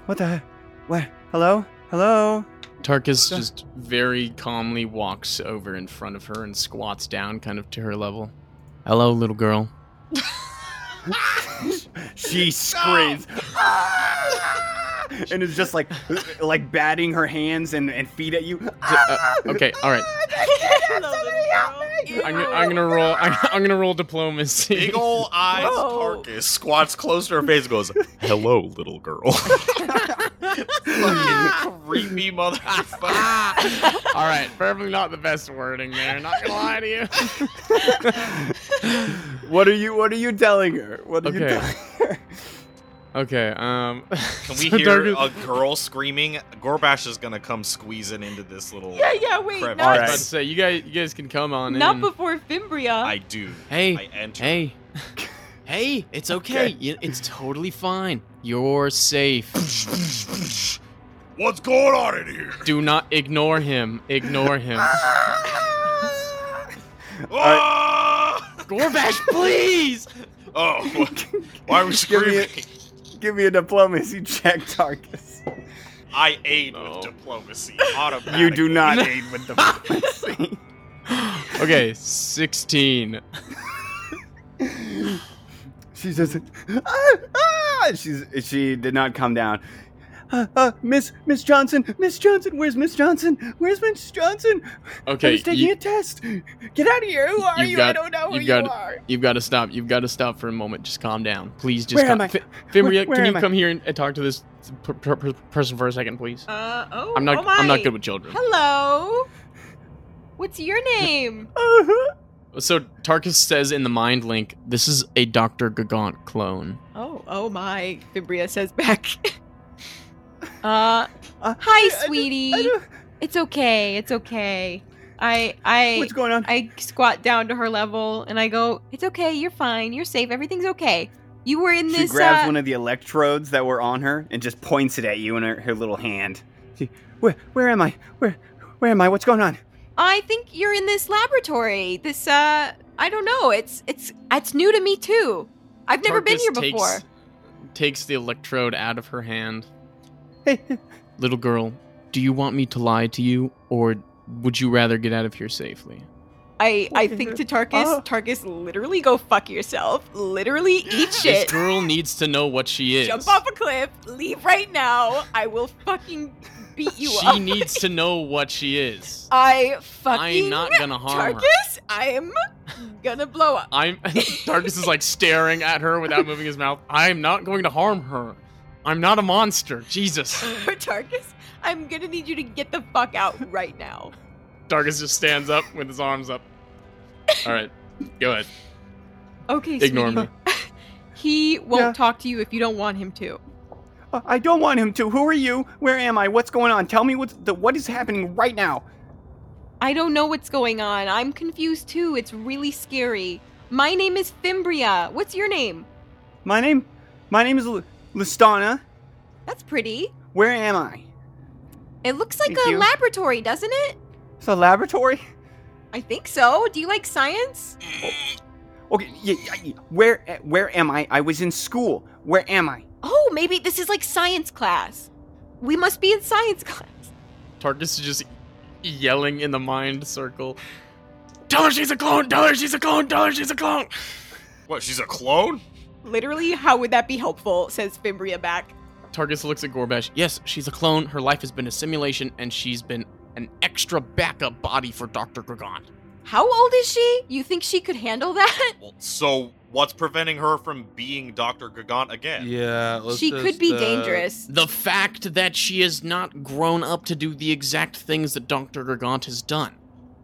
Speaker 1: what the what hello hello
Speaker 3: Tarkus just very calmly walks over in front of her and squats down kind of to her level. Hello, little girl.
Speaker 1: she screams "Ah!" and is just like like batting her hands and, and feet at you
Speaker 3: Uh, okay, all right.
Speaker 6: Ah,
Speaker 3: I'm, gonna- I'm gonna roll. I'm, I'm gonna roll diplomacy.
Speaker 7: Big ol' eyes,
Speaker 6: Whoa.
Speaker 7: Tarkus squats close to her face and goes, Hello, little girl. Fucking creepy motherfucker.
Speaker 6: Ah.
Speaker 3: All right, probably not the best wording there. Not gonna lie to you.
Speaker 1: what are you what are you telling her what are you
Speaker 3: Okay.
Speaker 1: telling her
Speaker 3: Okay. Um.
Speaker 4: Can we
Speaker 3: so
Speaker 4: hear
Speaker 3: Tarkus-
Speaker 4: a girl screaming? Gorbash is gonna come squeezing into this little.
Speaker 6: Yeah, yeah, wait.
Speaker 4: Crap.
Speaker 3: I
Speaker 6: Not,
Speaker 3: was about to say you guys. You guys can come on.
Speaker 6: not
Speaker 3: in.
Speaker 6: before Fimbria.
Speaker 4: I do.
Speaker 3: Hey.
Speaker 4: I enter.
Speaker 3: Hey. hey. It's okay. You- It's totally fine. You're safe.
Speaker 7: What's going on in here?
Speaker 3: Do not ignore him. Ignore him.
Speaker 5: Oh,
Speaker 7: Ah!
Speaker 3: Gorbash, please.
Speaker 7: Oh, what- why are
Speaker 1: Give me
Speaker 7: we
Speaker 1: a-
Speaker 7: screaming?
Speaker 1: give me a diplomacy check tarkus
Speaker 7: I aid
Speaker 3: No.
Speaker 7: with diplomacy automatically.
Speaker 1: you do not aid with diplomacy
Speaker 3: Okay. Sixteen.
Speaker 1: she says ah, ah! she's she did not come down uh, uh, Miss Miss Johnson, Miss Johnson, where's Miss Johnson? Where's Miss Johnson? I
Speaker 3: Okay,
Speaker 1: was taking
Speaker 3: you,
Speaker 1: a test. Get out of here. Who are
Speaker 3: You've
Speaker 1: you? I
Speaker 3: got-
Speaker 1: don't know who
Speaker 3: you've
Speaker 1: you
Speaker 3: got-
Speaker 1: are.
Speaker 3: you've got to stop. You've got to stop for a moment. Just calm down, please. Just
Speaker 1: Where
Speaker 3: calm.
Speaker 1: am I?
Speaker 3: Fi- Fimbria,
Speaker 1: Where- where
Speaker 3: can you
Speaker 1: am I?
Speaker 3: come here and, and talk to this per- per- per- person for a second, please?
Speaker 6: Uh oh.
Speaker 3: I'm not.
Speaker 6: Oh
Speaker 3: I'm
Speaker 6: my.
Speaker 3: not good with children.
Speaker 6: Hello. What's your name?
Speaker 1: Uh-huh.
Speaker 3: So Tarkus says in the mind link, "This is a Doctor Gagant clone."
Speaker 6: oh, oh my. Fibria says back. uh,
Speaker 1: Uh, I- I
Speaker 6: hi,
Speaker 1: don't-
Speaker 6: sweetie.
Speaker 1: I don't-
Speaker 6: It's okay. It's okay. I I
Speaker 1: What's going on?
Speaker 6: I squat down to her level and I go, "It's okay. You're fine. You're safe. Everything's okay. You were in
Speaker 1: She
Speaker 6: this
Speaker 1: grabs
Speaker 6: uh,
Speaker 1: one of the electrodes that were on her and just points it at you in her, her little hand. She- Where, where am I? Where, where am I? What's going on?
Speaker 6: I think you're in this laboratory. This uh I don't know. It's it's it's new to me too. I've never been
Speaker 3: Tarkus
Speaker 6: here
Speaker 3: takes-
Speaker 6: before.
Speaker 3: Takes the electrode out of her hand.
Speaker 1: Hey,
Speaker 3: Little girl, do you want me to lie to you, or would you rather get out of here safely?
Speaker 6: I I
Speaker 1: What
Speaker 6: think
Speaker 1: the-
Speaker 6: to Tarkus,
Speaker 1: Oh.
Speaker 6: Tarkus literally go fuck yourself. Literally eat shit.
Speaker 3: This girl needs to know what she is.
Speaker 6: Jump off a cliff. Leave right now. I will fucking beat you
Speaker 3: she
Speaker 6: up.
Speaker 3: needs to know what she is.
Speaker 6: I fucking
Speaker 3: I am not gonna harm her.
Speaker 6: Tarkus, I'm gonna blow up.
Speaker 3: I'm Darkus is like staring at her without moving his mouth. I'm not going to harm her. I'm not a monster. Jesus.
Speaker 6: Tarkus, I'm gonna need you to get the fuck out right now.
Speaker 3: Darkus just stands up with his arms up. All right. Go ahead.
Speaker 6: Okay,
Speaker 3: Ignore
Speaker 6: sweetie.
Speaker 3: me.
Speaker 6: He won't
Speaker 1: Yeah.
Speaker 6: talk to you if you don't want him to.
Speaker 1: uh, I don't want him to. Who are you? Where am I? What's going on? Tell me what's the, what is happening right now.
Speaker 6: I don't know what's going on. I'm confused too. It's really scary. My name is Fimbria. What's your name?
Speaker 1: My name, my name is L- Listana.
Speaker 6: That's pretty.
Speaker 1: Where am I?
Speaker 6: It looks like
Speaker 1: Thank
Speaker 6: a
Speaker 1: you.
Speaker 6: laboratory, doesn't it?
Speaker 1: It's a laboratory.
Speaker 6: I think so. Do you like science?
Speaker 1: Okay, yeah, yeah, where where am I? I was in school. Where am I?
Speaker 6: Oh, maybe this is like science class. We must be in science class.
Speaker 3: Tarkus is just yelling in the mind circle. Tell her she's a clone. Tell her she's a clone. Tell her she's a clone.
Speaker 7: What? She's a clone?
Speaker 6: Literally, how would that be helpful? Says Fimbria back.
Speaker 3: Tarkus looks at Gorbash. Yes, she's a clone. Her life has been a simulation, and she's been an extra backup body for Dr. Gregon.
Speaker 6: How old is she? You think she could handle that?
Speaker 7: Well, so what's preventing her from being Doctor Gagant again?
Speaker 5: Yeah, let's
Speaker 6: she could
Speaker 5: just,
Speaker 6: be
Speaker 5: uh,
Speaker 6: dangerous.
Speaker 3: The fact that she is not grown up to do the exact things that Dr. Gargant has done.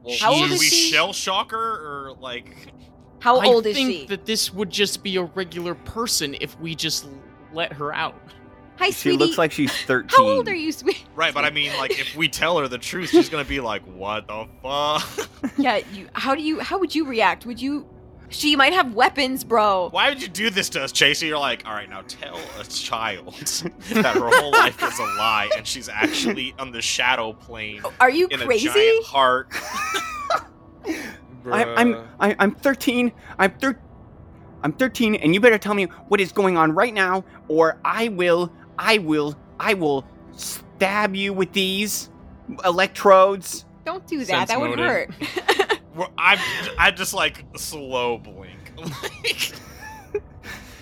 Speaker 7: Well,
Speaker 6: How old
Speaker 7: should
Speaker 6: is
Speaker 7: we
Speaker 6: she?
Speaker 7: shell shock her or like?
Speaker 6: How
Speaker 3: I
Speaker 6: old is
Speaker 3: think
Speaker 6: she?
Speaker 3: that this would just be a regular person if we just let her out.
Speaker 6: Hi,
Speaker 1: she
Speaker 6: sweetie.
Speaker 1: looks like she's thirteen.
Speaker 6: how old are you, sweet?
Speaker 7: Right, but I mean, like, if we tell her the truth, she's gonna be like, "What the fuck?
Speaker 6: yeah, you. How do you? How would you react? Would you? She might have weapons, bro.
Speaker 7: Why would you do this to us, Chasey?" You're like, "All right, now tell a child that her whole life is a lie and she's actually on the shadow plane
Speaker 6: Are you
Speaker 7: in
Speaker 6: Oh, crazy?
Speaker 7: a giant heart."
Speaker 1: I, I'm I, I'm thirteen. I'm thir- I'm thirteen, and you better tell me what is going on right now, or I will, I will, I will stab you with these electrodes.
Speaker 6: Don't do that.
Speaker 3: Sense
Speaker 6: that would
Speaker 3: motive.
Speaker 6: hurt.
Speaker 7: Well, I'm I just like slow blink. Like,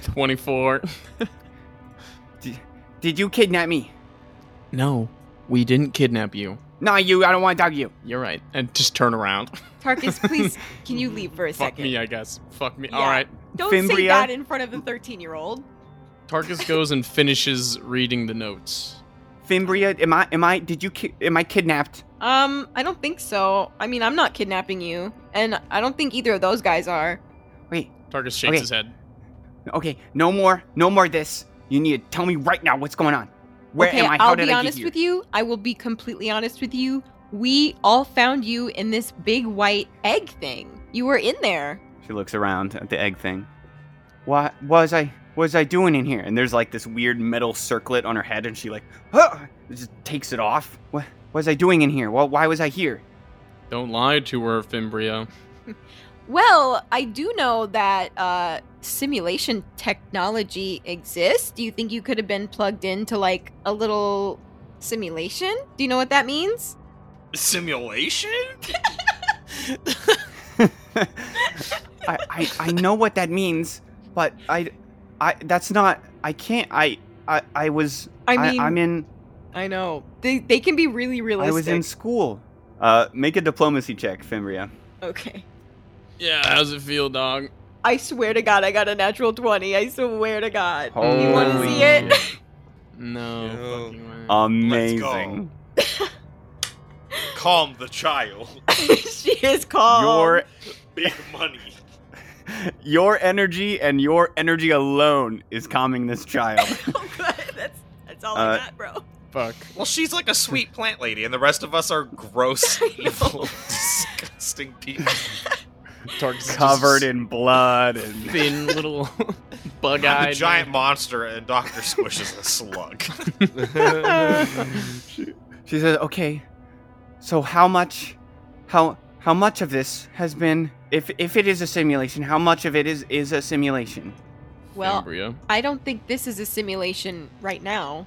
Speaker 3: 24.
Speaker 1: Did you kidnap me?
Speaker 3: No, we didn't kidnap you.
Speaker 1: Nah, you. I don't want to talk to you.
Speaker 3: You're right. And just turn around.
Speaker 6: Tarkus, please, can you leave for a
Speaker 3: Fuck
Speaker 6: second?
Speaker 3: me, I guess. Fuck me.
Speaker 6: Yeah.
Speaker 3: All right.
Speaker 6: Don't say
Speaker 1: Fimbria.
Speaker 6: that in front of a thirteen-year-old.
Speaker 3: Tarkus goes and finishes reading the notes.
Speaker 1: Fimbria, am I? Am I? Did you? Ki- am I kidnapped?
Speaker 6: Um, I don't think so. I mean, I'm not kidnapping you, and I don't think either of those guys are.
Speaker 1: Wait.
Speaker 3: Tarkus shakes
Speaker 1: Okay.
Speaker 3: his head.
Speaker 1: Okay. No more. No more. Of this. You need to tell me right now what's going on. Where
Speaker 6: okay,
Speaker 1: am I? How
Speaker 6: I'll
Speaker 1: did
Speaker 6: be
Speaker 1: I
Speaker 6: honest
Speaker 1: get here?
Speaker 6: with you. I will be completely honest with you. We all found you in this big white egg thing. You were in there.
Speaker 1: She looks around at the egg thing. What was I was I doing in here? And there's like this weird metal circlet on her head, and she like huh, just takes it off. What was I doing in here? Well, why was I here?
Speaker 3: Don't lie to her, Fimbria.
Speaker 6: Well, I do know that uh, simulation technology exists. Do you think you could have been plugged into like a little simulation? Do you know what that means?
Speaker 7: Simulation?
Speaker 1: I, I I know what that means, but I I that's not I can't I I, I was.
Speaker 6: I mean,
Speaker 1: I'm in.
Speaker 3: I know.
Speaker 6: they, they can be really
Speaker 1: I
Speaker 6: realistic.
Speaker 1: was in school. Uh, make a diplomacy check, Fimbria.
Speaker 6: Okay.
Speaker 3: Yeah, how's it feel, dog?
Speaker 6: I swear to God, I got a natural 20. I swear to God.
Speaker 1: Holy
Speaker 6: you want to see it? Uh,
Speaker 3: shit. No.
Speaker 5: No.
Speaker 3: fucking way.
Speaker 1: Amazing.
Speaker 7: Calm the child.
Speaker 6: she is calm.
Speaker 1: Your
Speaker 7: Big money.
Speaker 1: your energy and your energy alone is calming this child.
Speaker 6: Oh, good. That's, that's all
Speaker 1: Uh,
Speaker 6: I got, bro.
Speaker 3: Fuck.
Speaker 7: Well, she's like a sweet plant lady, and the rest of us are gross,
Speaker 6: I know.
Speaker 7: evil, disgusting people.
Speaker 3: Tark's just
Speaker 1: covered in blood and
Speaker 3: thin little
Speaker 7: I'm a
Speaker 3: bug-eyed
Speaker 7: giant monster, and Doctor Squish is a slug.
Speaker 1: she, she says, "Okay, so how much, how how much of this has been, if if it is a simulation, how much of it is is a simulation?
Speaker 6: Well,
Speaker 3: Fimbria.
Speaker 6: I don't think this is a simulation right now.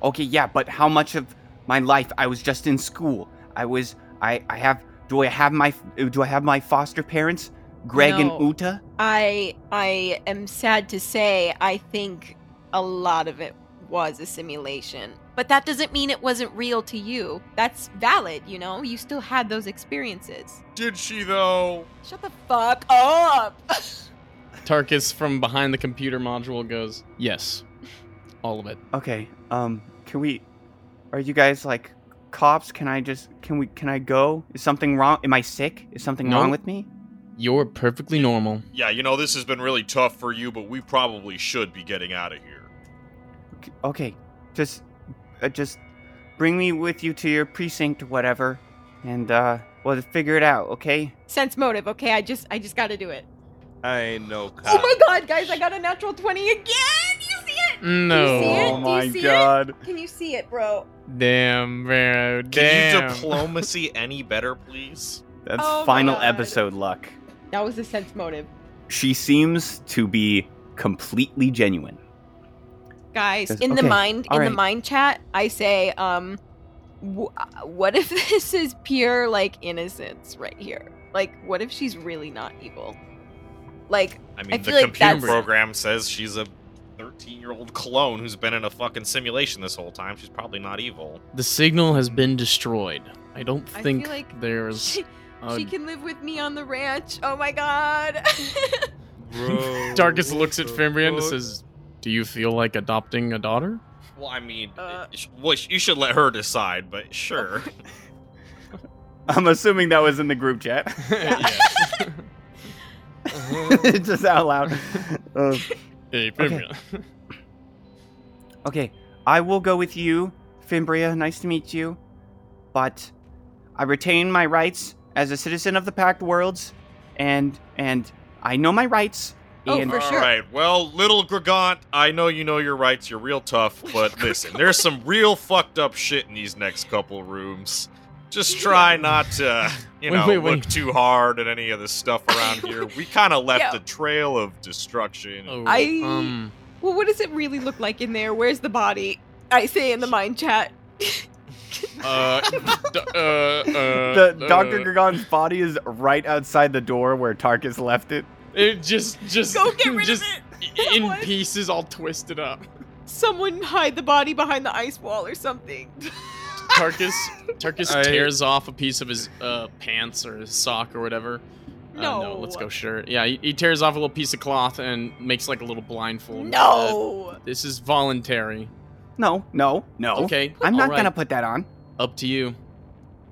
Speaker 1: Okay, yeah, but how much of my life I was just in school? I was, I I have, do I have my do I have my foster parents, Greg
Speaker 6: No.
Speaker 1: and Uta?
Speaker 6: I I am sad to say I think a lot of it was a simulation. But that doesn't mean it wasn't real to you. That's valid, you know? You still had those experiences.
Speaker 7: Did she though?
Speaker 6: Shut the fuck up.
Speaker 3: Tarkus from behind the computer module goes, Yes. All of it.
Speaker 1: Okay, um, can we? Are you guys like cops? Can I just can we can I go? Is something wrong? Am I sick? Is something wrong
Speaker 3: No.
Speaker 1: with me?
Speaker 3: You're perfectly normal.
Speaker 7: Yeah, you know this has been really tough for you, but we probably should be getting out of here.
Speaker 1: K- Okay, just uh, just bring me with you to your precinct or whatever, and uh, we'll figure it out. Okay?
Speaker 6: Sense motive, okay? I just I just got to do it.
Speaker 5: I ain't no cop.
Speaker 6: Oh my god, guys, I got a natural 20 again. You see it?
Speaker 3: No.
Speaker 6: You see
Speaker 3: Oh
Speaker 6: it? Do you see it? Can you see it, bro?
Speaker 3: Damn, bro.
Speaker 7: Can
Speaker 3: Damn.
Speaker 7: you diplomacy any better, please?
Speaker 1: That's
Speaker 6: Oh my
Speaker 1: final
Speaker 6: God.
Speaker 1: episode luck.
Speaker 6: That was the sense motive.
Speaker 1: She seems to be completely genuine.
Speaker 6: guys
Speaker 1: Yes,
Speaker 6: in the
Speaker 1: okay,
Speaker 6: mind in
Speaker 1: all
Speaker 6: the
Speaker 1: right.
Speaker 6: mind chat i say um wh- what if this is pure like innocence right here like what if she's really not evil like
Speaker 7: I mean, the
Speaker 6: feel like
Speaker 7: computer
Speaker 6: that's-
Speaker 7: program says she's a 13 year old clone who's been in a fucking simulation this whole time. She's probably not evil.
Speaker 3: the signal has been destroyed. I don't
Speaker 6: I feel
Speaker 3: think
Speaker 6: like
Speaker 3: there's.
Speaker 6: she,
Speaker 3: a-
Speaker 6: she can live with me on the ranch oh my god
Speaker 5: Bro,
Speaker 3: Tarkus
Speaker 5: what
Speaker 3: looks at
Speaker 5: the
Speaker 3: Fimbria and
Speaker 5: fuck?
Speaker 3: says, Do you feel like adopting a daughter?
Speaker 7: Well, I mean,
Speaker 6: Uh.
Speaker 7: sh- well, sh- you should let her decide, but sure.
Speaker 1: I'm assuming that was in the group chat. just out loud. Uh,
Speaker 3: hey,
Speaker 1: Fimbria. Okay, I will go with you, Fimbria. Nice to meet you. But I retain my rights as a citizen of the Pact Worlds, and and I know my rights.
Speaker 6: Oh,
Speaker 1: and
Speaker 6: for
Speaker 7: All
Speaker 6: sure.
Speaker 7: right, well, little Gregant, I know you know your rights. You're real tough, but listen, there's some real fucked up shit in these next couple rooms. Just try not to, you
Speaker 3: Wait,
Speaker 7: know,
Speaker 3: wait,
Speaker 7: look
Speaker 3: wait.
Speaker 7: too hard at any of this stuff around here. We kind of left
Speaker 6: Yeah.
Speaker 7: a trail of destruction.
Speaker 3: Oh,
Speaker 6: I-
Speaker 3: um,
Speaker 6: well what does it really look like in there where's the body i say in the mind chat
Speaker 3: uh, d- uh, uh,
Speaker 1: the
Speaker 3: uh,
Speaker 1: Dr. Gergon's body is right outside the door where Tarkus left it.
Speaker 3: It just, just,
Speaker 6: go get rid
Speaker 3: just
Speaker 6: of it
Speaker 3: in
Speaker 6: Someone.
Speaker 3: pieces, all twisted up.
Speaker 6: someone hide the body behind the ice wall or something
Speaker 3: Tarkus, Tarkus
Speaker 5: I-
Speaker 3: tears off a piece of his uh, pants or his sock or whatever.
Speaker 6: no
Speaker 3: uh, no, let's go shirt. Yeah, he, he tears off a little piece of cloth and makes like a little blindfold.
Speaker 6: no
Speaker 3: Uh, this is voluntary.
Speaker 1: No, no, no.
Speaker 3: Okay,
Speaker 1: I'm not
Speaker 3: alright,
Speaker 1: gonna put that on.
Speaker 3: Up to you.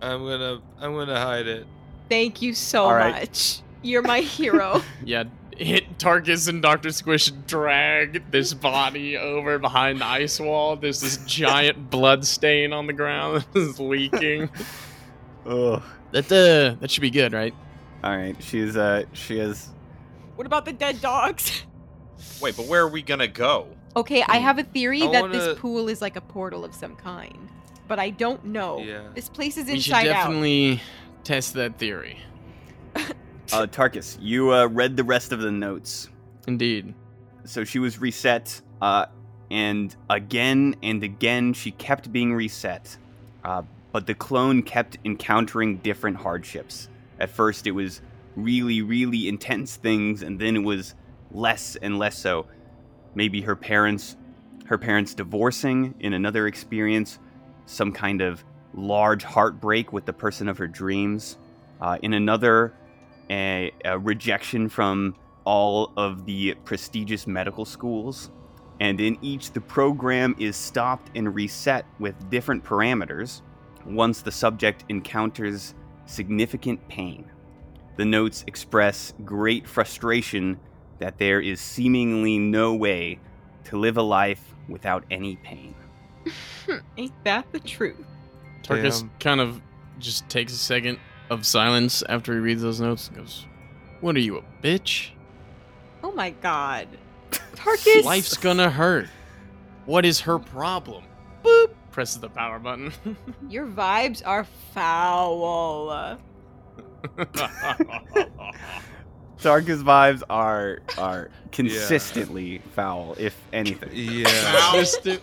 Speaker 5: I'm gonna I'm gonna hide it.
Speaker 6: Thank you so
Speaker 1: All right.
Speaker 6: much. You're my hero.
Speaker 3: Yeah, hit Tarkus and Doctor Squish drag this body over behind the ice wall. There's this giant blood stain on the ground that is leaking.
Speaker 1: Ugh.
Speaker 3: That uh, that should be good, right?
Speaker 1: All right, she's uh, she is.
Speaker 6: what about the dead dogs?
Speaker 7: Wait, but where are we gonna go?
Speaker 6: Okay, I have a theory
Speaker 5: I
Speaker 6: that
Speaker 5: wanna-
Speaker 6: this pool is like a portal of some kind, but I don't know.
Speaker 5: Yeah.
Speaker 6: This place is
Speaker 3: we should
Speaker 6: inside out.
Speaker 3: definitely test that theory.
Speaker 1: Uh, Tarkus, you uh, read the rest of the notes.
Speaker 3: Indeed.
Speaker 1: so she was reset uh, and again and again she kept being reset uh, but the clone kept encountering different hardships at first it was really really intense things and then it was less and less so maybe her parents her parents divorcing in another experience, some kind of large heartbreak with the person of her dreams, uh, in another, a, a rejection from all of the prestigious medical schools. And in each, the program is stopped and reset with different parameters once the subject encounters significant pain. The notes express great frustration that there is seemingly no way to live a life without any pain.
Speaker 2: Ain't that the truth?
Speaker 3: Tarkus
Speaker 5: Damn.
Speaker 3: kind of just takes a second of silence after he reads those notes and goes, What are you, a bitch?
Speaker 2: Oh my god. Tarkus!
Speaker 3: Life's gonna hurt. What is her problem? Boop! Presses the power button.
Speaker 6: Your vibes are foul.
Speaker 1: Sarka's vibes are are consistently foul, if anything.
Speaker 5: Yeah.
Speaker 3: Consistent,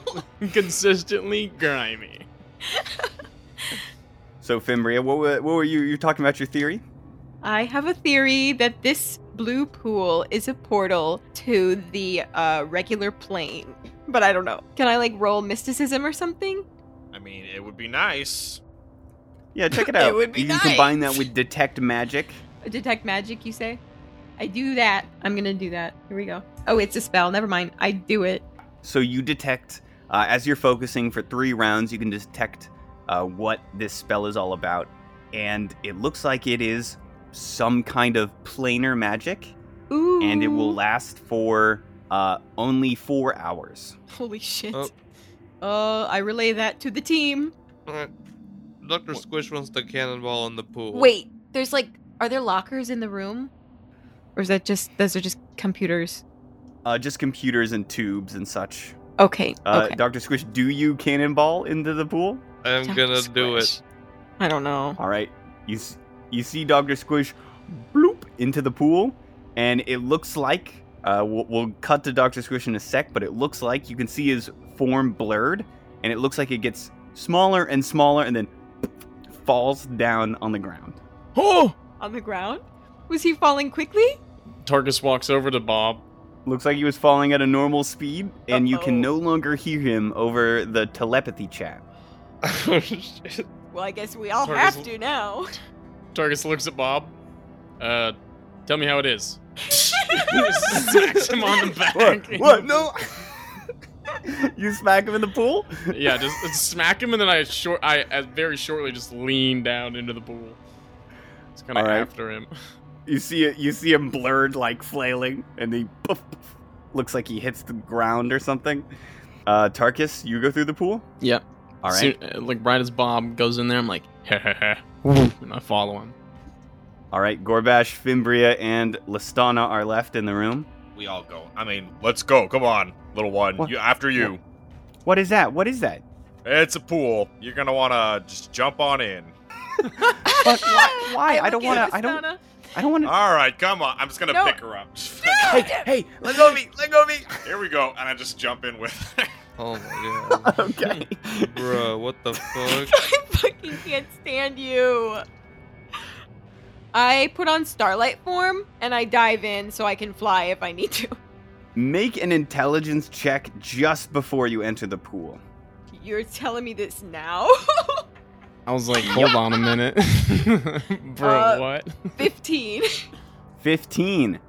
Speaker 3: consistently grimy.
Speaker 1: So Fimbria, what were, what were you you were talking about your theory?
Speaker 2: I have a theory that this blue pool is a portal
Speaker 6: To the uh, regular plane. But I don't know. Can I like roll mysticism or something?
Speaker 7: I mean, it would be nice.
Speaker 1: Yeah, check it
Speaker 6: It
Speaker 1: out.
Speaker 6: would be
Speaker 1: you
Speaker 6: nice.
Speaker 1: can combine that with detect magic.
Speaker 6: Detect magic, you say?
Speaker 2: I do that. I'm gonna do that. Here we go. Oh, it's a spell. Never mind. I do it.
Speaker 1: So you detect uh, as you're focusing for three rounds. You can detect uh, what this spell is all about, and it looks like it is some kind of planar magic,
Speaker 2: Ooh.
Speaker 1: and it will last for uh, only four hours.
Speaker 2: Holy shit.
Speaker 5: Oh.
Speaker 2: Oh. I relay that to the team.
Speaker 5: Dr. Oh. Squish wants the cannonball in the pool.
Speaker 6: Wait, there's like, are there lockers in the room?
Speaker 2: Or is that just those are just computers?
Speaker 1: Uh, just computers and tubes and such.
Speaker 2: Okay.
Speaker 1: Uh,
Speaker 2: okay.
Speaker 1: Dr. Squish, do you cannonball into the pool?
Speaker 5: I'm gonna do it.
Speaker 2: I don't know.
Speaker 1: All right. You s- you see Dr. Squish bloop into the pool, and it looks like uh, we'll, we'll cut to Dr. Squish in a sec, but it looks like you can see his form blurred, and it looks like it gets smaller and smaller, and then falls down on the ground.
Speaker 3: Oh!
Speaker 2: On the ground? Was he falling quickly?
Speaker 3: Tarkus walks over to Bob.
Speaker 1: Looks like he was falling at a normal speed, and you can
Speaker 2: Uh-oh.
Speaker 1: no longer hear him over the telepathy chat.
Speaker 6: Well, I guess we all
Speaker 3: Targus-
Speaker 6: have to now.
Speaker 3: Tarkus looks at Bob. Uh, tell me how it is. Just smacks him on the back.
Speaker 1: What? What? No. you smack him in the pool?
Speaker 3: Yeah, just, just smack him, and then I short, I uh, very shortly just lean down into the pool. It's kind of
Speaker 1: All right.
Speaker 3: after him.
Speaker 1: You see it. You see him blurred, like flailing, and he poof, poof, looks like he hits the ground or something. Uh, Tarkus, you go through the pool.
Speaker 3: Yep.
Speaker 1: All right.
Speaker 3: Soon- uh, like right as Bob goes in there, I'm like, heh heh heh, and I follow him.
Speaker 1: All right. Gorbash, Fimbria, and Listana are left in the room.
Speaker 7: We all go. I mean, let's go. Come on, little one.
Speaker 1: What?
Speaker 7: You after you.
Speaker 1: What is that? What is that?
Speaker 7: It's a pool. You're gonna wanna just jump on in.
Speaker 1: But why? why? I, don't
Speaker 6: look
Speaker 1: want
Speaker 6: at
Speaker 1: to. I don't.
Speaker 6: Vistana.
Speaker 1: I don't want to.
Speaker 7: All right, come on. I'm just gonna
Speaker 6: No.
Speaker 7: pick her up.
Speaker 1: Hey, hey, let go of me. Let go of me.
Speaker 7: Here we go, and I just jump in with.
Speaker 5: Oh my god.
Speaker 1: okay.
Speaker 5: Bruh, what the fuck?
Speaker 6: I fucking can't stand you. I put on starlight form and I dive in so I can fly if I need to.
Speaker 1: Make an intelligence check just before you enter the pool.
Speaker 6: You're telling me this now?
Speaker 3: I was like, hold on a minute, bro.
Speaker 6: Uh,
Speaker 3: what?
Speaker 6: 15.
Speaker 1: 15.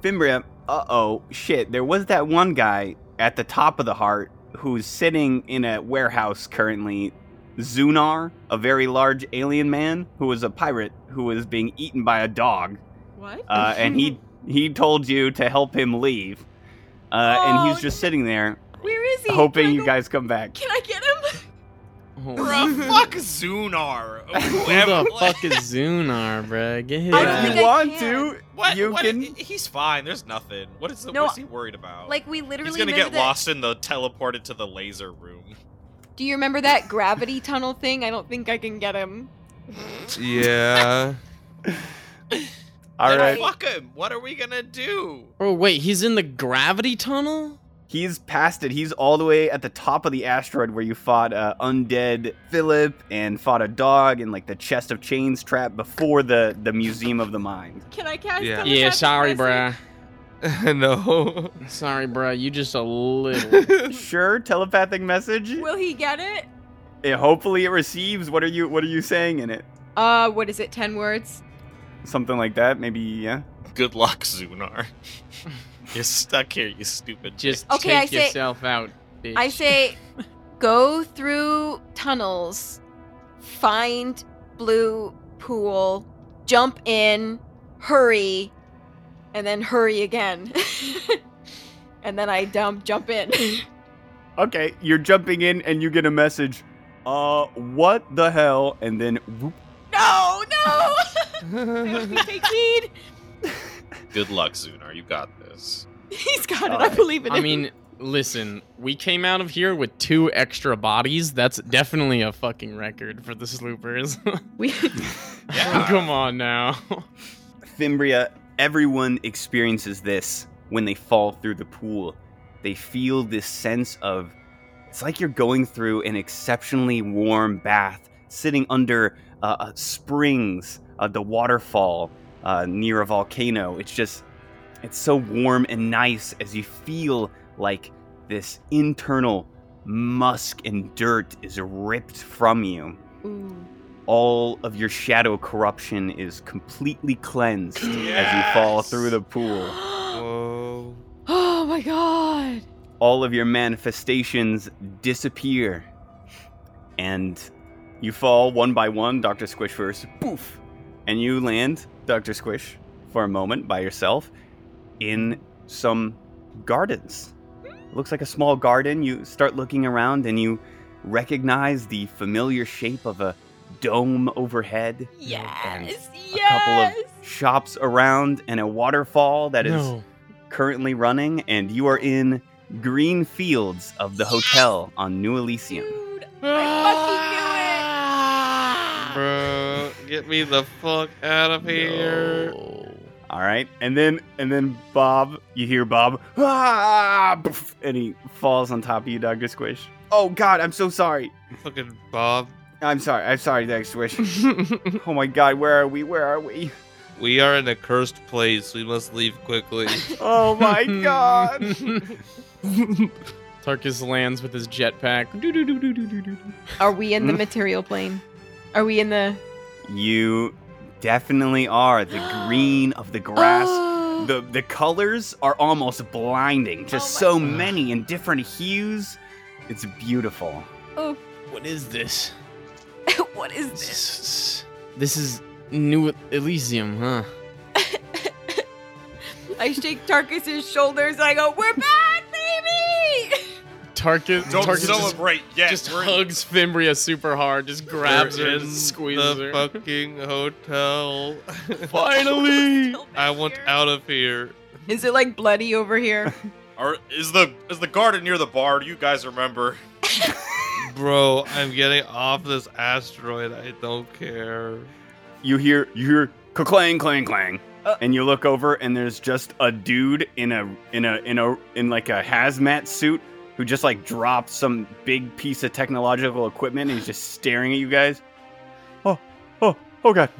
Speaker 1: Fimbria, uh oh, shit, there was that one guy at the top of the heart who's sitting in a warehouse currently. Zunar, a very large alien man who was a pirate who was being eaten by a dog.
Speaker 6: What?
Speaker 1: Uh, and he he told you to help him leave. Uh, and
Speaker 6: Oh,
Speaker 1: he's just sitting there
Speaker 6: Where is he? Can
Speaker 1: hoping
Speaker 6: I
Speaker 1: you
Speaker 6: go-
Speaker 1: guys come back.
Speaker 6: Can I get him?
Speaker 7: Bruh, fuck Zunar.
Speaker 3: Who
Speaker 7: Whoever-
Speaker 3: the fuck is Zunar, bro? Get his
Speaker 6: I
Speaker 3: ass.
Speaker 6: don't
Speaker 1: If
Speaker 6: think
Speaker 1: you
Speaker 6: I
Speaker 1: want
Speaker 6: can.
Speaker 1: to,
Speaker 7: What?
Speaker 1: you
Speaker 7: what-
Speaker 1: can.
Speaker 7: He's fine. There's nothing. What is?
Speaker 6: No,
Speaker 7: what's he worried about?
Speaker 6: Like we literally
Speaker 7: he's gonna
Speaker 6: remember
Speaker 7: get
Speaker 6: that-
Speaker 7: lost in the teleported to the laser room.
Speaker 6: Do you remember that gravity tunnel thing? I don't think I can get him.
Speaker 5: yeah.
Speaker 1: All
Speaker 7: Then
Speaker 1: right.
Speaker 7: Fuck him. What are we gonna do?
Speaker 3: Oh wait, he's in the gravity tunnel.
Speaker 1: He's past it. He's all the way at the top of the asteroid where you fought uh, undead Philip and fought a dog and like the chest of chains trap before the the museum of the mind.
Speaker 6: Can I cast
Speaker 5: Yeah.
Speaker 6: telepathic
Speaker 3: Yeah, sorry,
Speaker 6: message?
Speaker 3: bruh.
Speaker 5: no.
Speaker 3: Sorry, bruh, you just a little.
Speaker 1: Sure, telepathic message.
Speaker 6: Will he get it?
Speaker 1: Yeah, hopefully it receives. What are you What are you saying in it?
Speaker 6: Uh, what is it? Ten words.
Speaker 1: Something like that, maybe. Yeah.
Speaker 7: Good luck, Zunar. You're stuck here, you stupid.
Speaker 3: Just
Speaker 6: Okay, I
Speaker 3: take
Speaker 6: say-
Speaker 3: yourself out, bitch.
Speaker 6: I say, go through tunnels, find blue pool, jump in, hurry, and then hurry again. and then I dump, jump in.
Speaker 1: Okay, you're jumping in and you get a message. Uh, what the hell? And then whoop.
Speaker 6: no, no! Take heed.
Speaker 7: Good luck, Zunar. You got this.
Speaker 6: He's got it. I
Speaker 1: Alright.
Speaker 6: believe in
Speaker 3: I
Speaker 6: him.
Speaker 3: mean, listen, we came out of here with two extra bodies. That's definitely a fucking record for the sloopers.
Speaker 2: We
Speaker 3: Come on now.
Speaker 1: Fimbria, everyone experiences this when they fall through the pool. They feel this sense of it's like you're going through an exceptionally warm bath, sitting under uh, uh, springs, uh, the waterfall uh, near a volcano. It's just, it's so warm and nice as you feel like this internal musk and dirt is ripped from you
Speaker 6: Ooh.
Speaker 1: all of your shadow corruption is completely cleansed as you fall through the pool.
Speaker 5: Whoa.
Speaker 6: oh my god.
Speaker 1: All of your manifestations disappear. And you fall one by one, Dr. Squish first, poof! And you land, Dr. Squish, for a moment by yourself in some gardens. looks like a small garden. You start looking around and you recognize the familiar shape of a dome overhead.
Speaker 6: Yes.
Speaker 1: a couple
Speaker 6: Yes.
Speaker 1: of shops around and a waterfall that is
Speaker 3: no.
Speaker 1: currently running, and you are in green fields of the hotel on New Elysium.
Speaker 6: Dude, I fucking knew it.
Speaker 5: Bro, get me the fuck out of here.
Speaker 1: All right, and then and then Bob, you hear Bob, ah, poof, and he falls on top of you, Doctor Squish. Oh God, I'm so sorry.
Speaker 5: Fucking Bob.
Speaker 1: I'm sorry. I'm sorry, Doctor Squish. oh my God, where are we? Where are we?
Speaker 5: We are in a cursed place. We must leave quickly.
Speaker 1: Oh my God.
Speaker 3: Tarkus lands with his jetpack.
Speaker 2: are we in the material plane? Are we in the
Speaker 1: You definitely are the green of the grass
Speaker 6: Oh.
Speaker 1: the the colors are almost blinding just
Speaker 6: Oh
Speaker 1: so many in different hues it's beautiful
Speaker 3: What is this?
Speaker 6: what is
Speaker 3: This
Speaker 6: this?
Speaker 3: is, this is New Elysium, huh?
Speaker 6: I shake Tarkus's shoulders. I go, "We're back, baby!"
Speaker 3: Tarkus,
Speaker 7: Don't
Speaker 3: Tarkus just,
Speaker 7: celebrate yet.
Speaker 3: just
Speaker 7: We're in-
Speaker 3: hugs Fimbria super hard, just grabs
Speaker 5: We're
Speaker 3: her
Speaker 5: in
Speaker 3: and squeezes
Speaker 5: the
Speaker 3: her.
Speaker 5: fucking hotel.
Speaker 3: Finally!
Speaker 6: Still back
Speaker 5: I want
Speaker 6: here.
Speaker 5: out of here.
Speaker 6: Is it like bloody over here?
Speaker 7: Are, is the is the garden near the bar? Do you guys remember?
Speaker 5: Bro, I'm getting off this asteroid. I don't care.
Speaker 1: you hear you hear clang clang clang and you look over and there's just a dude in a in a in a in like a hazmat suit who just like dropped some big piece of technological equipment and he's just staring at you guys oh oh oh god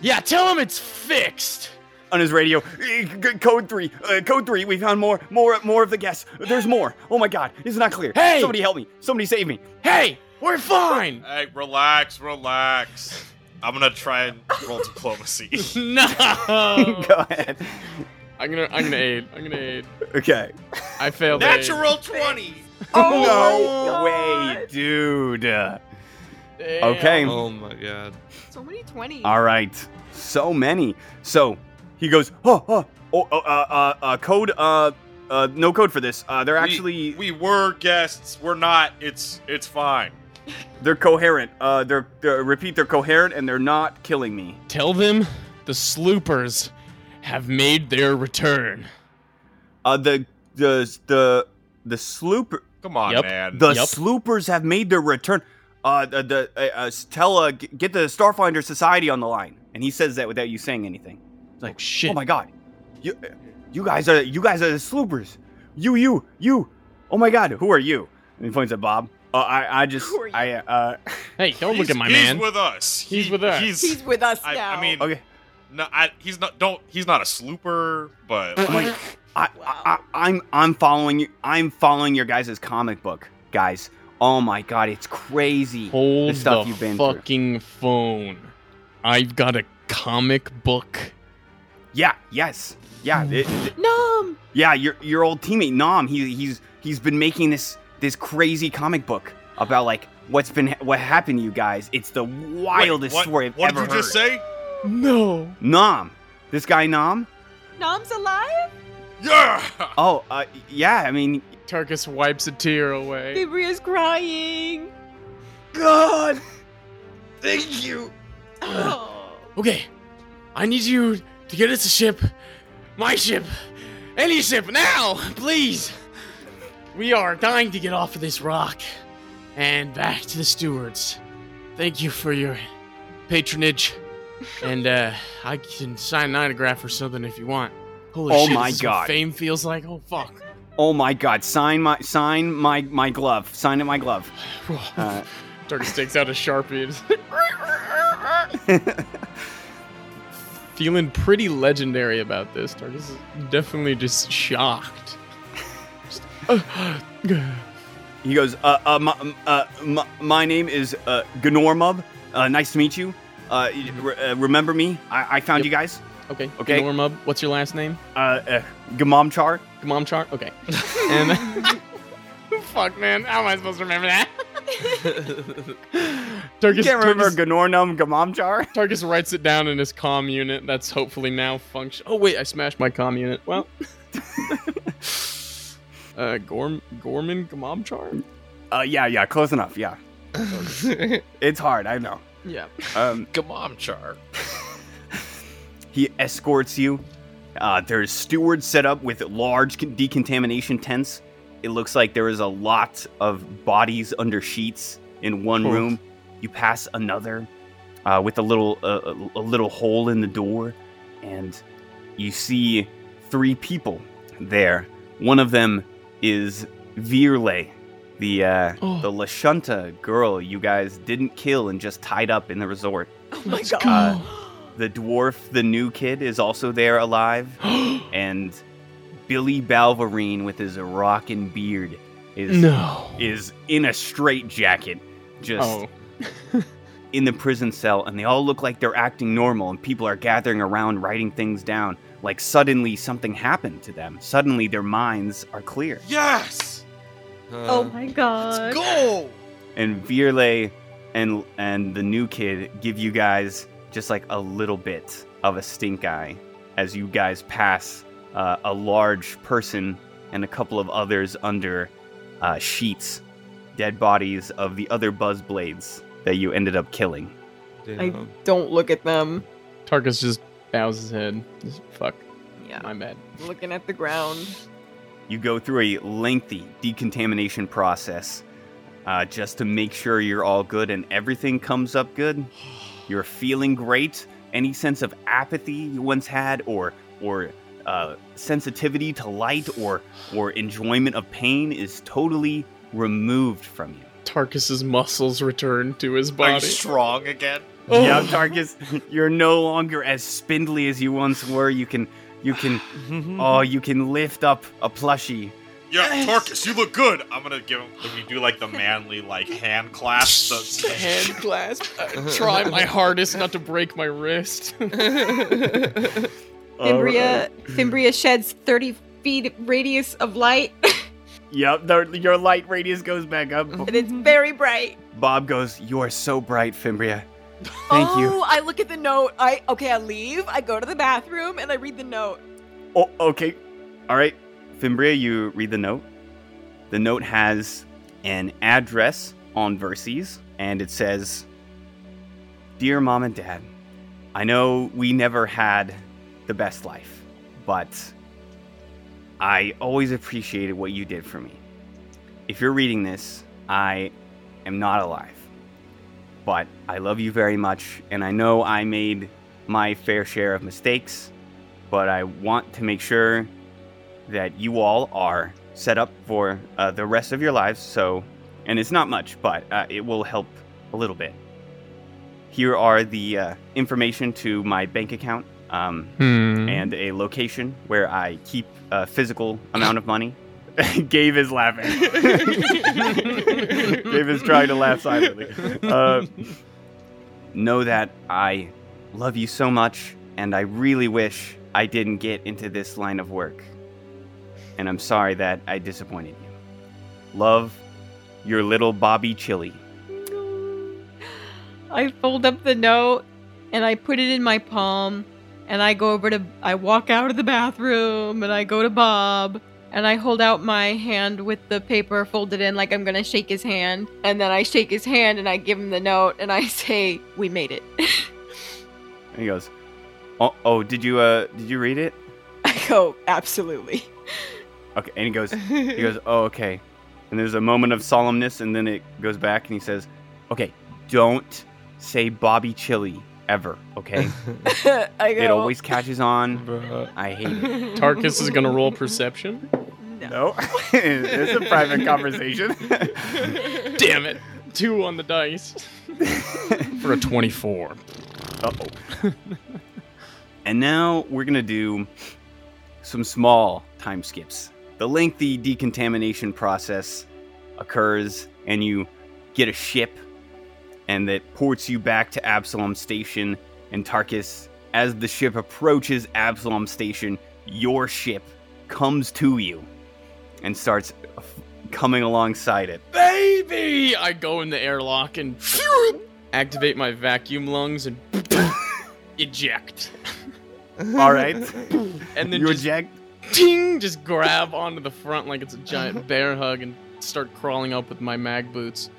Speaker 3: Yeah, tell him it's fixed!
Speaker 1: on his radio "Eh, c- code 3 uh, code 3 we found more more more of the guests there's more oh my god it's not clear
Speaker 3: Hey!
Speaker 1: somebody help me somebody save me
Speaker 3: Hey, we're fine!
Speaker 7: Hey, relax, relax. I'm gonna try and roll diplomacy.
Speaker 3: no!
Speaker 1: Go ahead.
Speaker 3: I'm gonna, I'm gonna aid. I'm gonna aid.
Speaker 1: Okay.
Speaker 3: I failed. aid.
Speaker 7: Natural twenty.
Speaker 6: Oh my
Speaker 1: no way,
Speaker 6: God.
Speaker 1: dude.
Speaker 3: Damn.
Speaker 1: Okay.
Speaker 5: Oh my god.
Speaker 6: So many twenties.
Speaker 1: All right. So many. So he goes, oh, oh, oh, oh, uh, uh, uh, code, uh, uh, no code for this. Uh, they're
Speaker 7: We-
Speaker 1: actually
Speaker 7: We were guests. We're not. It's it's fine.
Speaker 1: they're coherent. Uh, they're, they're repeat they're coherent and they're not killing me.
Speaker 3: Tell them the sloopers have made their return.
Speaker 1: Uh, the the the the slooper
Speaker 7: Come on,
Speaker 3: Yep.
Speaker 7: man.
Speaker 1: the
Speaker 3: Yep.
Speaker 1: sloopers have made their return. Uh, the, the uh, uh, s- tell uh, g- get the Starfinder Society on the line, and he says that without you saying anything.
Speaker 3: Like shit.
Speaker 1: Oh my god. You you guys are you guys are the sloopers. You you you. Oh my god, who are you? And he points at Bob. Uh, I I just
Speaker 6: Who are you?
Speaker 1: I uh
Speaker 3: hey, don't look
Speaker 7: He's-
Speaker 3: at my
Speaker 7: he's
Speaker 3: man.
Speaker 7: with us.
Speaker 3: He's
Speaker 7: He-
Speaker 3: with us.
Speaker 7: He's,
Speaker 6: He's with us
Speaker 7: I,
Speaker 6: now.
Speaker 7: I mean,
Speaker 1: okay.
Speaker 7: no, I, he's not. Don't. He's not a slooper, but
Speaker 1: I'm like I, I, I, I'm I'm following you. I'm following your guys' comic book, guys. Oh my god, it's crazy.
Speaker 3: Hold the,
Speaker 1: stuff you've been through.
Speaker 3: fucking phone. I've got a comic book.
Speaker 1: Yeah, yes, yeah, it- it-
Speaker 6: Nom.
Speaker 1: yeah. Your your old teammate Nom, he he's he's been making this this crazy comic book about like what's been what happened to you guys. It's the wildest
Speaker 7: what-
Speaker 1: story I've
Speaker 7: What
Speaker 1: ever
Speaker 7: did you just
Speaker 1: heard.
Speaker 7: say?
Speaker 3: No.
Speaker 1: Nom, this guy Nom.
Speaker 6: Nom's alive?
Speaker 7: Yeah.
Speaker 1: Oh, uh, yeah. I mean,
Speaker 3: Tarkus wipes a tear away.
Speaker 6: Cypria's crying.
Speaker 1: God.
Speaker 7: Thank you.
Speaker 6: Oh.
Speaker 3: Okay, I need you to get us a ship. My ship. Any ship, now, please. We are dying to get off of this rock and back to the stewards. Thank you for your patronage. And uh, I can sign an autograph or something if you want. Holy
Speaker 1: Oh
Speaker 3: shit,
Speaker 1: my
Speaker 3: this is
Speaker 1: God.
Speaker 3: What fame feels like? Oh, fuck.
Speaker 1: Oh my God. Sign my sign my my glove. Sign it my glove. Uh,
Speaker 3: Darkus takes out a sharpie. Feeling pretty legendary about this. Darkus is definitely just shocked. Just, uh,
Speaker 1: He goes, uh, uh, my, um, uh, my, my name is uh, Gnormub. Uh, nice to meet you. Uh, y- re- uh, remember me? I, I found
Speaker 3: Yep.
Speaker 1: you guys.
Speaker 3: okay.
Speaker 1: Okay.
Speaker 3: Norm up. What's your last name?
Speaker 1: Uh, uh, Gamamchar.
Speaker 3: Mom chart. Okay. And fuck, man, how am I supposed to remember that?
Speaker 1: You
Speaker 3: Darkus,
Speaker 1: can't remember
Speaker 3: Darkus,
Speaker 1: Gnornum Gamamchar?
Speaker 3: Tarkus writes it down in his comm unit. That's hopefully now function. Oh wait, I smashed my comm unit. Well, uh, Gorm Gorman Gmomchar.
Speaker 1: Uh, yeah, yeah, close enough. Yeah, it's hard. I know.
Speaker 3: Yeah.
Speaker 1: Um,
Speaker 7: Gamamchar.
Speaker 1: he escorts you. Uh, there's stewards set up with large con- decontamination tents. It looks like there is a lot of bodies under sheets in one
Speaker 3: Cool.
Speaker 1: room. You pass another uh, with a little uh, a a little hole in the door, and you see three people there. One of them is Virle, the uh,
Speaker 3: Oh.
Speaker 1: the Lashunta girl you guys didn't kill and just tied up in the resort.
Speaker 6: Oh my
Speaker 3: Let's
Speaker 6: god.
Speaker 1: The dwarf, the new kid, is also there alive. And Billy Balverine with his rockin' beard is
Speaker 3: no.
Speaker 1: is in a straitjacket, just
Speaker 3: Oh.
Speaker 1: in the prison cell, and they all look like they're acting normal, and people are gathering around writing things down. Like suddenly something happened to them. Suddenly their minds are clear.
Speaker 7: Yes.
Speaker 2: oh my god.
Speaker 7: Go.
Speaker 1: And Virle and and the new kid give you guys just like a little bit of a stink eye as you guys pass uh, a large person and a couple of others under uh, sheets, dead bodies of the other Buzzblades that you ended up killing.
Speaker 6: I don't look at them.
Speaker 3: Tarkus just bows his head. Just, fuck.
Speaker 6: Yeah.
Speaker 3: My bad.
Speaker 6: looking at the ground.
Speaker 1: You go through a lengthy decontamination process uh, just to make sure you're all good and everything comes up good. You're feeling great. Any sense of apathy you once had, or or uh, sensitivity to light, or or enjoyment of pain, is totally removed from you.
Speaker 3: Tarkus's muscles return to his
Speaker 7: Are you
Speaker 3: body.
Speaker 7: strong again?
Speaker 3: Oh.
Speaker 1: Yeah, Tarkus, you're no longer as spindly as you once were. You can you can oh you can lift up a plushie.
Speaker 7: Yeah, Tarkus, you look good. I'm gonna give him. We do like the manly like hand clasp. the-
Speaker 3: Hand clasp. I try my hardest not to break my wrist.
Speaker 6: Fimbria,
Speaker 1: Oh,
Speaker 6: Fimbria sheds 30 feet of radius of light,
Speaker 1: Yep, the, your light radius goes back up.
Speaker 6: and it's very bright.
Speaker 1: Bob goes, "You are so bright, Fimbria. Thank
Speaker 6: oh,
Speaker 1: you."
Speaker 6: I look at the note. I okay, I leave. I go to the bathroom and I read the note.
Speaker 1: Oh, okay. All right, Fimbria, you read the note. The note has an address on Verses, and it says, "Dear Mom and Dad, I know we never had the best life, but I always appreciated what you did for me. If you're reading this, I am not alive. But I love you very much, and I know I made my fair share of mistakes, but I want to make sure that you all are set up for uh, the rest of your lives. So, and it's not much, but uh, it will help a little bit. Here are the uh, information to my bank account um,
Speaker 3: Hmm.
Speaker 5: Mm-hmm.
Speaker 1: and a location where I keep a physical amount of money. Gabe is laughing. Gabe is trying to laugh silently. Uh, know that I love you so much, and I really wish I didn't get into this line of work. And I'm sorry that I disappointed you. Love, your little Bobby Chili.
Speaker 2: I fold up the note and I put it in my palm and I go over to I walk out of the bathroom and I go to Bob and I hold out my hand with the paper folded in like I'm going to shake his hand
Speaker 6: And then I shake his hand and I give him the note and I say, "We made it."
Speaker 1: And he goes, "Oh, oh did you uh, did you read it?"
Speaker 6: I go, "Absolutely."
Speaker 1: Okay, and he goes, He goes, Oh, okay. And there's a moment of solemnness, and then it goes back, and he says, Okay, don't say Bobby Chili ever, okay?
Speaker 6: I go.
Speaker 1: it always catches on.
Speaker 5: Bruh.
Speaker 1: I hate it.
Speaker 3: Tarkus is gonna roll perception.
Speaker 6: No.
Speaker 1: No, it's a private conversation.
Speaker 3: Damn it! Two on the dice for a twenty-four.
Speaker 1: Uh-oh. and now we're going to do some small time skips. The lengthy decontamination process occurs, and you get a ship, and that ports you back to Absalom Station. And Tarkus, as the ship approaches Absalom Station, your ship comes to you and starts f- coming alongside it.
Speaker 3: Baby! I go in the airlock and activate my vacuum lungs and eject,
Speaker 1: All right,
Speaker 3: and then
Speaker 1: you
Speaker 3: just
Speaker 1: eject.
Speaker 3: ting, just grab onto the front like it's a giant bear hug and start crawling up with my mag boots.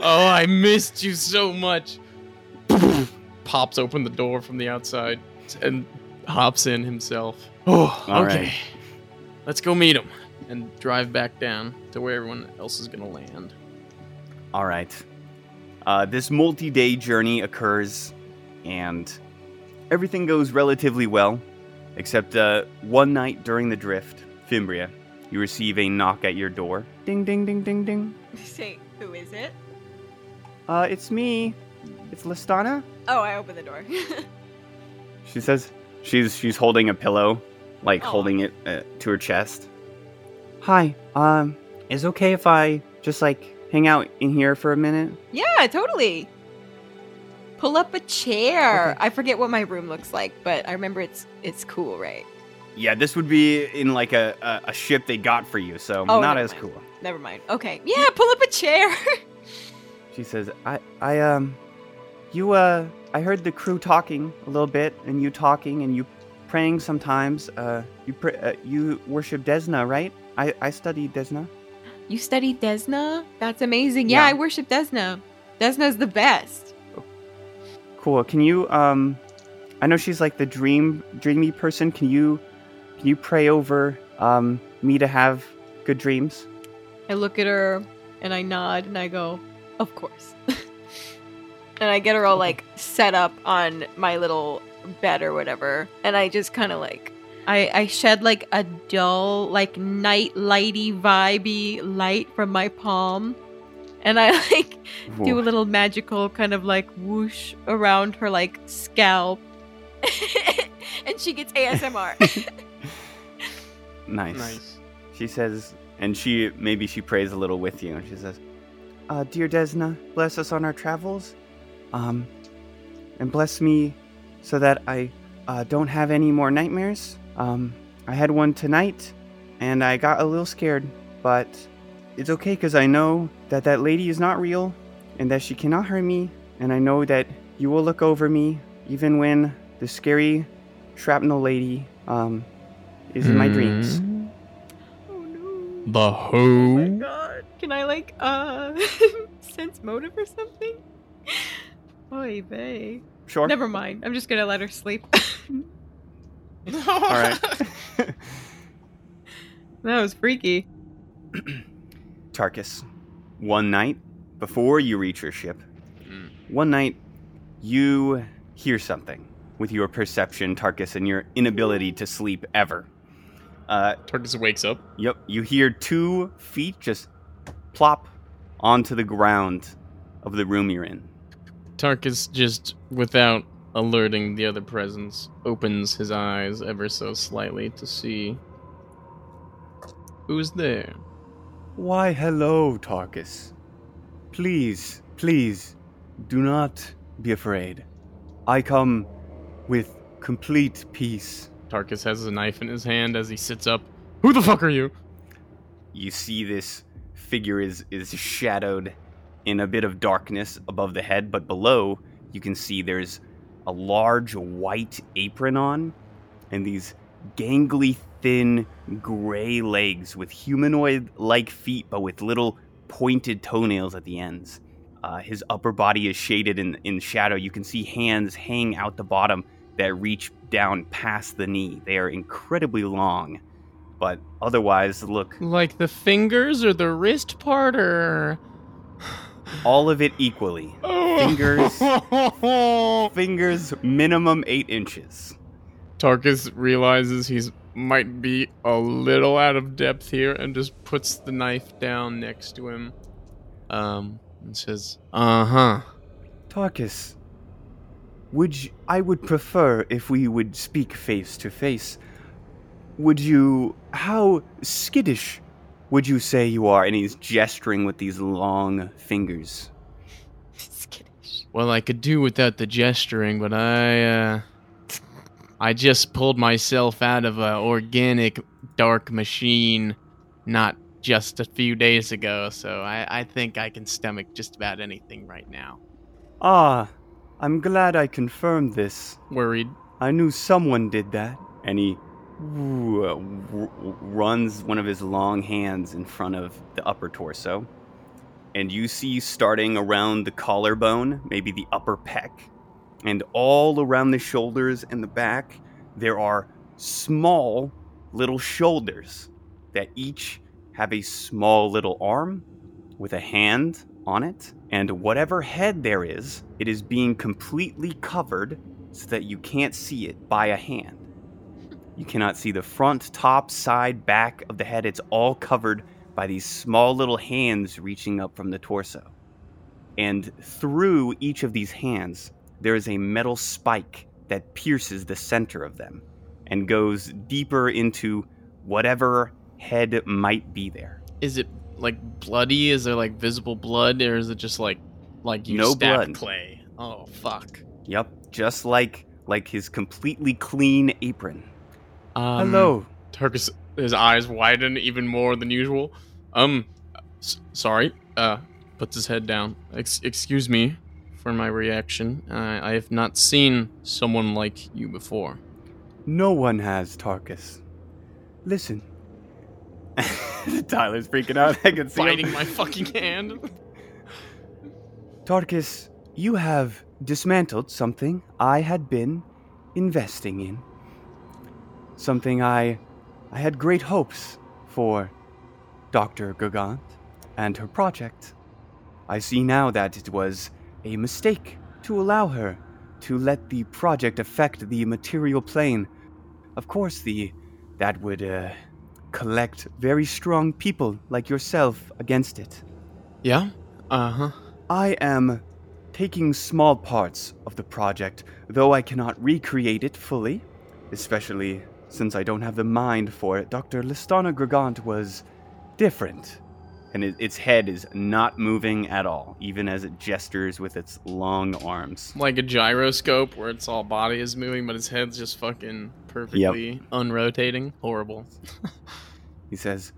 Speaker 3: Oh, I missed you so much. Pops open the door from the outside and hops in himself. Oh,
Speaker 1: All
Speaker 3: okay.
Speaker 1: right.
Speaker 3: Let's go meet him and drive back down to where everyone else is gonna land.
Speaker 1: All right. Uh, this multi day journey occurs, and everything goes relatively well, except uh, one night during the drift, Fimbria, you receive a knock at your door. Ding, ding, ding, ding, ding.
Speaker 6: Say, "Who is it?"
Speaker 1: Uh, it's me. It's Listana.
Speaker 6: Oh, I open the door.
Speaker 1: She says she's she's holding a pillow, like
Speaker 6: Aw.
Speaker 1: holding it uh, to her chest. Hi. Um, is it okay if I just like hang out in here for a minute?
Speaker 6: yeah, totally. Pull up a chair.
Speaker 1: Okay.
Speaker 6: I forget what my room looks like, but I remember it's it's cool, right?
Speaker 1: Yeah, this would be in like a, a, a ship they got for you, so
Speaker 6: Oh,
Speaker 1: not
Speaker 6: never
Speaker 1: as
Speaker 6: mind.
Speaker 1: cool.
Speaker 6: Never mind. Okay. Yeah, pull up a chair.
Speaker 1: She says, I, I, um, you, uh, I heard the crew talking a little bit, and you talking, and you praying sometimes. Uh, you, pr- uh, you worship Desna, right? I, I study Desna.
Speaker 6: You study Desna? That's amazing. Yeah,
Speaker 1: Yeah.
Speaker 6: I worship Desna. Desna's the best.
Speaker 1: Cool. Can you, um, I know she's like the dream, dreamy person. Can you, can you pray over, um, me to have good dreams?
Speaker 2: I look at her and I nod and I go, "Of course."
Speaker 6: And I get her all like set up on my little bed or whatever. And I just kind of like,
Speaker 2: I, I shed like a dull, like night lighty vibey light from my palm. And I like do a little magical kind of like whoosh around her like scalp.
Speaker 6: and she gets ASMR.
Speaker 3: Nice.
Speaker 1: She says, and she maybe she prays a little with you, and she says, uh, "Dear Desna, bless us on our travels, um, and bless me, so that I uh, don't have any more nightmares. Um, I had one tonight, and I got a little scared, but it's okay because I know that that lady is not real, and that she cannot hurt me, and I know that you will look over me even when the scary shrapnel lady um, is in my
Speaker 3: Mm-hmm.
Speaker 1: dreams."
Speaker 2: Oh no.
Speaker 3: The
Speaker 2: Oh my
Speaker 3: who?
Speaker 2: god. Can I like uh sense motive or something? Oy vey.
Speaker 1: Sure.
Speaker 2: Never mind. I'm just gonna let her sleep.
Speaker 1: All right.
Speaker 2: that was freaky.
Speaker 1: Tarkus, one night before you reach your ship,
Speaker 3: Mm.
Speaker 1: one night you hear something with your perception, Tarkus, and your inability to sleep ever. Uh,
Speaker 3: Tarkus wakes up.
Speaker 1: yep, you hear two feet just plop onto the ground of the room you're in.
Speaker 3: Tarkus just, without alerting the other presence, opens his eyes ever so slightly to see who's there.
Speaker 1: Why, hello, Tarkus. Please, please, do not be afraid. I come with complete peace.
Speaker 3: Tarkus has a knife in his hand as he sits up. Who the fuck are you?
Speaker 1: You see this figure is is shadowed in a bit of darkness above the head, but below you can see there's a large white apron on and these gangly thin gray legs with humanoid like feet but with little pointed toenails at the ends. Uh, his upper body is shaded in, in shadow. You can see hands hang out the bottom that reach down past the knee. They are incredibly long, but otherwise look
Speaker 3: Like the fingers or the wrist part or
Speaker 1: all of it equally.
Speaker 3: Oh.
Speaker 1: Fingers. Fingers minimum eight inches.
Speaker 3: Tarkus realizes he's might be a little out of depth here and just puts the knife down next to him. Um and says, "Uh-huh.
Speaker 1: Tarkus, would you, I would prefer if we would speak face to face. Would you? How skittish would you say you are? And he's gesturing with these long fingers.
Speaker 6: Skittish.
Speaker 3: Well, I could do without the gesturing, but I uh I just pulled myself out of a organic dark machine not just a few days ago, so I, I think I can stomach just about anything right now.
Speaker 1: Ah, I'm glad I confirmed this.
Speaker 3: Worried.
Speaker 1: I knew someone did that. And he w- uh, w- runs one of his long hands in front of the upper torso. And you see, starting around the collarbone, maybe the upper pec, and all around the shoulders and the back, there are small little shoulders that each have a small little arm with a hand on it. And whatever head there is, it is being completely covered so that you can't see it by a hand. You cannot see the front, top, side, back of the head. It's all covered by these small little hands reaching up from the torso. And through each of these hands, there is a metal spike that pierces the center of them and goes deeper into whatever head might be there.
Speaker 3: Is it like bloody? Is there like visible blood, or is it just like like you
Speaker 1: No
Speaker 3: stabbed
Speaker 1: blood.
Speaker 3: clay? Oh fuck.
Speaker 1: Yep, just like like his completely clean apron.
Speaker 3: Um,
Speaker 1: Hello.
Speaker 3: Turkus, his eyes widen even more than usual. Um, s- sorry. Uh, puts his head down. Ex- excuse me for my reaction. Uh, I have not seen someone like you before.
Speaker 1: No one has Tarkus. Listen. Tyler's freaking out. I can see
Speaker 3: Biting
Speaker 1: him.
Speaker 3: my fucking hand.
Speaker 1: Tarkus, you have dismantled something I had been investing in. Something I I had great hopes for Dr. Gargant and her project. I see now that it was a mistake to allow her to let the project affect the material plane. Of course, the that would uh, collect very strong people like yourself against it.
Speaker 3: Yeah. Uh huh.
Speaker 1: I am taking small parts of the project, though I cannot recreate it fully, especially since I don't have the mind for it. Dr. Listana Gregant was different. And it, its head is not moving at all, even as it gestures with its long arms.
Speaker 3: Like a gyroscope where its all body is moving, but his head's just fucking perfectly unrotating. Horrible.
Speaker 1: He says,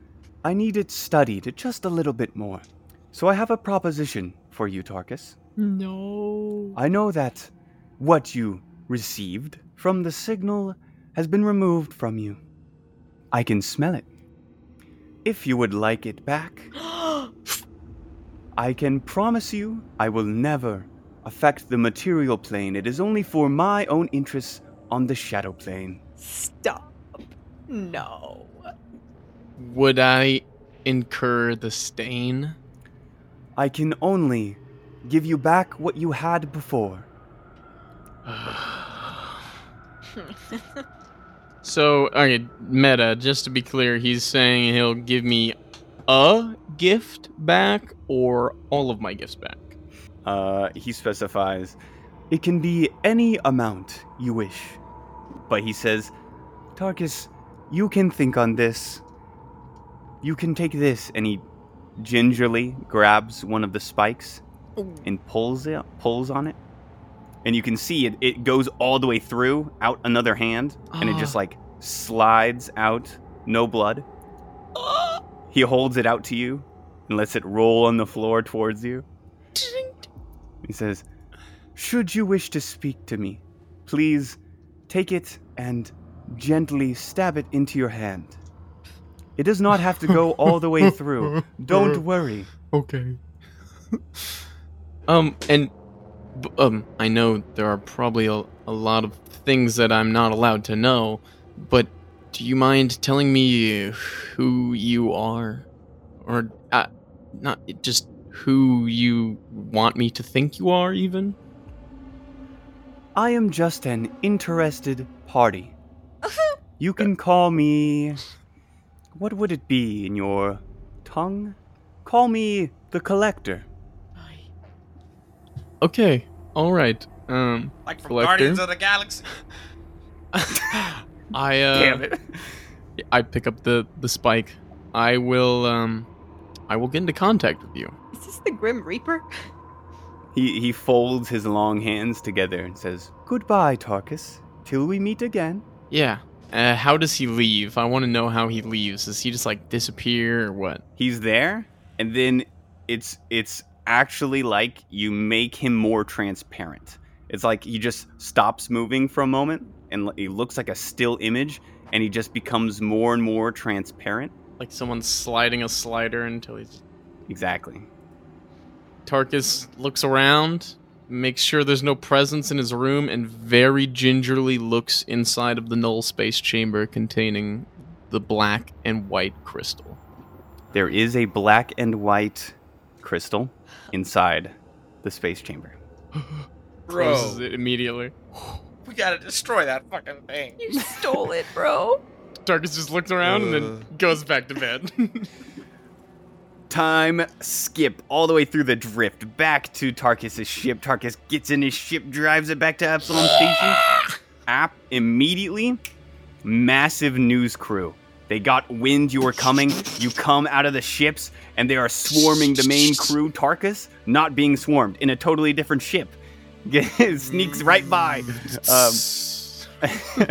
Speaker 1: I need it studied just a little bit more. So I have a proposition for you, Tarkus.
Speaker 2: No.
Speaker 1: I know that what you received from the signal has been removed from you. I can smell it. If you would like it back, I can promise you I will never affect the material plane. It is only for my own interests on the shadow plane.
Speaker 6: Stop. No.
Speaker 3: Would I incur the stain?
Speaker 1: I can only give you back what you had before.
Speaker 3: So, okay, meta, just to be clear, he's saying he'll give me a gift back or all of my gifts back.
Speaker 1: Uh, he specifies It can be any amount you wish. But he says, Tarkus, you can think on this. You can take this. And he gingerly grabs one of the spikes and pulls it, pulls on it. And you can see it, it goes all the way through, out another hand, and it
Speaker 3: Ah.
Speaker 1: just like slides out, no blood. He holds it out to you and lets it roll on the floor towards you.
Speaker 6: Ah.
Speaker 1: He says, Should you wish to speak to me, please take it and gently stab it into your hand. It does not have to go all the way through. Don't worry.
Speaker 3: Okay. um, and b- um, I know there are probably a, a lot of things that I'm not allowed to know, but do you mind telling me who you are, or uh, not just who you want me to think you are, even?
Speaker 1: I am just an interested party. You can call me. What would it be in your tongue? Call me the collector.
Speaker 3: Okay. All right. Um,
Speaker 7: Like from
Speaker 3: Collector?
Speaker 7: Guardians of the Galaxy.
Speaker 3: I uh,
Speaker 1: it.
Speaker 3: I pick up the the spike. I will um, I will get into contact with you.
Speaker 6: Is this the Grim Reaper?
Speaker 1: He, he folds his long hands together and says, Goodbye, Tarkus. Till we meet again.
Speaker 3: Yeah. Uh, how does he leave? I want to know how he leaves. Does he just like disappear or what?
Speaker 1: he's there and then it's it's actually like you make him more transparent it's like he just stops moving for a moment and l- he looks like a still image and he just becomes more and more transparent
Speaker 3: Like someone's sliding a slider until he's.
Speaker 1: exactly
Speaker 3: Tarkus looks around, makes sure there's no presence in his room, and very gingerly looks inside of the null space chamber containing the black and white crystal.
Speaker 1: there is a black and white crystal inside the space chamber
Speaker 3: Closes it immediately.
Speaker 7: we gotta destroy that fucking thing.
Speaker 6: You stole it, bro.
Speaker 3: Tarkus just looks around and then goes back to bed.
Speaker 1: time skip all the way through the drift back to Tarkus's ship. Tarkus gets in his ship, drives it back to Epsilon Station. App immediately, massive news crew. They got wind you were coming. You come out of the ships, and they are swarming the main crew. Tarkus not being swarmed in a totally different ship. Sneaks right by. Um,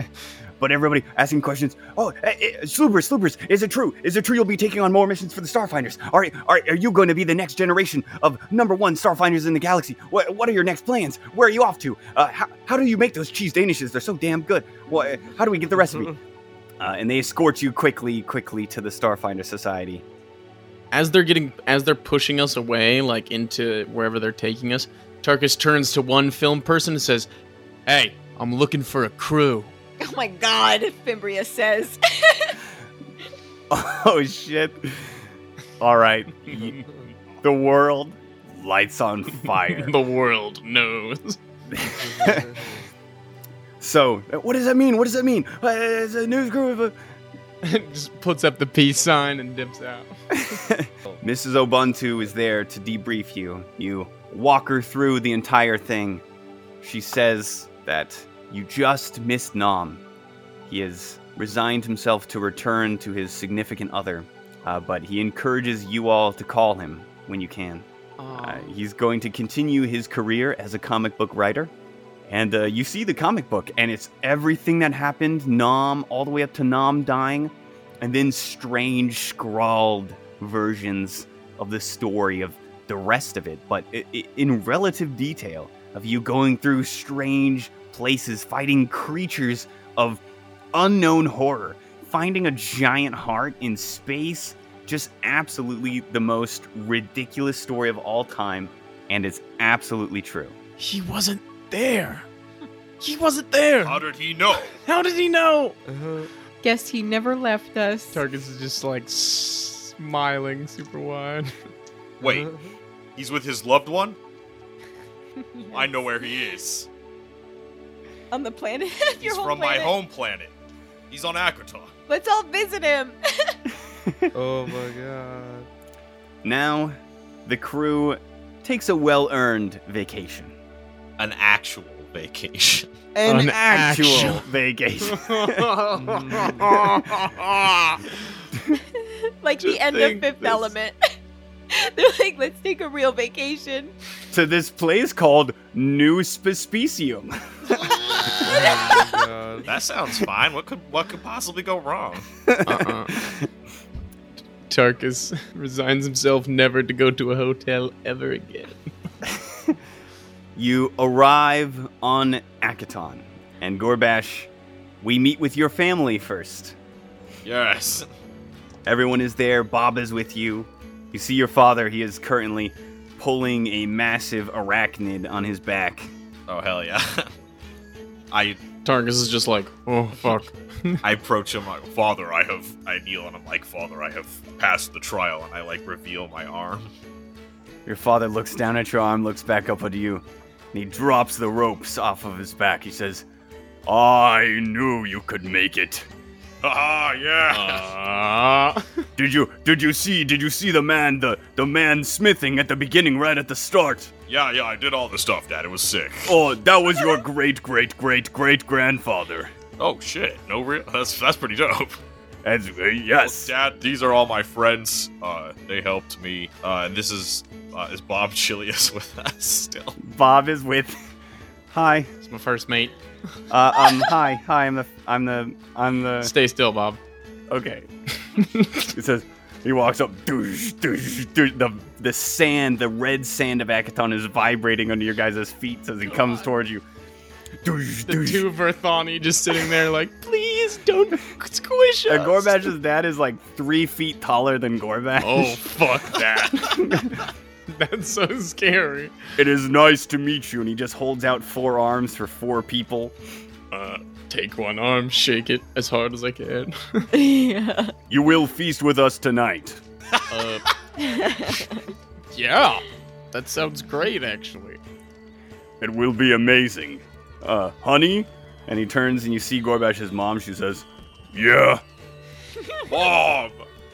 Speaker 1: but everybody asking questions. Oh, eh, eh, Sloopers, Sloopers, is it true? Is it true you'll be taking on more missions for the Starfinders? Are, are, are you going to be the next generation of number one Starfinders in the galaxy? What, what are your next plans? Where are you off to? Uh, how, how do you make those cheese danishes? They're so damn good. Well, eh, how do we get the recipe? Uh, and they escort you quickly, quickly to the Starfinder Society.
Speaker 3: as they're getting as they're pushing us away like into wherever they're taking us tarkus turns to one film person and says hey i'm looking for a crew
Speaker 6: Oh my god, Fimbria says.
Speaker 1: Oh shit! All right, the world lights on fire.
Speaker 3: the world knows
Speaker 1: So, uh, what does that mean? What does that mean? Uh, it's a news crew of uh, a...
Speaker 3: just puts up the peace sign and dips out
Speaker 1: Mrs. Ubuntu is there to debrief you. You walk her through the entire thing. She says that you just missed Nam. He has resigned himself to return to his significant other, uh, but he encourages you all to call him when you can. Uh, he's going to continue his career as a comic book writer. And uh, you see the comic book, and it's everything that happened Nom, all the way up to Nom dying, and then strange, scrawled versions of the story of the rest of it, but i- i- in relative detail of you going through strange places, fighting creatures of unknown horror, finding a giant heart in space, just absolutely the most ridiculous story of all time, and it's absolutely true.
Speaker 3: he wasn't there he wasn't there
Speaker 7: How did he know?
Speaker 3: how did he know
Speaker 2: Guess he never left us.
Speaker 3: tarkus is just like smiling super wide
Speaker 7: Wait, he's with his loved one? I know where he is.
Speaker 6: On the planet?
Speaker 7: He's
Speaker 6: Your home
Speaker 7: from
Speaker 6: planet?
Speaker 7: my home planet. He's on Akatar.
Speaker 6: Let's all visit him.
Speaker 5: Oh my god.
Speaker 1: Now, the crew takes a well earned vacation.
Speaker 4: an actual vacation.
Speaker 1: An,
Speaker 3: An
Speaker 1: actual,
Speaker 3: actual-
Speaker 1: vacation.
Speaker 7: Oh
Speaker 6: like
Speaker 4: Just
Speaker 6: the end
Speaker 4: think
Speaker 6: of Fifth
Speaker 4: this-
Speaker 6: Element. They're like, let's take a real vacation.
Speaker 1: to this place called New Spespecium.
Speaker 5: God.
Speaker 7: That sounds fine. What could what could possibly go wrong?
Speaker 3: Uh-uh. Tarkus resigns himself never to go to a hotel ever again.
Speaker 1: You arrive on Akaton, and Gorbash, we meet with your family first.
Speaker 7: Yes.
Speaker 1: Everyone is there. Bob is with you. You see your father. He is currently pulling a massive arachnid on his back.
Speaker 7: Oh hell yeah. I
Speaker 3: Tarkus is just like, oh fuck.
Speaker 7: I approach him like, Father, I have I kneel and I'm like, Father, I have passed the trial and I like reveal my arm.
Speaker 1: Your father looks down at your arm, looks back up at you, and he drops the ropes off of his back. He says, "I knew you could make it.
Speaker 7: Ah yeah.
Speaker 1: Ah. Did you? Did you see? Did you see the man? The the man smithing at the beginning, right at the start.
Speaker 7: yeah, yeah, I did all the stuff, Dad. It was sick.
Speaker 1: Oh, that was your great great great great grandfather.
Speaker 7: Oh shit. No real that's that's pretty dope.
Speaker 1: As uh,
Speaker 7: Well,
Speaker 1: yes,
Speaker 7: Dad, these are all my friends. Uh they helped me. Uh and this is uh, is Bob Chilius with us still.
Speaker 1: Bob is with. Hi.
Speaker 3: It's my first mate.
Speaker 1: Uh, um. hi. Hi. I'm the. I'm the. I'm the.
Speaker 3: Stay still, Bob.
Speaker 1: Okay. he says, he walks up. Doosh, doosh, doosh. The, the sand, the red sand of Akaton is vibrating under your guys' feet as he comes towards you. Doosh,
Speaker 3: The
Speaker 1: doosh.
Speaker 3: two Verthani just sitting there like, please don't squish us.
Speaker 1: And Gorbash's dad is like three feet taller than Gorbash.
Speaker 3: Oh fuck that. That's so scary.
Speaker 1: It is nice to meet you. And he just holds out four arms for four people.
Speaker 3: Uh, take one arm, shake it as hard as I can.
Speaker 2: yeah.
Speaker 1: You will feast with us tonight.
Speaker 3: Uh, yeah, that sounds great actually.
Speaker 1: It will be amazing. Uh, honey? And he turns and you see Gorbash's mom. She says, Yeah.
Speaker 7: Bob!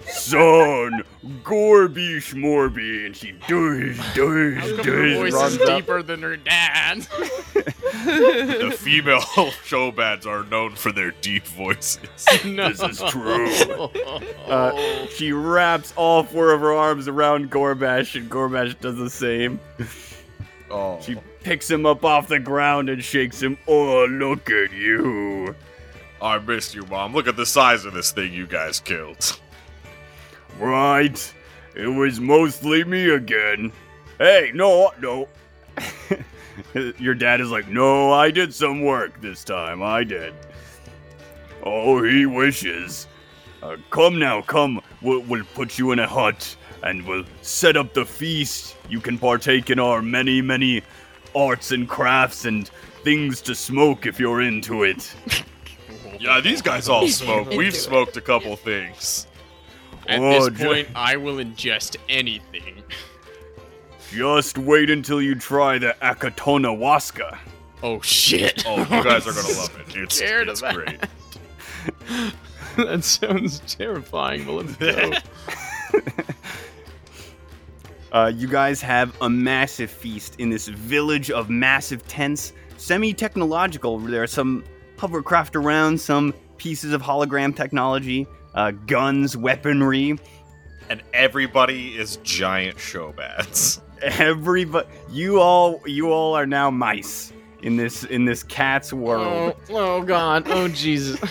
Speaker 1: Son, Gorbish Morby, and she does,
Speaker 3: How
Speaker 1: does,
Speaker 3: come her
Speaker 1: does,
Speaker 3: voice
Speaker 1: runs
Speaker 3: is
Speaker 1: up.
Speaker 3: deeper than her dad?
Speaker 7: The female show bands are known for their deep voices.
Speaker 3: no.
Speaker 1: This is true. Uh, She wraps all four of her arms around Gorbash, and Gorbash does the same.
Speaker 7: Oh.
Speaker 1: She picks him up off the ground and shakes him. Oh, look at you.
Speaker 7: I missed you, Mom. Look at the size of this thing you guys killed.
Speaker 1: Right? It was mostly me again. Hey, no, no. Your dad is like, no, I did some work this time. I did. Oh, he wishes. Uh, come now, come. We'll, we'll put you in a hut and we'll set up the feast. You can partake in our many, many arts and crafts and things to smoke if you're into it.
Speaker 7: Yeah, these guys all smoke.
Speaker 6: Into
Speaker 7: We've
Speaker 6: it.
Speaker 7: smoked a couple things.
Speaker 3: At
Speaker 1: Oh,
Speaker 3: this
Speaker 1: Ju-
Speaker 3: point, I will ingest anything.
Speaker 1: Just wait until you try the Akatonawaska.
Speaker 3: Oh shit!
Speaker 7: Oh, you guys are gonna love it. It's,
Speaker 3: Scared of
Speaker 7: it's
Speaker 3: that.
Speaker 7: great.
Speaker 3: that sounds terrifying, but let's go.
Speaker 1: Uh, you guys have a massive feast in this village of massive tents, semi technological. There are some hovercraft around, some pieces of hologram technology, uh, guns, weaponry.
Speaker 7: And everybody is giant show bats.
Speaker 1: Everybody, you all, you all are now mice in this in this cat's world.
Speaker 3: oh, oh god! Oh Jesus! Oh.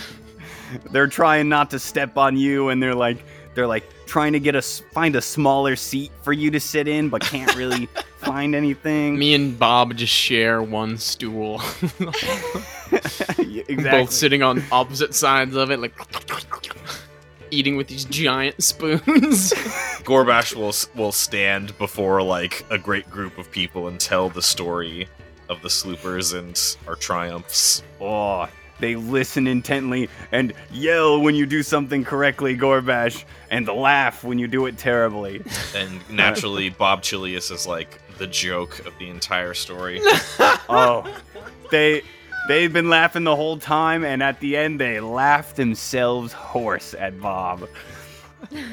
Speaker 1: They're trying not to step on you, and they're like they're like trying to get a s- find a smaller seat for you to sit in, but can't really find anything.
Speaker 3: Me and Bob just share one stool,
Speaker 1: Yeah,
Speaker 3: both
Speaker 1: exactly.
Speaker 3: sitting on opposite sides of it, like eating with these giant spoons.
Speaker 7: Gorbash will s- will stand before like a great group of people and tell the story of the sloopers and our triumphs.
Speaker 1: Oh, they listen intently and yell when you do something correctly, Gorbash, and laugh when you do it terribly.
Speaker 7: And naturally, Bob Chilius is like the joke of the entire story.
Speaker 1: Oh, they they've been laughing the whole time, and at the end they laugh themselves hoarse at Bob.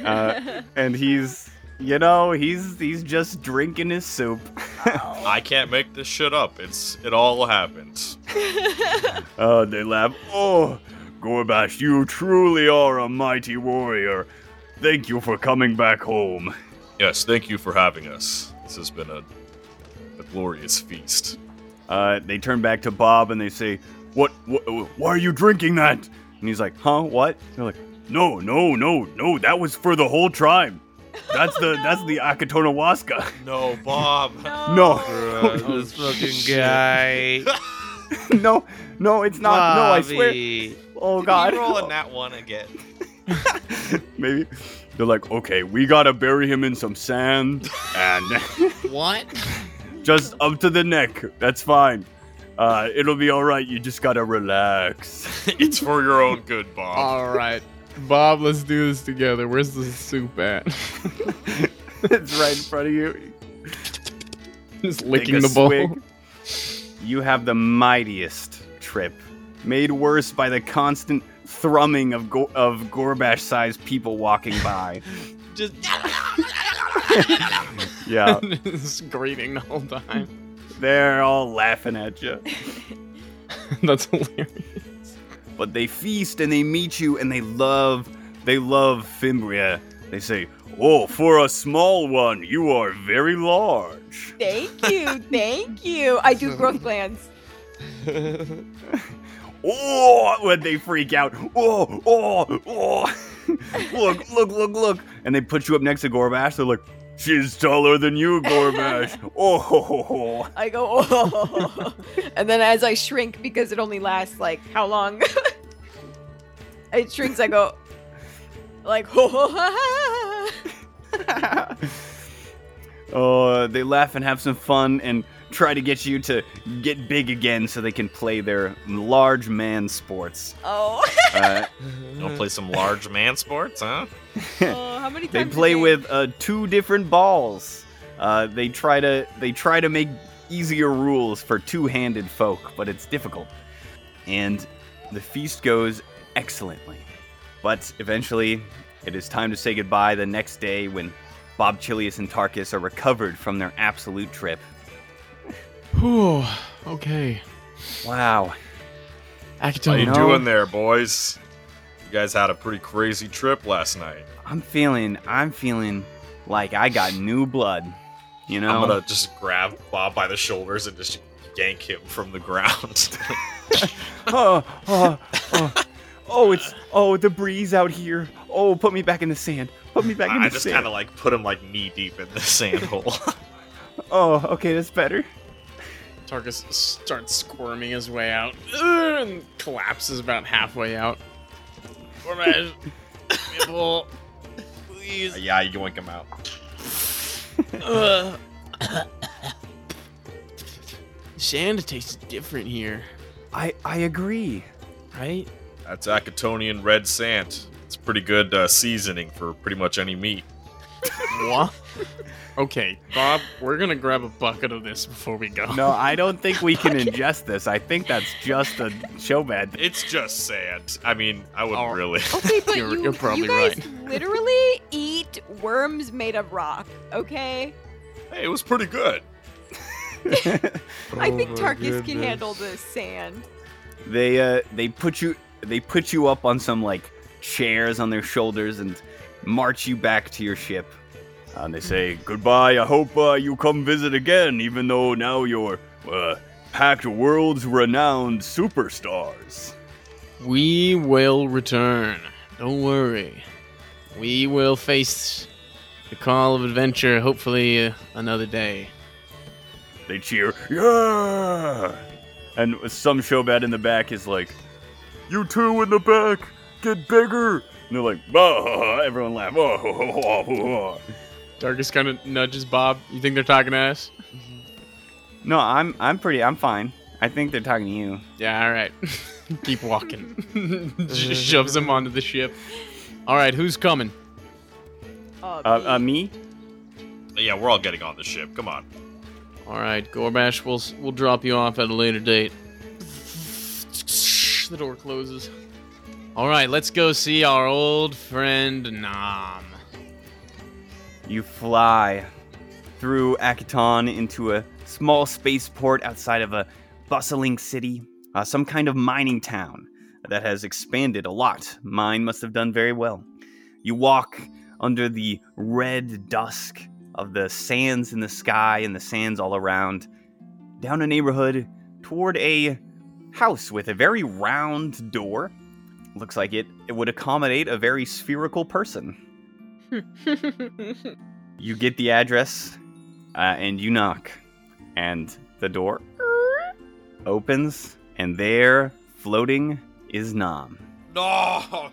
Speaker 1: Uh, and he's You know, he's he's just drinking his soup.
Speaker 7: I can't make this shit up. It's it all happened.
Speaker 1: Oh, they laugh. Oh, Gorbash, you truly are a mighty warrior. Thank you for coming back home.
Speaker 7: Yes, thank you for having us. This has been a a glorious feast.
Speaker 1: Uh, they turn back to Bob and they say, "What? Wh- why are you drinking that?" And he's like, "Huh? What?" They're like, "No, no, no, no. That was for the whole tribe. That's the that's the Akatonawaska.
Speaker 7: No, Bob.
Speaker 1: No,
Speaker 7: Oh
Speaker 5: Bruh, this fucking guy.
Speaker 1: no, no. It's not. No, I swear.
Speaker 5: Bobby.
Speaker 1: Oh God.
Speaker 4: You rolling that one again?
Speaker 1: Maybe they're like, "Okay, we gotta bury him in some sand and."
Speaker 3: What?
Speaker 1: just up to the neck. That's fine. Uh, it'll be all right. You just gotta relax.
Speaker 7: it's for your own good, Bob.
Speaker 3: All right, Bob, let's do this together. Where's the soup at?
Speaker 1: it's right in front of you.
Speaker 3: Just
Speaker 1: Take a
Speaker 3: licking the bowl.
Speaker 1: swig. You have the mightiest trip, made worse by the constant thrumming of go- of Gorbash-sized people walking by.
Speaker 3: Just
Speaker 1: yeah,
Speaker 3: just greeting the whole time.
Speaker 1: they're all laughing at you.
Speaker 3: That's hilarious.
Speaker 1: but they feast and they meet you and they love they love Fimbria. They say, "Oh, for a small one, you are very large."
Speaker 6: Thank you, thank you. I do growth plans.
Speaker 1: Oh, when they freak out. Oh, oh, oh. look, look, look, look. And they put you up next to Gorbash. They're like, "She's taller than you, Gorbash." oh, ho, ho, ho.
Speaker 6: I go, oh. and then as I shrink, because it only lasts like how long? it shrinks, I go, like, oh.
Speaker 1: Uh, they laugh and have some fun and try to get you to get big again so they can play their large man sports.
Speaker 6: oh.
Speaker 1: Uh,
Speaker 4: You want to play some large man sports, huh?
Speaker 2: Oh, how many times
Speaker 1: they
Speaker 2: a
Speaker 1: play
Speaker 2: day?
Speaker 1: with uh, two different balls. Uh, they try to they try to make easier rules for two-handed folk, but it's difficult. And the feast goes excellently, but eventually it is time to say goodbye. The next day, when Bob Chilius and Tarkus are recovered from their absolute trip.
Speaker 3: Whew. Okay.
Speaker 1: Wow,
Speaker 7: How you
Speaker 3: Akito,
Speaker 1: No.
Speaker 7: doing there, boys? You guys had a pretty crazy trip last night.
Speaker 1: I'm feeling I'm feeling like I got new blood. You know,
Speaker 7: I'm gonna just grab Bob by the shoulders and just yank him from the ground.
Speaker 1: oh, oh, oh, oh, it's oh the breeze out here. Oh, put me back in the sand. Put me back in the
Speaker 7: I just
Speaker 1: sand.
Speaker 7: kind of like put him like knee deep in the sand hole.
Speaker 1: Oh, okay, that's better.
Speaker 3: Tarkus starts squirming his way out Ugh, and collapses about halfway out. Gorbash, nipple, please.
Speaker 7: yeah, you yoink him out.
Speaker 3: Ugh. Sand tastes different here,
Speaker 1: I I agree.
Speaker 3: right?
Speaker 7: That's Acatonian red sand. It's pretty good uh, seasoning for pretty much any meat.
Speaker 3: What? okay, Bob, we're gonna grab a bucket of this before we go.
Speaker 1: No, I don't think we can ingest this. I think that's just a show bad.
Speaker 7: It's just sand. I mean, I wouldn't
Speaker 3: Oh.
Speaker 7: really.
Speaker 6: Okay, but
Speaker 3: You're-
Speaker 6: you,
Speaker 3: you're probably
Speaker 6: you guys literally eat worms made of rock, okay?
Speaker 7: Hey, it was pretty good.
Speaker 5: Oh
Speaker 6: I think Tarkus can handle the sand.
Speaker 1: They uh they put you they put you up on some like chairs on their shoulders and march you back to your ship. And they say goodbye. I hope uh, you come visit again, even though now you're uh, packed world's renowned superstars.
Speaker 3: We will return. Don't worry. We will face the call of adventure, hopefully, uh, another day.
Speaker 1: They cheer, yeah! And some showbat in the back is like, you two in the back, get bigger! And they're like, oh, everyone laugh. "Oh, ho, ho, ho, ho, ho."
Speaker 3: Darkest kind of nudges Bob. You think they're talking to us?
Speaker 1: No, I'm I'm pretty, I'm fine. I think they're talking to you.
Speaker 3: Yeah, all right. Keep walking. Sh- shoves him onto the ship. All right, who's coming?
Speaker 6: Oh,
Speaker 1: Uh, uh
Speaker 6: me.
Speaker 1: me?
Speaker 7: Yeah, we're all getting on the ship. Come on.
Speaker 3: All right, Gorbash, we'll s- we'll drop you off at a later date. The door closes. All right, let's go see our old friend Nam.
Speaker 1: You fly through Akaton into a small spaceport outside of a bustling city, uh, some kind of mining town that has expanded a lot. Mine must have done very well. You walk under the red dusk of the sands in the sky and the sands all around, down a neighborhood toward a house with a very round door. Looks like it, it would accommodate a very spherical person. You get the address, uh, and you knock, and the door opens, and there, floating, is Nam.
Speaker 7: No, no.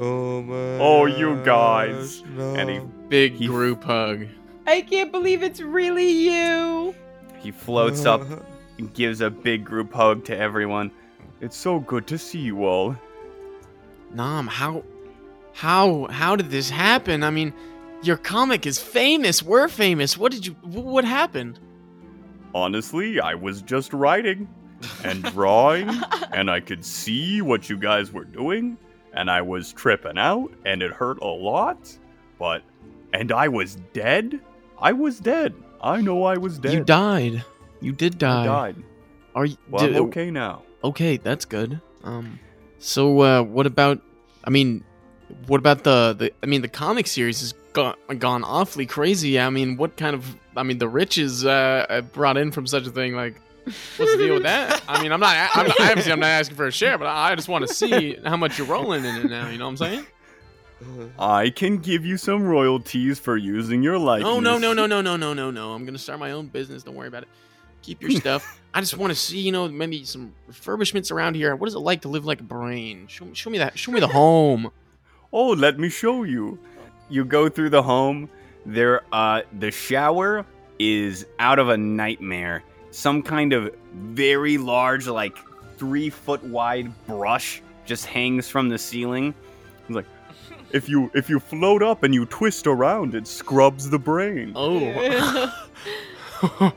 Speaker 5: Oh my.
Speaker 1: Oh, you guys. And he
Speaker 3: Big
Speaker 1: He-
Speaker 3: group hug.
Speaker 2: I can't believe it's really you.
Speaker 1: he floats up and gives a big group hug to everyone. It's so good to see you all.
Speaker 3: Nom, how, how, how did this happen? I mean, your comic is famous. We're famous. What did you? wh- What happened?
Speaker 1: Honestly, I was just writing and drawing, and I could see what you guys were doing, and I was tripping out, and it hurt a lot, but. And I was dead? I was dead. I know I was dead.
Speaker 3: You died. You did
Speaker 1: I
Speaker 3: die.
Speaker 1: died.
Speaker 3: Are you?
Speaker 1: Well, I'm
Speaker 3: do-
Speaker 1: okay now.
Speaker 3: okay, that's good. Um, so uh, what about? I mean, what about the the? I mean, the comic series has gone gone awfully crazy. I mean, what kind of? I mean, the riches uh uh, brought in from such a thing like. What's the deal with that? I mean, I'm not. I'm not obviously, I'm not asking for a share, but I I just want to see how much you're rolling in it now. You know what I'm saying?
Speaker 5: Uh-huh.
Speaker 1: I can give you some royalties for using your likeness.
Speaker 3: No, no, no, no, no, no, no, no, no. I'm gonna start my own business. Don't worry about it. Keep your stuff. I just want to see, you know, maybe some refurbishments around here. What is it like to live like a brain? Show, me- show me that. Show me the home.
Speaker 1: Oh, let me show you. You go through the home. There, uh, the shower is out of a nightmare. Some kind of very large, like three foot wide brush just hangs from the ceiling. It's like, if you if you float up and you twist around, it scrubs the brain.
Speaker 3: Oh.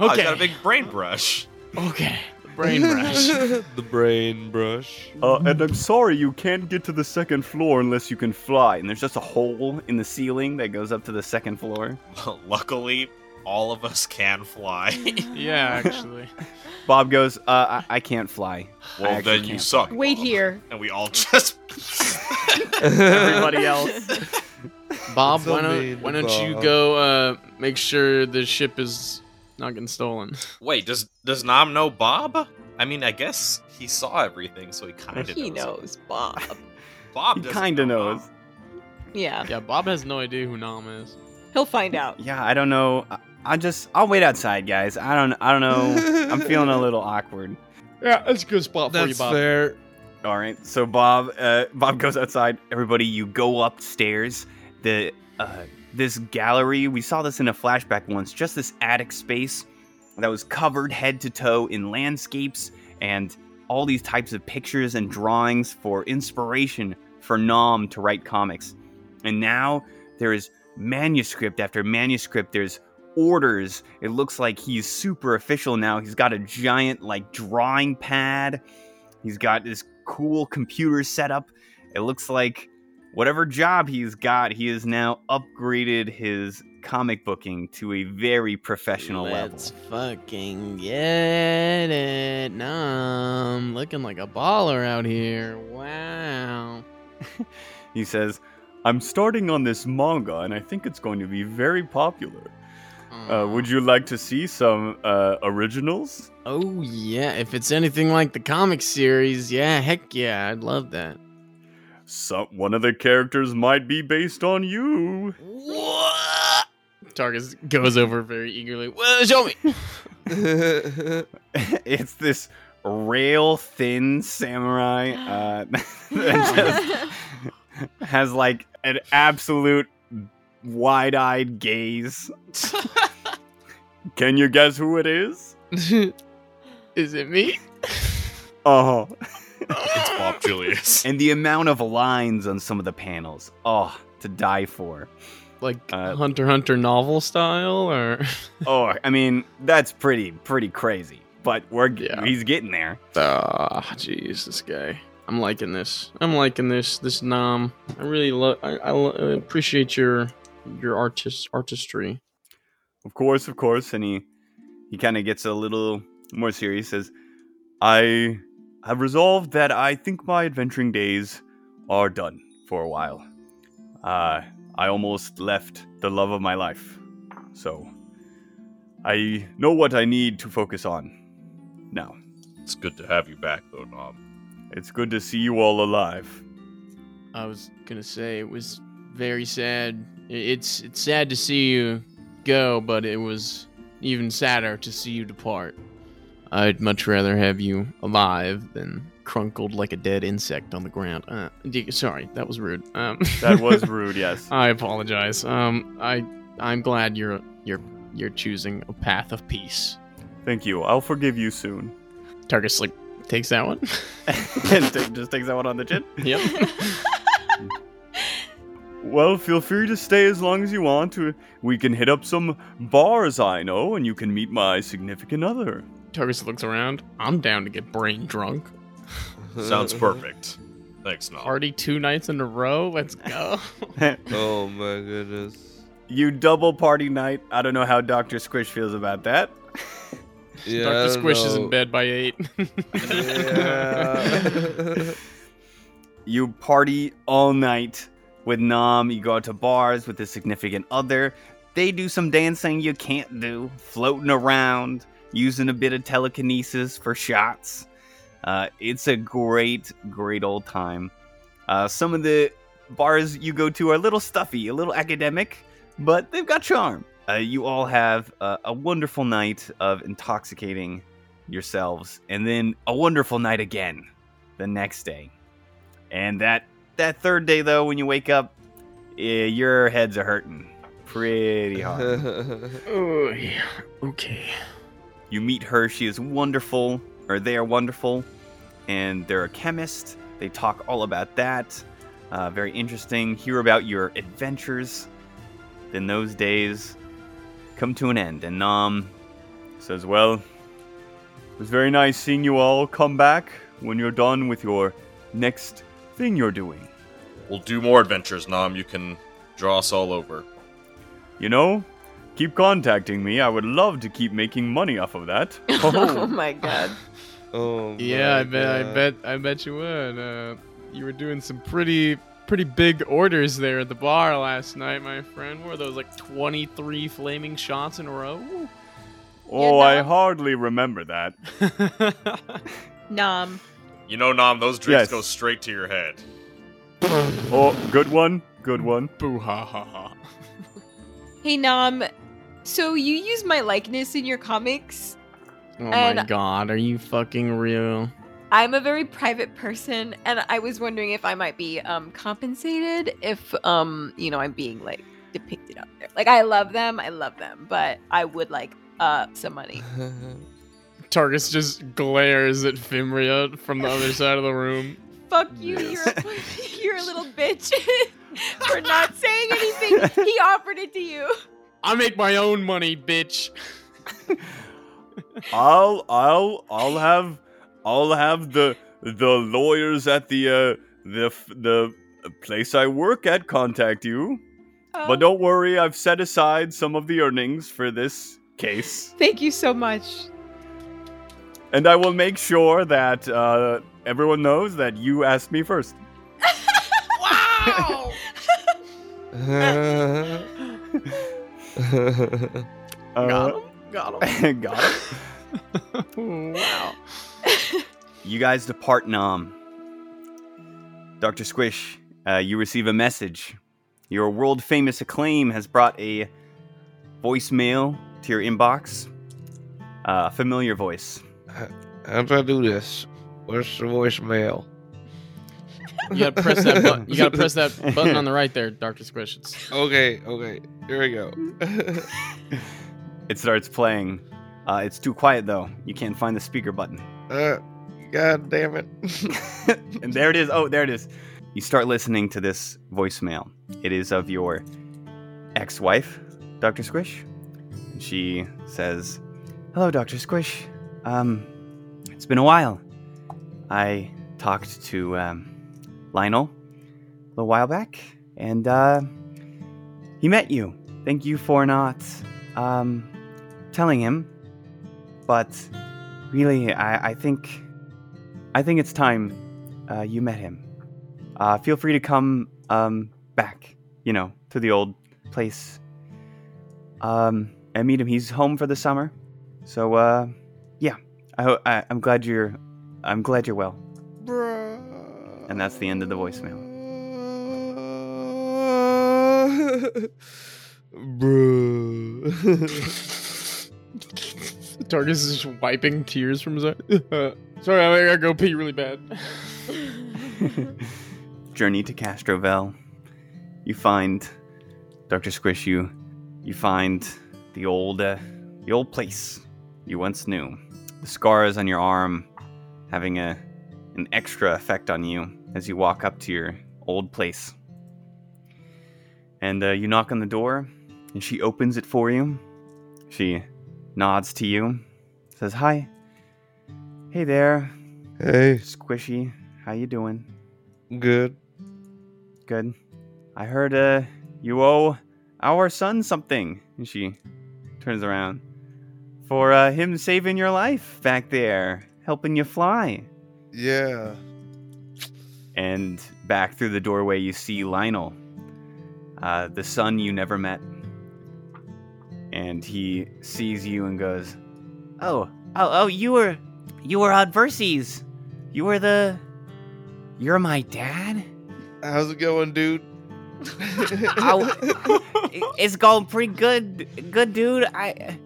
Speaker 7: Oh, he's got a
Speaker 3: okay.
Speaker 7: big brain brush.
Speaker 3: Okay. Brain brush.
Speaker 5: the brain brush.
Speaker 1: Uh, and I'm sorry, you can't get to the second floor unless you can fly. And there's just a hole in the ceiling that goes up to the second floor.
Speaker 7: Well, luckily, all of us can fly.
Speaker 3: Yeah, actually.
Speaker 1: Bob goes, uh, I, I can't fly. I
Speaker 7: Well,
Speaker 1: actually
Speaker 7: then you
Speaker 1: can't
Speaker 7: suck.
Speaker 2: Wait
Speaker 7: Bob.
Speaker 2: here.
Speaker 7: And we all just.
Speaker 1: Everybody else.
Speaker 3: Bob,
Speaker 5: So
Speaker 3: why
Speaker 5: mean,
Speaker 3: don't why don't you
Speaker 5: Bob.
Speaker 3: go uh, make sure the ship is not getting stolen?
Speaker 7: Wait, does does Nam know Bob? I mean, I guess he saw everything, so he kind of
Speaker 2: He knows Bob.
Speaker 7: Bob
Speaker 1: He
Speaker 7: doesn't
Speaker 1: kinda
Speaker 7: know Bob.
Speaker 1: knows.
Speaker 2: Yeah,
Speaker 3: Yeah, Bob has no idea who Nam is.
Speaker 2: he'll find out.
Speaker 1: Yeah, I don't know. I, I just I'll wait outside, guys. I don't I don't know. I'm feeling a little awkward.
Speaker 3: Yeah, that's a good spot
Speaker 5: That's fair.
Speaker 1: All right. So Bob uh, Bob goes outside. Everybody, you go upstairs. The uh, this gallery. We saw this in a flashback once. Just this attic space that was covered head to toe in landscapes and all these types of pictures and drawings for inspiration for Nom to write comics. And now there is manuscript after manuscript. There's orders. It looks like he's super official now. He's got a giant like drawing pad. He's got this cool computer setup. It looks like whatever job he's got, he has now upgraded his comic booking to a very professional
Speaker 3: Let's
Speaker 1: level.
Speaker 3: fucking get it. Nom. Looking like a baller out here. Wow.
Speaker 1: He says, "I'm starting on this manga, and I think it's going to be very popular. Uh, would you like to see some uh, originals?"
Speaker 3: Oh, yeah. If it's anything like the comic series, yeah, heck yeah. I'd love that.
Speaker 1: Some one of the characters might be based on you.
Speaker 3: Targus goes over very eagerly. Well, show me.
Speaker 1: it's this rail thin samurai uh, that just has like an absolute wide eyed gaze. Can you guess who it is?
Speaker 3: Is it me?
Speaker 1: Oh,
Speaker 7: It's Bob Julius.
Speaker 1: and the amount of lines on some of the panels. Oh, to die for.
Speaker 3: Like
Speaker 1: Uh,
Speaker 3: Hunter x Hunter novel style, or
Speaker 1: Oh, I mean, that's pretty pretty crazy. But we're
Speaker 3: Yeah.
Speaker 1: he's getting there.
Speaker 3: ah, jeez, this guy. I'm liking this. I'm liking this. This nom. I really love. I, I lo- I appreciate your your artist artistry.
Speaker 1: Of course, of course. And he he kind of gets a little more serious. Says, "I have resolved that I think my adventuring days are done for a while. Uh, I almost left the love of my life, so I know what I need to focus on now.
Speaker 7: It's good to have you back, though, Nom.
Speaker 1: It's good to see you all alive."
Speaker 3: I was gonna say it was very sad. I- It's it's sad to see you go, but it was even sadder to see you depart. I'd much rather have you alive than crunkled like a dead insect on the ground. Uh, d- sorry, that was rude. Um,
Speaker 1: That was rude. Yes.
Speaker 3: I apologize. Um, I I'm glad you're you're you're choosing a path of peace.
Speaker 1: Thank you. I'll forgive you soon.
Speaker 3: Targus like takes that one.
Speaker 1: and take, just takes that one on the chin.
Speaker 3: yep.
Speaker 1: Well, feel free to stay as long as you want. We can hit up some bars I know, and you can meet my significant other.
Speaker 3: Targus looks around. I'm down to get brain drunk.
Speaker 7: Sounds perfect. Thanks, Nom.
Speaker 3: Party two nights in a row. Let's go.
Speaker 10: Oh my goodness.
Speaker 1: You double party night. I don't know how Dr. Squish feels about that.
Speaker 10: Yeah, I
Speaker 3: Doctor
Speaker 10: don't
Speaker 3: Squish is
Speaker 10: know.
Speaker 3: in bed by eight.
Speaker 10: Yeah.
Speaker 1: You party all night with Nam. You go out to bars with his significant other. They do some dancing you can't do, floating around, using a bit of telekinesis for shots. Uh, it's a great, great old time. Uh, some of the bars you go to are a little stuffy, a little academic, but they've got charm. Uh, you all have uh, a wonderful night of intoxicating yourselves, and then a wonderful night again the next day. And that that third day though, when you wake up, eh, your heads are hurting pretty hard.
Speaker 3: oh yeah. Okay.
Speaker 1: you meet her; she is wonderful, or they are wonderful, and they're a chemist. They talk all about that. Uh, very interesting. Hear about your adventures. Then those days come to an end, and Nam says, "Well, it was very nice seeing you all. Come back when you're done with your next thing you're doing."
Speaker 7: We'll do more adventures, Nom. You can draw us all over.
Speaker 1: You know, keep contacting me. I would love to keep making money off of that.
Speaker 6: Oh my god.
Speaker 10: oh.
Speaker 3: Yeah,
Speaker 10: my
Speaker 3: I bet. I
Speaker 10: God.
Speaker 3: bet. I bet you would. Uh, you were doing some pretty pretty big orders there at the bar last night, my friend. What Were those like twenty three flaming shots in a row?
Speaker 1: oh,
Speaker 6: know-
Speaker 1: I hardly remember that.
Speaker 2: Nom.
Speaker 7: You know, Nom, those drinks
Speaker 1: Yes.
Speaker 7: go straight to your head.
Speaker 1: Oh, good one. Good one.
Speaker 3: Boo ha ha ha.
Speaker 6: Hey Nom, so you use my likeness in your comics?
Speaker 3: Oh my
Speaker 6: And-
Speaker 3: god, are you fucking real?
Speaker 6: I'm a very private person, and I was wondering if I might be um, compensated if um, you know I'm being like depicted out there. Like I love them, I love them, but I would like uh some money.
Speaker 3: Targus just glares at Fimria from the other side of the room.
Speaker 6: Fuck you, you're a, you're a little bitch for not saying anything. He offered it to you.
Speaker 3: I make my own money, bitch.
Speaker 1: I'll, I'll, I'll have, I'll have the the lawyers at the uh, the f- the place I work at contact you.
Speaker 6: Oh,
Speaker 1: But don't worry, I've set aside some of the earnings for this case.
Speaker 2: Thank you so much.
Speaker 1: And I will make sure that uh, everyone knows that you asked me first. Uh,
Speaker 3: Got
Speaker 1: got it.
Speaker 3: him. wow.
Speaker 1: You guys depart Nam. Dr. Squish, uh, you receive a message. Your world famous acclaim has brought a voicemail to your inbox. Uh, familiar voice.
Speaker 10: How do I do this? Where's the voicemail?
Speaker 3: You gotta press that button. You gotta press that button on the right there, Doctor Squish. It's
Speaker 10: Okay, okay. Here we go.
Speaker 1: It starts playing. Uh, it's too quiet though. You can't find the speaker button.
Speaker 10: Uh, God damn it.
Speaker 1: and there it is. Oh, there it is. You start listening to this voicemail. It is of your ex wife, Dr. Squish. She says, Hello, Dr. Squish. Um, it's been a while. I talked to um, Lionel a little while back, and uh, he met you. Thank you for not um, telling him, but really, I, I think I think it's time uh, you met him. Uh, feel free to come um, back, you know, to the old place um, and meet him. He's home for the summer, so uh, yeah. I, ho- I I'm glad you're I'm glad you're well. And that's the end of the voicemail.
Speaker 3: Targus is just wiping tears from his eye. Sorry, I gotta go pee really bad.
Speaker 1: Journey to Castrovel. You find Doctor Squish. You you find the old uh, the old place you once knew. The scars on your arm having a an extra effect on you as you walk up to your old place. And uh, you knock on the door, and she opens it for you. She nods to you, says hi. Hey there,
Speaker 5: Hey,
Speaker 1: Squishy. How you doing?
Speaker 5: good.
Speaker 1: Good. I heard uh, you owe our son something. And she turns around. For uh, him saving your life back there, helping you fly.
Speaker 5: Yeah.
Speaker 1: And back through the doorway, you see Lionel, uh, the son you never met. And he sees you and goes, "Oh, oh, oh! You were, you were on Verses. You were the, you're my dad.
Speaker 5: How's it going, dude?
Speaker 1: Ow. it's going pretty good, good dude. I,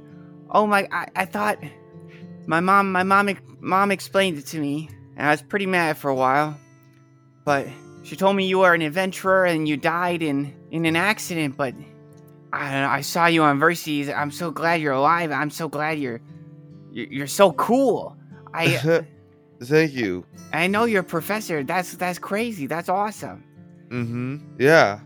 Speaker 1: oh my, I, I thought, my mom, my mom, ex- mom explained it to me, and I was pretty mad for a while, but she told me you were an adventurer and you died in in an accident, but I don't know, I saw you on Verses. I'm so glad you're alive. I'm so glad you're, you're, you're so cool. I.
Speaker 5: Thank you.
Speaker 1: I know you're a professor. That's that's crazy. That's awesome.
Speaker 5: Mm-hmm. Yeah.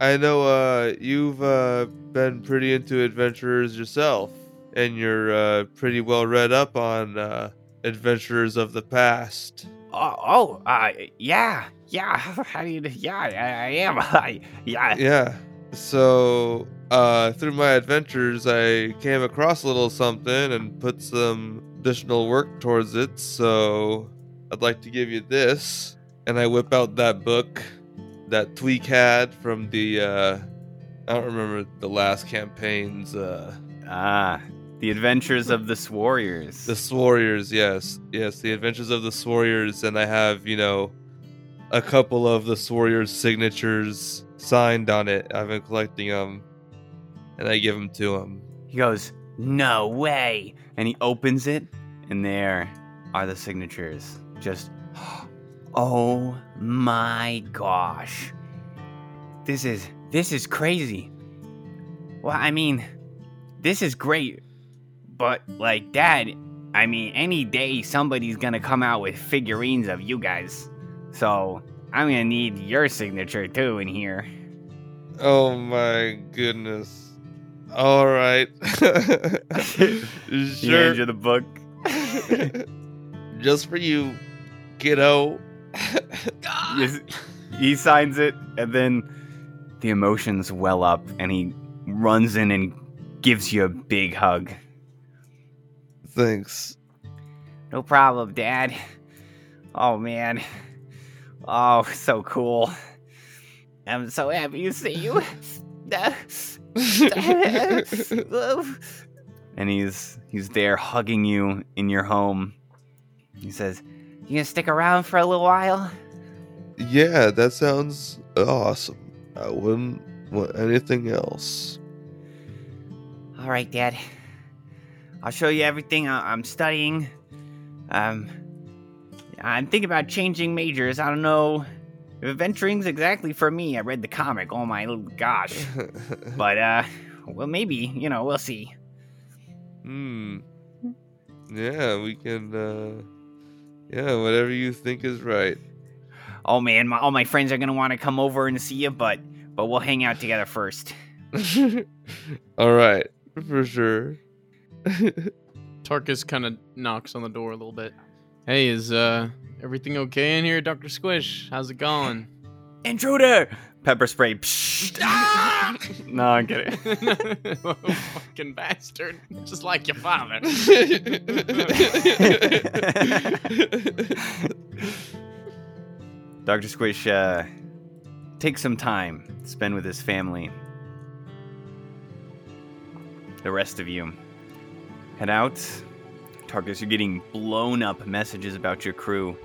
Speaker 5: I know uh you've uh been pretty into adventurers yourself and you're uh pretty well read up on uh adventurers of the past.
Speaker 1: Oh, oh uh, yeah, yeah. I mean, yeah, I, I am. I, yeah.
Speaker 5: Yeah. So uh through my adventures I came across a little something and put some additional work towards it, so I'd like to give you this. And I whip out that book that Tweak had from the uh I don't remember the last campaign's uh
Speaker 1: Ah, the adventures of the warriors.
Speaker 5: The Warriors, yes. Yes, The Adventures of the Warriors, and I have, you know, a couple of the Warriors signatures signed on it. I've been collecting them, and I give them to him.
Speaker 1: he goes, no way, and he opens it, and there are the signatures. Just, oh my gosh, this is this is crazy. Well, I mean, this is great, but like, Dad, I mean, any day somebody's gonna come out with figurines of you guys, so I'm gonna need your signature too in here.
Speaker 5: Oh my goodness. All right.
Speaker 1: You
Speaker 5: sure.
Speaker 1: hand you the book.
Speaker 5: Just for you, kiddo.
Speaker 1: Yes, he signs it, and then the emotions well up, and he runs in and gives you a big hug.
Speaker 5: Thanks.
Speaker 1: No problem, Dad. Oh man, oh so cool. I'm so happy to see you. and he's he's there hugging you in your home. He says, "You gonna stick around for a little while?"
Speaker 5: Yeah, that sounds awesome. I wouldn't want anything else.
Speaker 1: All right, Dad. I'll show you everything I- I'm studying. Um, I'm thinking about changing majors. I don't know if adventuring's exactly for me. I read the comic. Oh my l- gosh! But uh, well, maybe you know, we'll see.
Speaker 5: Hmm. Yeah, we can. uh Yeah, whatever you think is right.
Speaker 1: Oh man, my, all my friends are gonna want to come over and see you, but but we'll hang out together first.
Speaker 5: All right, for sure.
Speaker 3: Tarkus kind of knocks on the door a little bit. Hey, is uh everything okay in here, Doctor Squish? How's it going?
Speaker 1: Intruder! Pepper spray. Psh. Ah! no, I'm kidding.
Speaker 3: oh, fucking bastard! Just like your father.
Speaker 1: Dr. Squish uh, takes some time to spend with his family. The rest of you head out. Tarkus, you're getting blown up messages about your crew.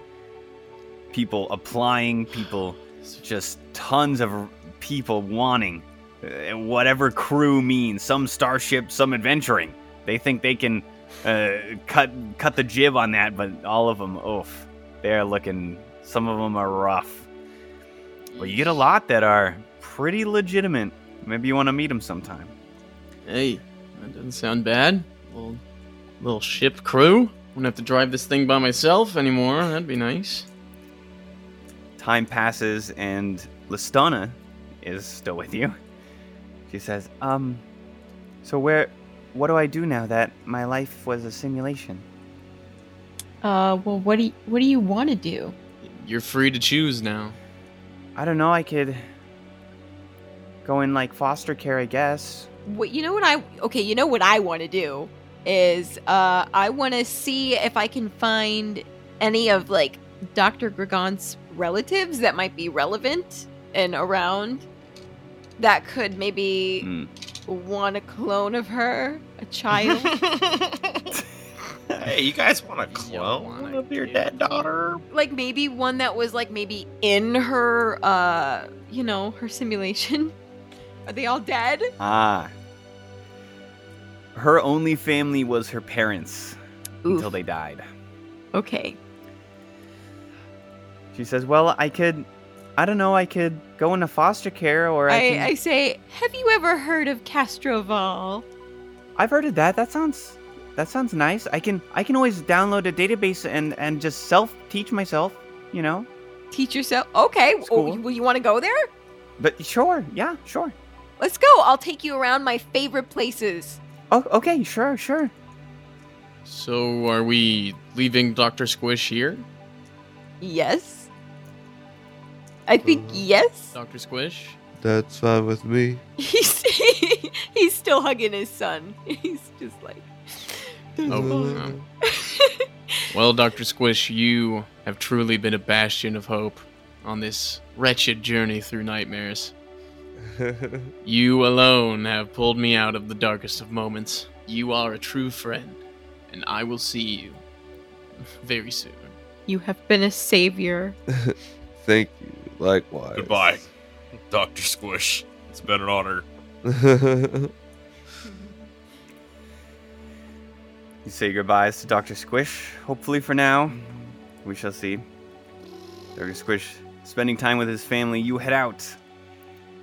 Speaker 1: People applying, people, just tons of r- people wanting uh, whatever crew means. Some starship, some adventuring. They think they can uh, cut cut the jib on that, but all of them, oof, they're looking. Some of them are rough. Well, you get a lot that are pretty legitimate. Maybe you want to meet them sometime.
Speaker 3: Hey, that doesn't sound bad. Little, little ship crew. Won't have to drive this thing by myself anymore. That'd be nice.
Speaker 1: Time passes, and Listana is still with you. She says, "Um, so where? What do I do now that my life was a simulation?"
Speaker 2: Uh, well, what do you, what do you want to do?
Speaker 3: You're free to choose now.
Speaker 1: I don't know. I could go in like foster care, I guess.
Speaker 6: What you know what I okay, you know what I want to do is uh I want to see if I can find any of like Dr. Gregon's relatives that might be relevant and around that could maybe
Speaker 1: Hmm.
Speaker 6: want a clone of her, a child.
Speaker 4: hey, you guys want a clone
Speaker 3: wanna
Speaker 4: of your dead
Speaker 3: get
Speaker 4: daughter?
Speaker 6: like maybe one that was like maybe in her uh, you know, her simulation. Are they all dead?
Speaker 1: Ah. Her only family was her parents until
Speaker 6: Oof.
Speaker 1: they died.
Speaker 6: Okay.
Speaker 1: She says, "Well, I could, I don't know, I could go into foster care, or I,
Speaker 6: I,
Speaker 1: can,
Speaker 6: I say, have you ever heard of Castroval?
Speaker 1: I've heard of that. That sounds, that sounds nice. I can, I can always download a database and and just self teach myself, you know.
Speaker 6: Teach yourself. Okay.
Speaker 1: School.
Speaker 6: Oh, well, you want to go there?
Speaker 1: But sure, yeah, sure.
Speaker 6: Let's go. I'll take you around my favorite places.
Speaker 1: Oh, okay, sure, sure.
Speaker 3: So, are we leaving Doctor Squish here,
Speaker 6: Yes. I think
Speaker 1: Uh,
Speaker 6: yes.
Speaker 3: Doctor Squish?
Speaker 10: That's fine with me.
Speaker 6: He's he's still hugging his son. He's just like
Speaker 3: Oh, um, well, Dr. Squish, you have truly been a bastion of hope on this wretched journey through nightmares. You alone have pulled me out of the darkest of moments. You are a true friend, and I will see you very soon.
Speaker 2: You have been a savior.
Speaker 10: Thank you. Likewise.
Speaker 7: Goodbye, Doctor Squish. It's been an honor.
Speaker 1: You say goodbyes to Dr. Squish. Hopefully, for now, we shall see. Dr. Squish spending time with his family. You head out.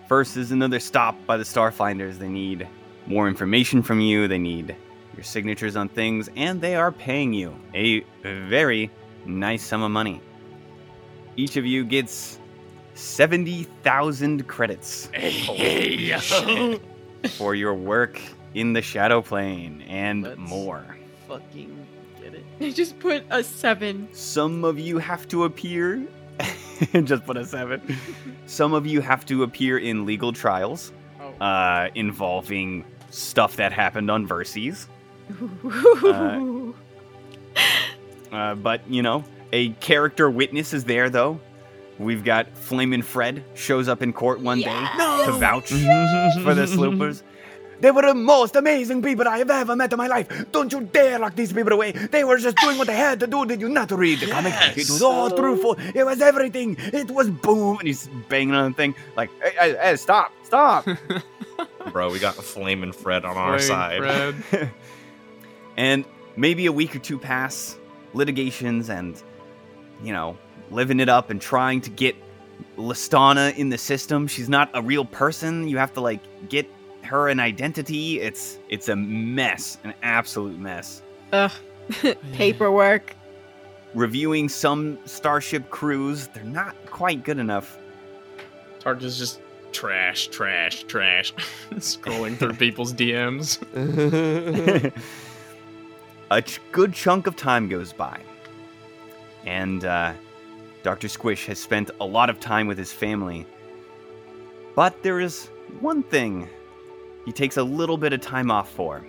Speaker 1: First is another stop by the Starfinders. They need more information from you, they need your signatures on things, and they are paying you a very nice sum of money. Each of you gets 70,000 credits for your work in the Shadow Plane and
Speaker 3: Let's-
Speaker 1: more.
Speaker 3: Fucking get it.
Speaker 2: They just put a seven.
Speaker 1: Some of you have to appear. Just put a seven. Some of you have to appear in legal trials
Speaker 3: Oh,
Speaker 1: uh, involving stuff that happened on Verses. Uh, but, you know, a character witness is there, though. We've got Flamin' Fred shows up in court one day to vouch for the sloopers. They were the most amazing people I have ever met in my life. Don't you dare lock these people away. They were just doing what they had to do. Did you not read the comic? It was all truthful. It was everything. It was boom. And he's banging on the thing like, hey, hey, hey stop, stop.
Speaker 4: Bro, we got Flamin' Fred on our
Speaker 3: Flamin'
Speaker 4: side.
Speaker 3: Fred.
Speaker 1: and maybe a week or two pass, litigations and, you know, living it up and trying to get Listana in the system. She's not a real person. You have to like get her an identity. It's it's a mess, an absolute mess.
Speaker 2: Ugh. Paperwork.
Speaker 1: Reviewing some starship crews, they're not quite good enough.
Speaker 3: Tark is just trash, trash, trash. Scrolling through people's DMs.
Speaker 1: a ch- good chunk of time goes by. and uh, Dr. Squish has spent a lot of time with his family. But there is one thing he takes a little bit of time off for.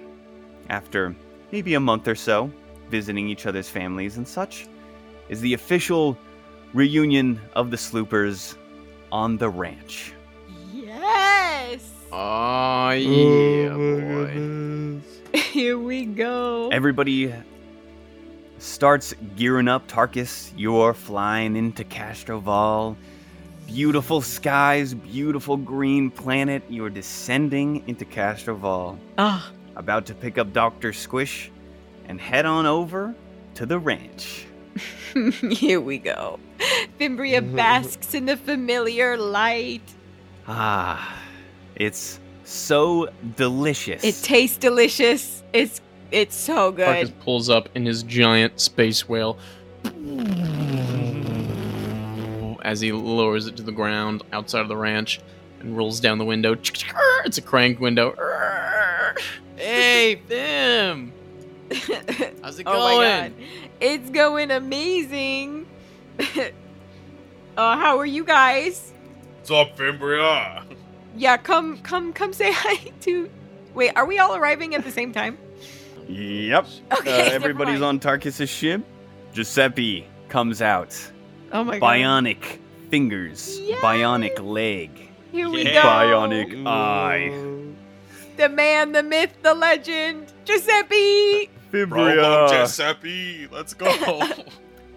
Speaker 1: After maybe a month or so, visiting each other's families and such, is the official reunion of the Sloopers on the ranch.
Speaker 6: Yes.
Speaker 1: Uh.
Speaker 3: Oh yeah,
Speaker 10: Oh my
Speaker 3: boy.
Speaker 10: goodness.
Speaker 6: Here we go.
Speaker 1: Everybody starts gearing up. Tarkus, you're flying into Castroval. Beautiful skies, beautiful green planet. You're descending into Castroval.
Speaker 2: Ah,
Speaker 1: About to pick up Dr. Squish and head on over to the ranch.
Speaker 6: Here we go. Fimbria
Speaker 1: Mm-hmm,
Speaker 6: basks in the familiar light.
Speaker 1: Ah, it's so delicious.
Speaker 6: It tastes delicious. It's it's so good.
Speaker 3: Marcus pulls up in his giant space whale as he lowers it to the ground outside of the ranch and rolls down the window. It's a crank window. Hey, Fim! How's it
Speaker 6: oh
Speaker 3: going?
Speaker 6: my god. It's going amazing. oh, how are you guys?
Speaker 7: What's up, Fimbria?
Speaker 6: Yeah, come come come say hi to Wait, are we all arriving at the same time?
Speaker 1: Yep. Uh,
Speaker 6: Okay.
Speaker 1: everybody's on Tarkus's ship. Giuseppe comes out.
Speaker 2: oh my god.
Speaker 1: Bionic fingers.
Speaker 6: Yay!
Speaker 1: Bionic leg.
Speaker 6: Here we
Speaker 7: Yeah.
Speaker 6: go.
Speaker 1: Bionic eye.
Speaker 6: The man, the myth, the legend, Giuseppe.
Speaker 7: Bravo, Giuseppe. Let's go.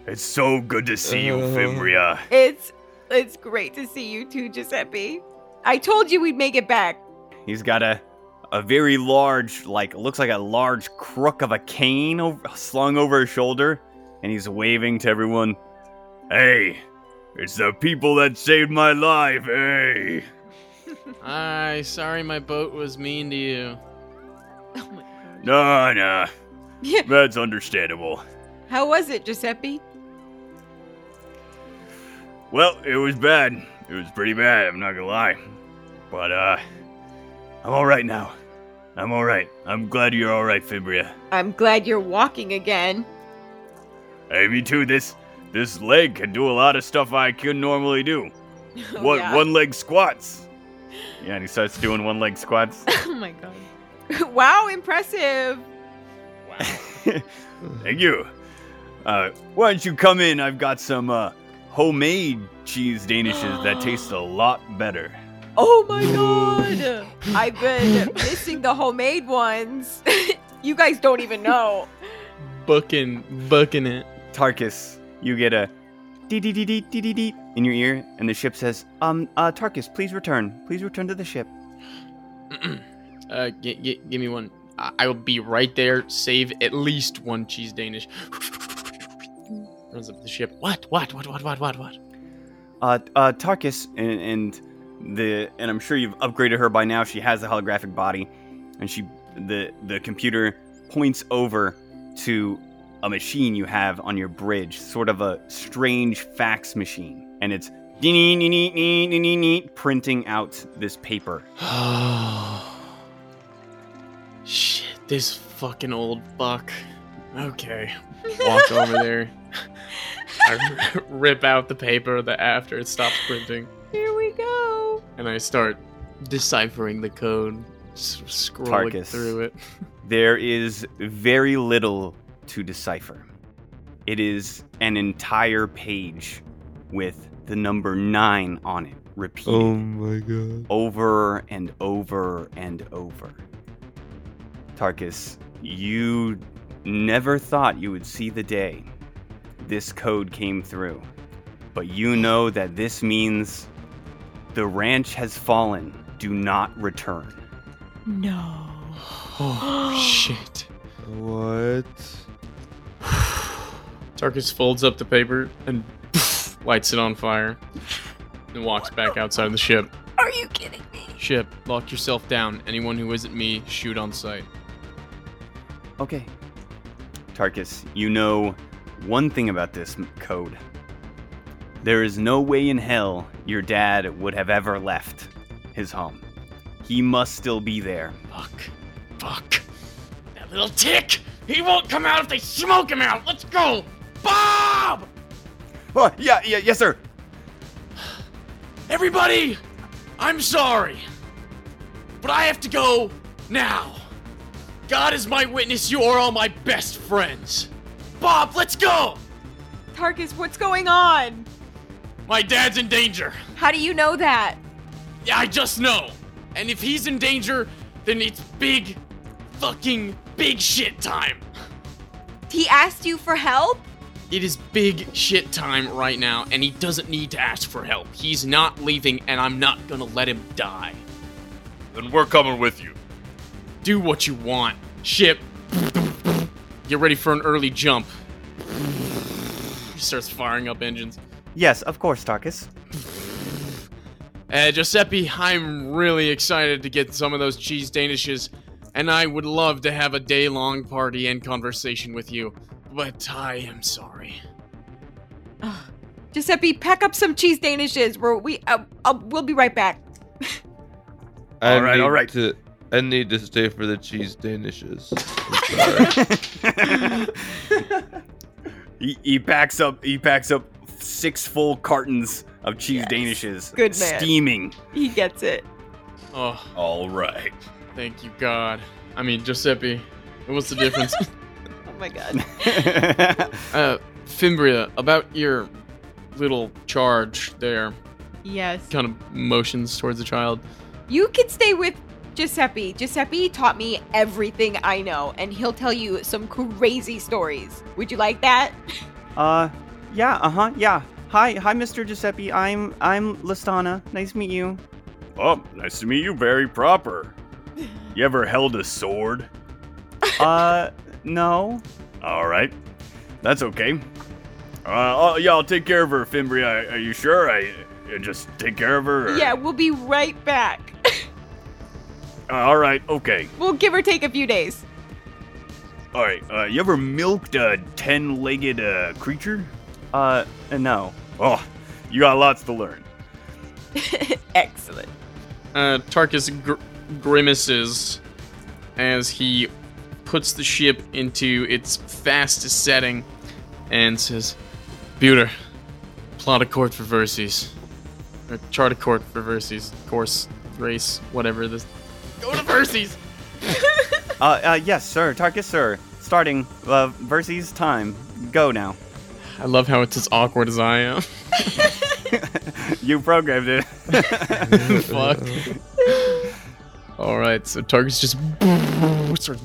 Speaker 1: It's so good to see you,
Speaker 10: Uh.
Speaker 1: Fimbria.
Speaker 6: It's it's great to see you too, Giuseppe. I told you we'd make it back.
Speaker 1: He's got a a very large, like looks like a large crook of a cane over, slung over his shoulder, and he's waving to everyone. Hey, it's the people that saved my life. Hey.
Speaker 3: Hi, sorry my boat was mean to you.
Speaker 6: Oh my god.
Speaker 1: Nah, nah.
Speaker 6: Yeah.
Speaker 1: That's understandable.
Speaker 6: How was it, Giuseppe?
Speaker 1: Well, it was bad. It was pretty bad, I'm not gonna lie. But, uh, I'm alright now. I'm alright. I'm glad you're alright, Fimbria.
Speaker 6: I'm glad you're walking again.
Speaker 1: Hey, me too. This this leg can do a lot of stuff I couldn't normally do.
Speaker 6: Oh,
Speaker 1: One
Speaker 6: yeah.
Speaker 1: one leg squats. Yeah, and he starts doing one leg squats.
Speaker 2: Oh my god.
Speaker 6: wow, impressive.
Speaker 1: Thank you. Uh, why don't you come in? I've got some uh, homemade cheese danishes that taste a lot better.
Speaker 6: Oh my god. I've been missing the homemade ones. you guys don't even know.
Speaker 3: Booking, booking it.
Speaker 1: Tarkus, you get a dee dee dee dee dee dee dee in your ear, and the ship says, "Um, uh, Tarkus, please return. Please return to the ship."
Speaker 3: uh, g- g- give me one. I-, I will be right there. Save at least one cheese Danish. Runs up the ship. What? What? What? What? What? What? What?
Speaker 1: Uh, uh, Tarkus, and, and the and I'm sure you've upgraded her by now. She has the holographic body, and she the the computer points over to a machine you have on your bridge, sort of a strange fax machine, and it's dee nee nee nee nee nee nee nee printing out this paper.
Speaker 3: Shit! This fucking old fuck. Okay. Walk over there. I r- rip out the paper that after it stops printing,
Speaker 6: Here we go.
Speaker 3: and I start deciphering the code, s- scrolling
Speaker 1: Tarkus.
Speaker 3: through it.
Speaker 1: There is very little to decipher. It is an entire page with the number nine on it, repeated
Speaker 10: Oh my god.
Speaker 1: over and over and over. Tarkus, you never thought you would see the day this code came through, but you know that this means the ranch has fallen. Do not return.
Speaker 2: No.
Speaker 3: Oh shit.
Speaker 10: What?
Speaker 3: Tarkus folds up the paper and lights it on fire and walks back outside the ship.
Speaker 6: Are you kidding me?
Speaker 3: Ship, lock yourself down. Anyone who isn't me, shoot on sight.
Speaker 1: Okay. Tarkus, you know one thing about this m- code. There is no way in hell your dad would have ever left his home. He must still be there.
Speaker 3: Fuck. Fuck. That little tick! He won't come out if they smoke him out! Let's go! Bob!
Speaker 1: Oh, yeah, yeah, yes, sir.
Speaker 3: Everybody, I'm sorry, but I have to go now. God is my witness, you are all my best friends. Bob, let's go!
Speaker 6: Tarkus, what's going on?
Speaker 3: My dad's in danger.
Speaker 6: How do you know that?
Speaker 3: Yeah, I just know. And if he's in danger, then it's big, fucking big shit time.
Speaker 6: He asked you for help?
Speaker 3: It is big shit time right now, and he doesn't need to ask for help. He's not leaving, and I'm not gonna let him die.
Speaker 7: Then we're coming with you.
Speaker 3: Do what you want. Ship. Get ready for an early jump. He starts firing up engines.
Speaker 1: Yes, of course, Tarkus.
Speaker 3: Uh, Giuseppe, I'm really excited to get some of those cheese danishes, and I would love to have a day long party and conversation with you, but I am sorry.
Speaker 6: Ugh. Giuseppe, pack up some cheese danishes. We're, we uh, uh, we'll be right back.
Speaker 10: I
Speaker 1: All right,
Speaker 10: need
Speaker 1: all right.
Speaker 10: To, I need to stay for the cheese danishes.
Speaker 1: he, he packs up. He packs up six full cartons of cheese danishes.
Speaker 6: Good man.
Speaker 1: Steaming.
Speaker 6: He gets it.
Speaker 3: Oh,
Speaker 7: All right.
Speaker 3: thank you, God. I mean, Giuseppe, what's the difference?
Speaker 6: Oh my god.
Speaker 3: uh, Fimbria, about your little charge there,
Speaker 2: Yes.
Speaker 3: kind of motions towards the child.
Speaker 6: You can stay with Giuseppe. Giuseppe taught me everything I know, and he'll tell you some crazy stories. Would you like that?
Speaker 1: uh, yeah. Uh huh. Yeah. Hi, hi, Mr. Giuseppe. I'm I'm Listana. Nice to meet you.
Speaker 7: Oh, nice to meet you. Very proper. You ever held a sword?
Speaker 1: Uh, no.
Speaker 7: All right. That's okay. Uh, oh, yeah, I'll take care of her, Fimbria. Are you sure? I uh, just take care of her. or-
Speaker 6: Yeah, we'll be right back.
Speaker 7: Uh, all right. Okay.
Speaker 6: We'll give or take a few days.
Speaker 7: All right. Uh, you ever milked a ten-legged uh, creature?
Speaker 1: Uh, no.
Speaker 7: Oh, you got lots to learn.
Speaker 6: Excellent.
Speaker 3: Uh, Tarkus gr- grimaces as he puts the ship into its fastest setting and says, Buter, plot a court for Verses. Or chart a court for Verses. Course, race, whatever this. Go to Verses!
Speaker 1: Uh, uh, yes, sir. Tarkus, sir. Starting. Uh, Verses time. Go now.
Speaker 3: I love how it's as awkward as I am.
Speaker 1: you programmed it.
Speaker 3: Fuck. Alright, so Tarkus just starts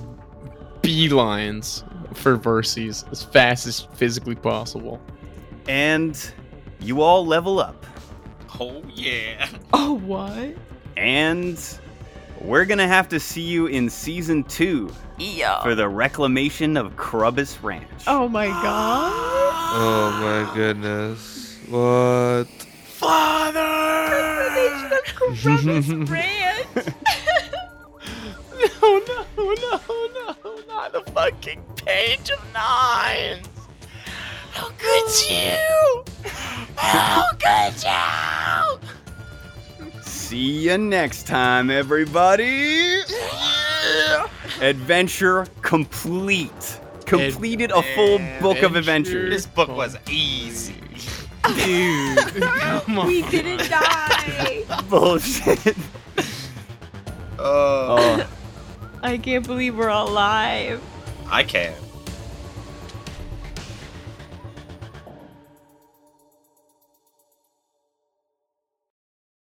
Speaker 3: beelines for Verses as fast as physically possible.
Speaker 1: and you all level up.
Speaker 4: Oh yeah.
Speaker 2: Oh, what?
Speaker 1: And we're gonna have to see you in season two
Speaker 6: Yeah.
Speaker 1: for the reclamation of Crubbis Ranch.
Speaker 2: Oh my god.
Speaker 10: oh my goodness. What?
Speaker 3: Father! No, no, no, no, not the fucking page of nines! How could you? How could you?
Speaker 1: See you next time, everybody. Adventure complete. Completed a full book of adventures.
Speaker 4: This book was easy.
Speaker 3: Dude, come on.
Speaker 6: we didn't die.
Speaker 1: Bullshit.
Speaker 4: Oh,
Speaker 1: Oh.
Speaker 2: I can't believe we're alive.
Speaker 4: I can.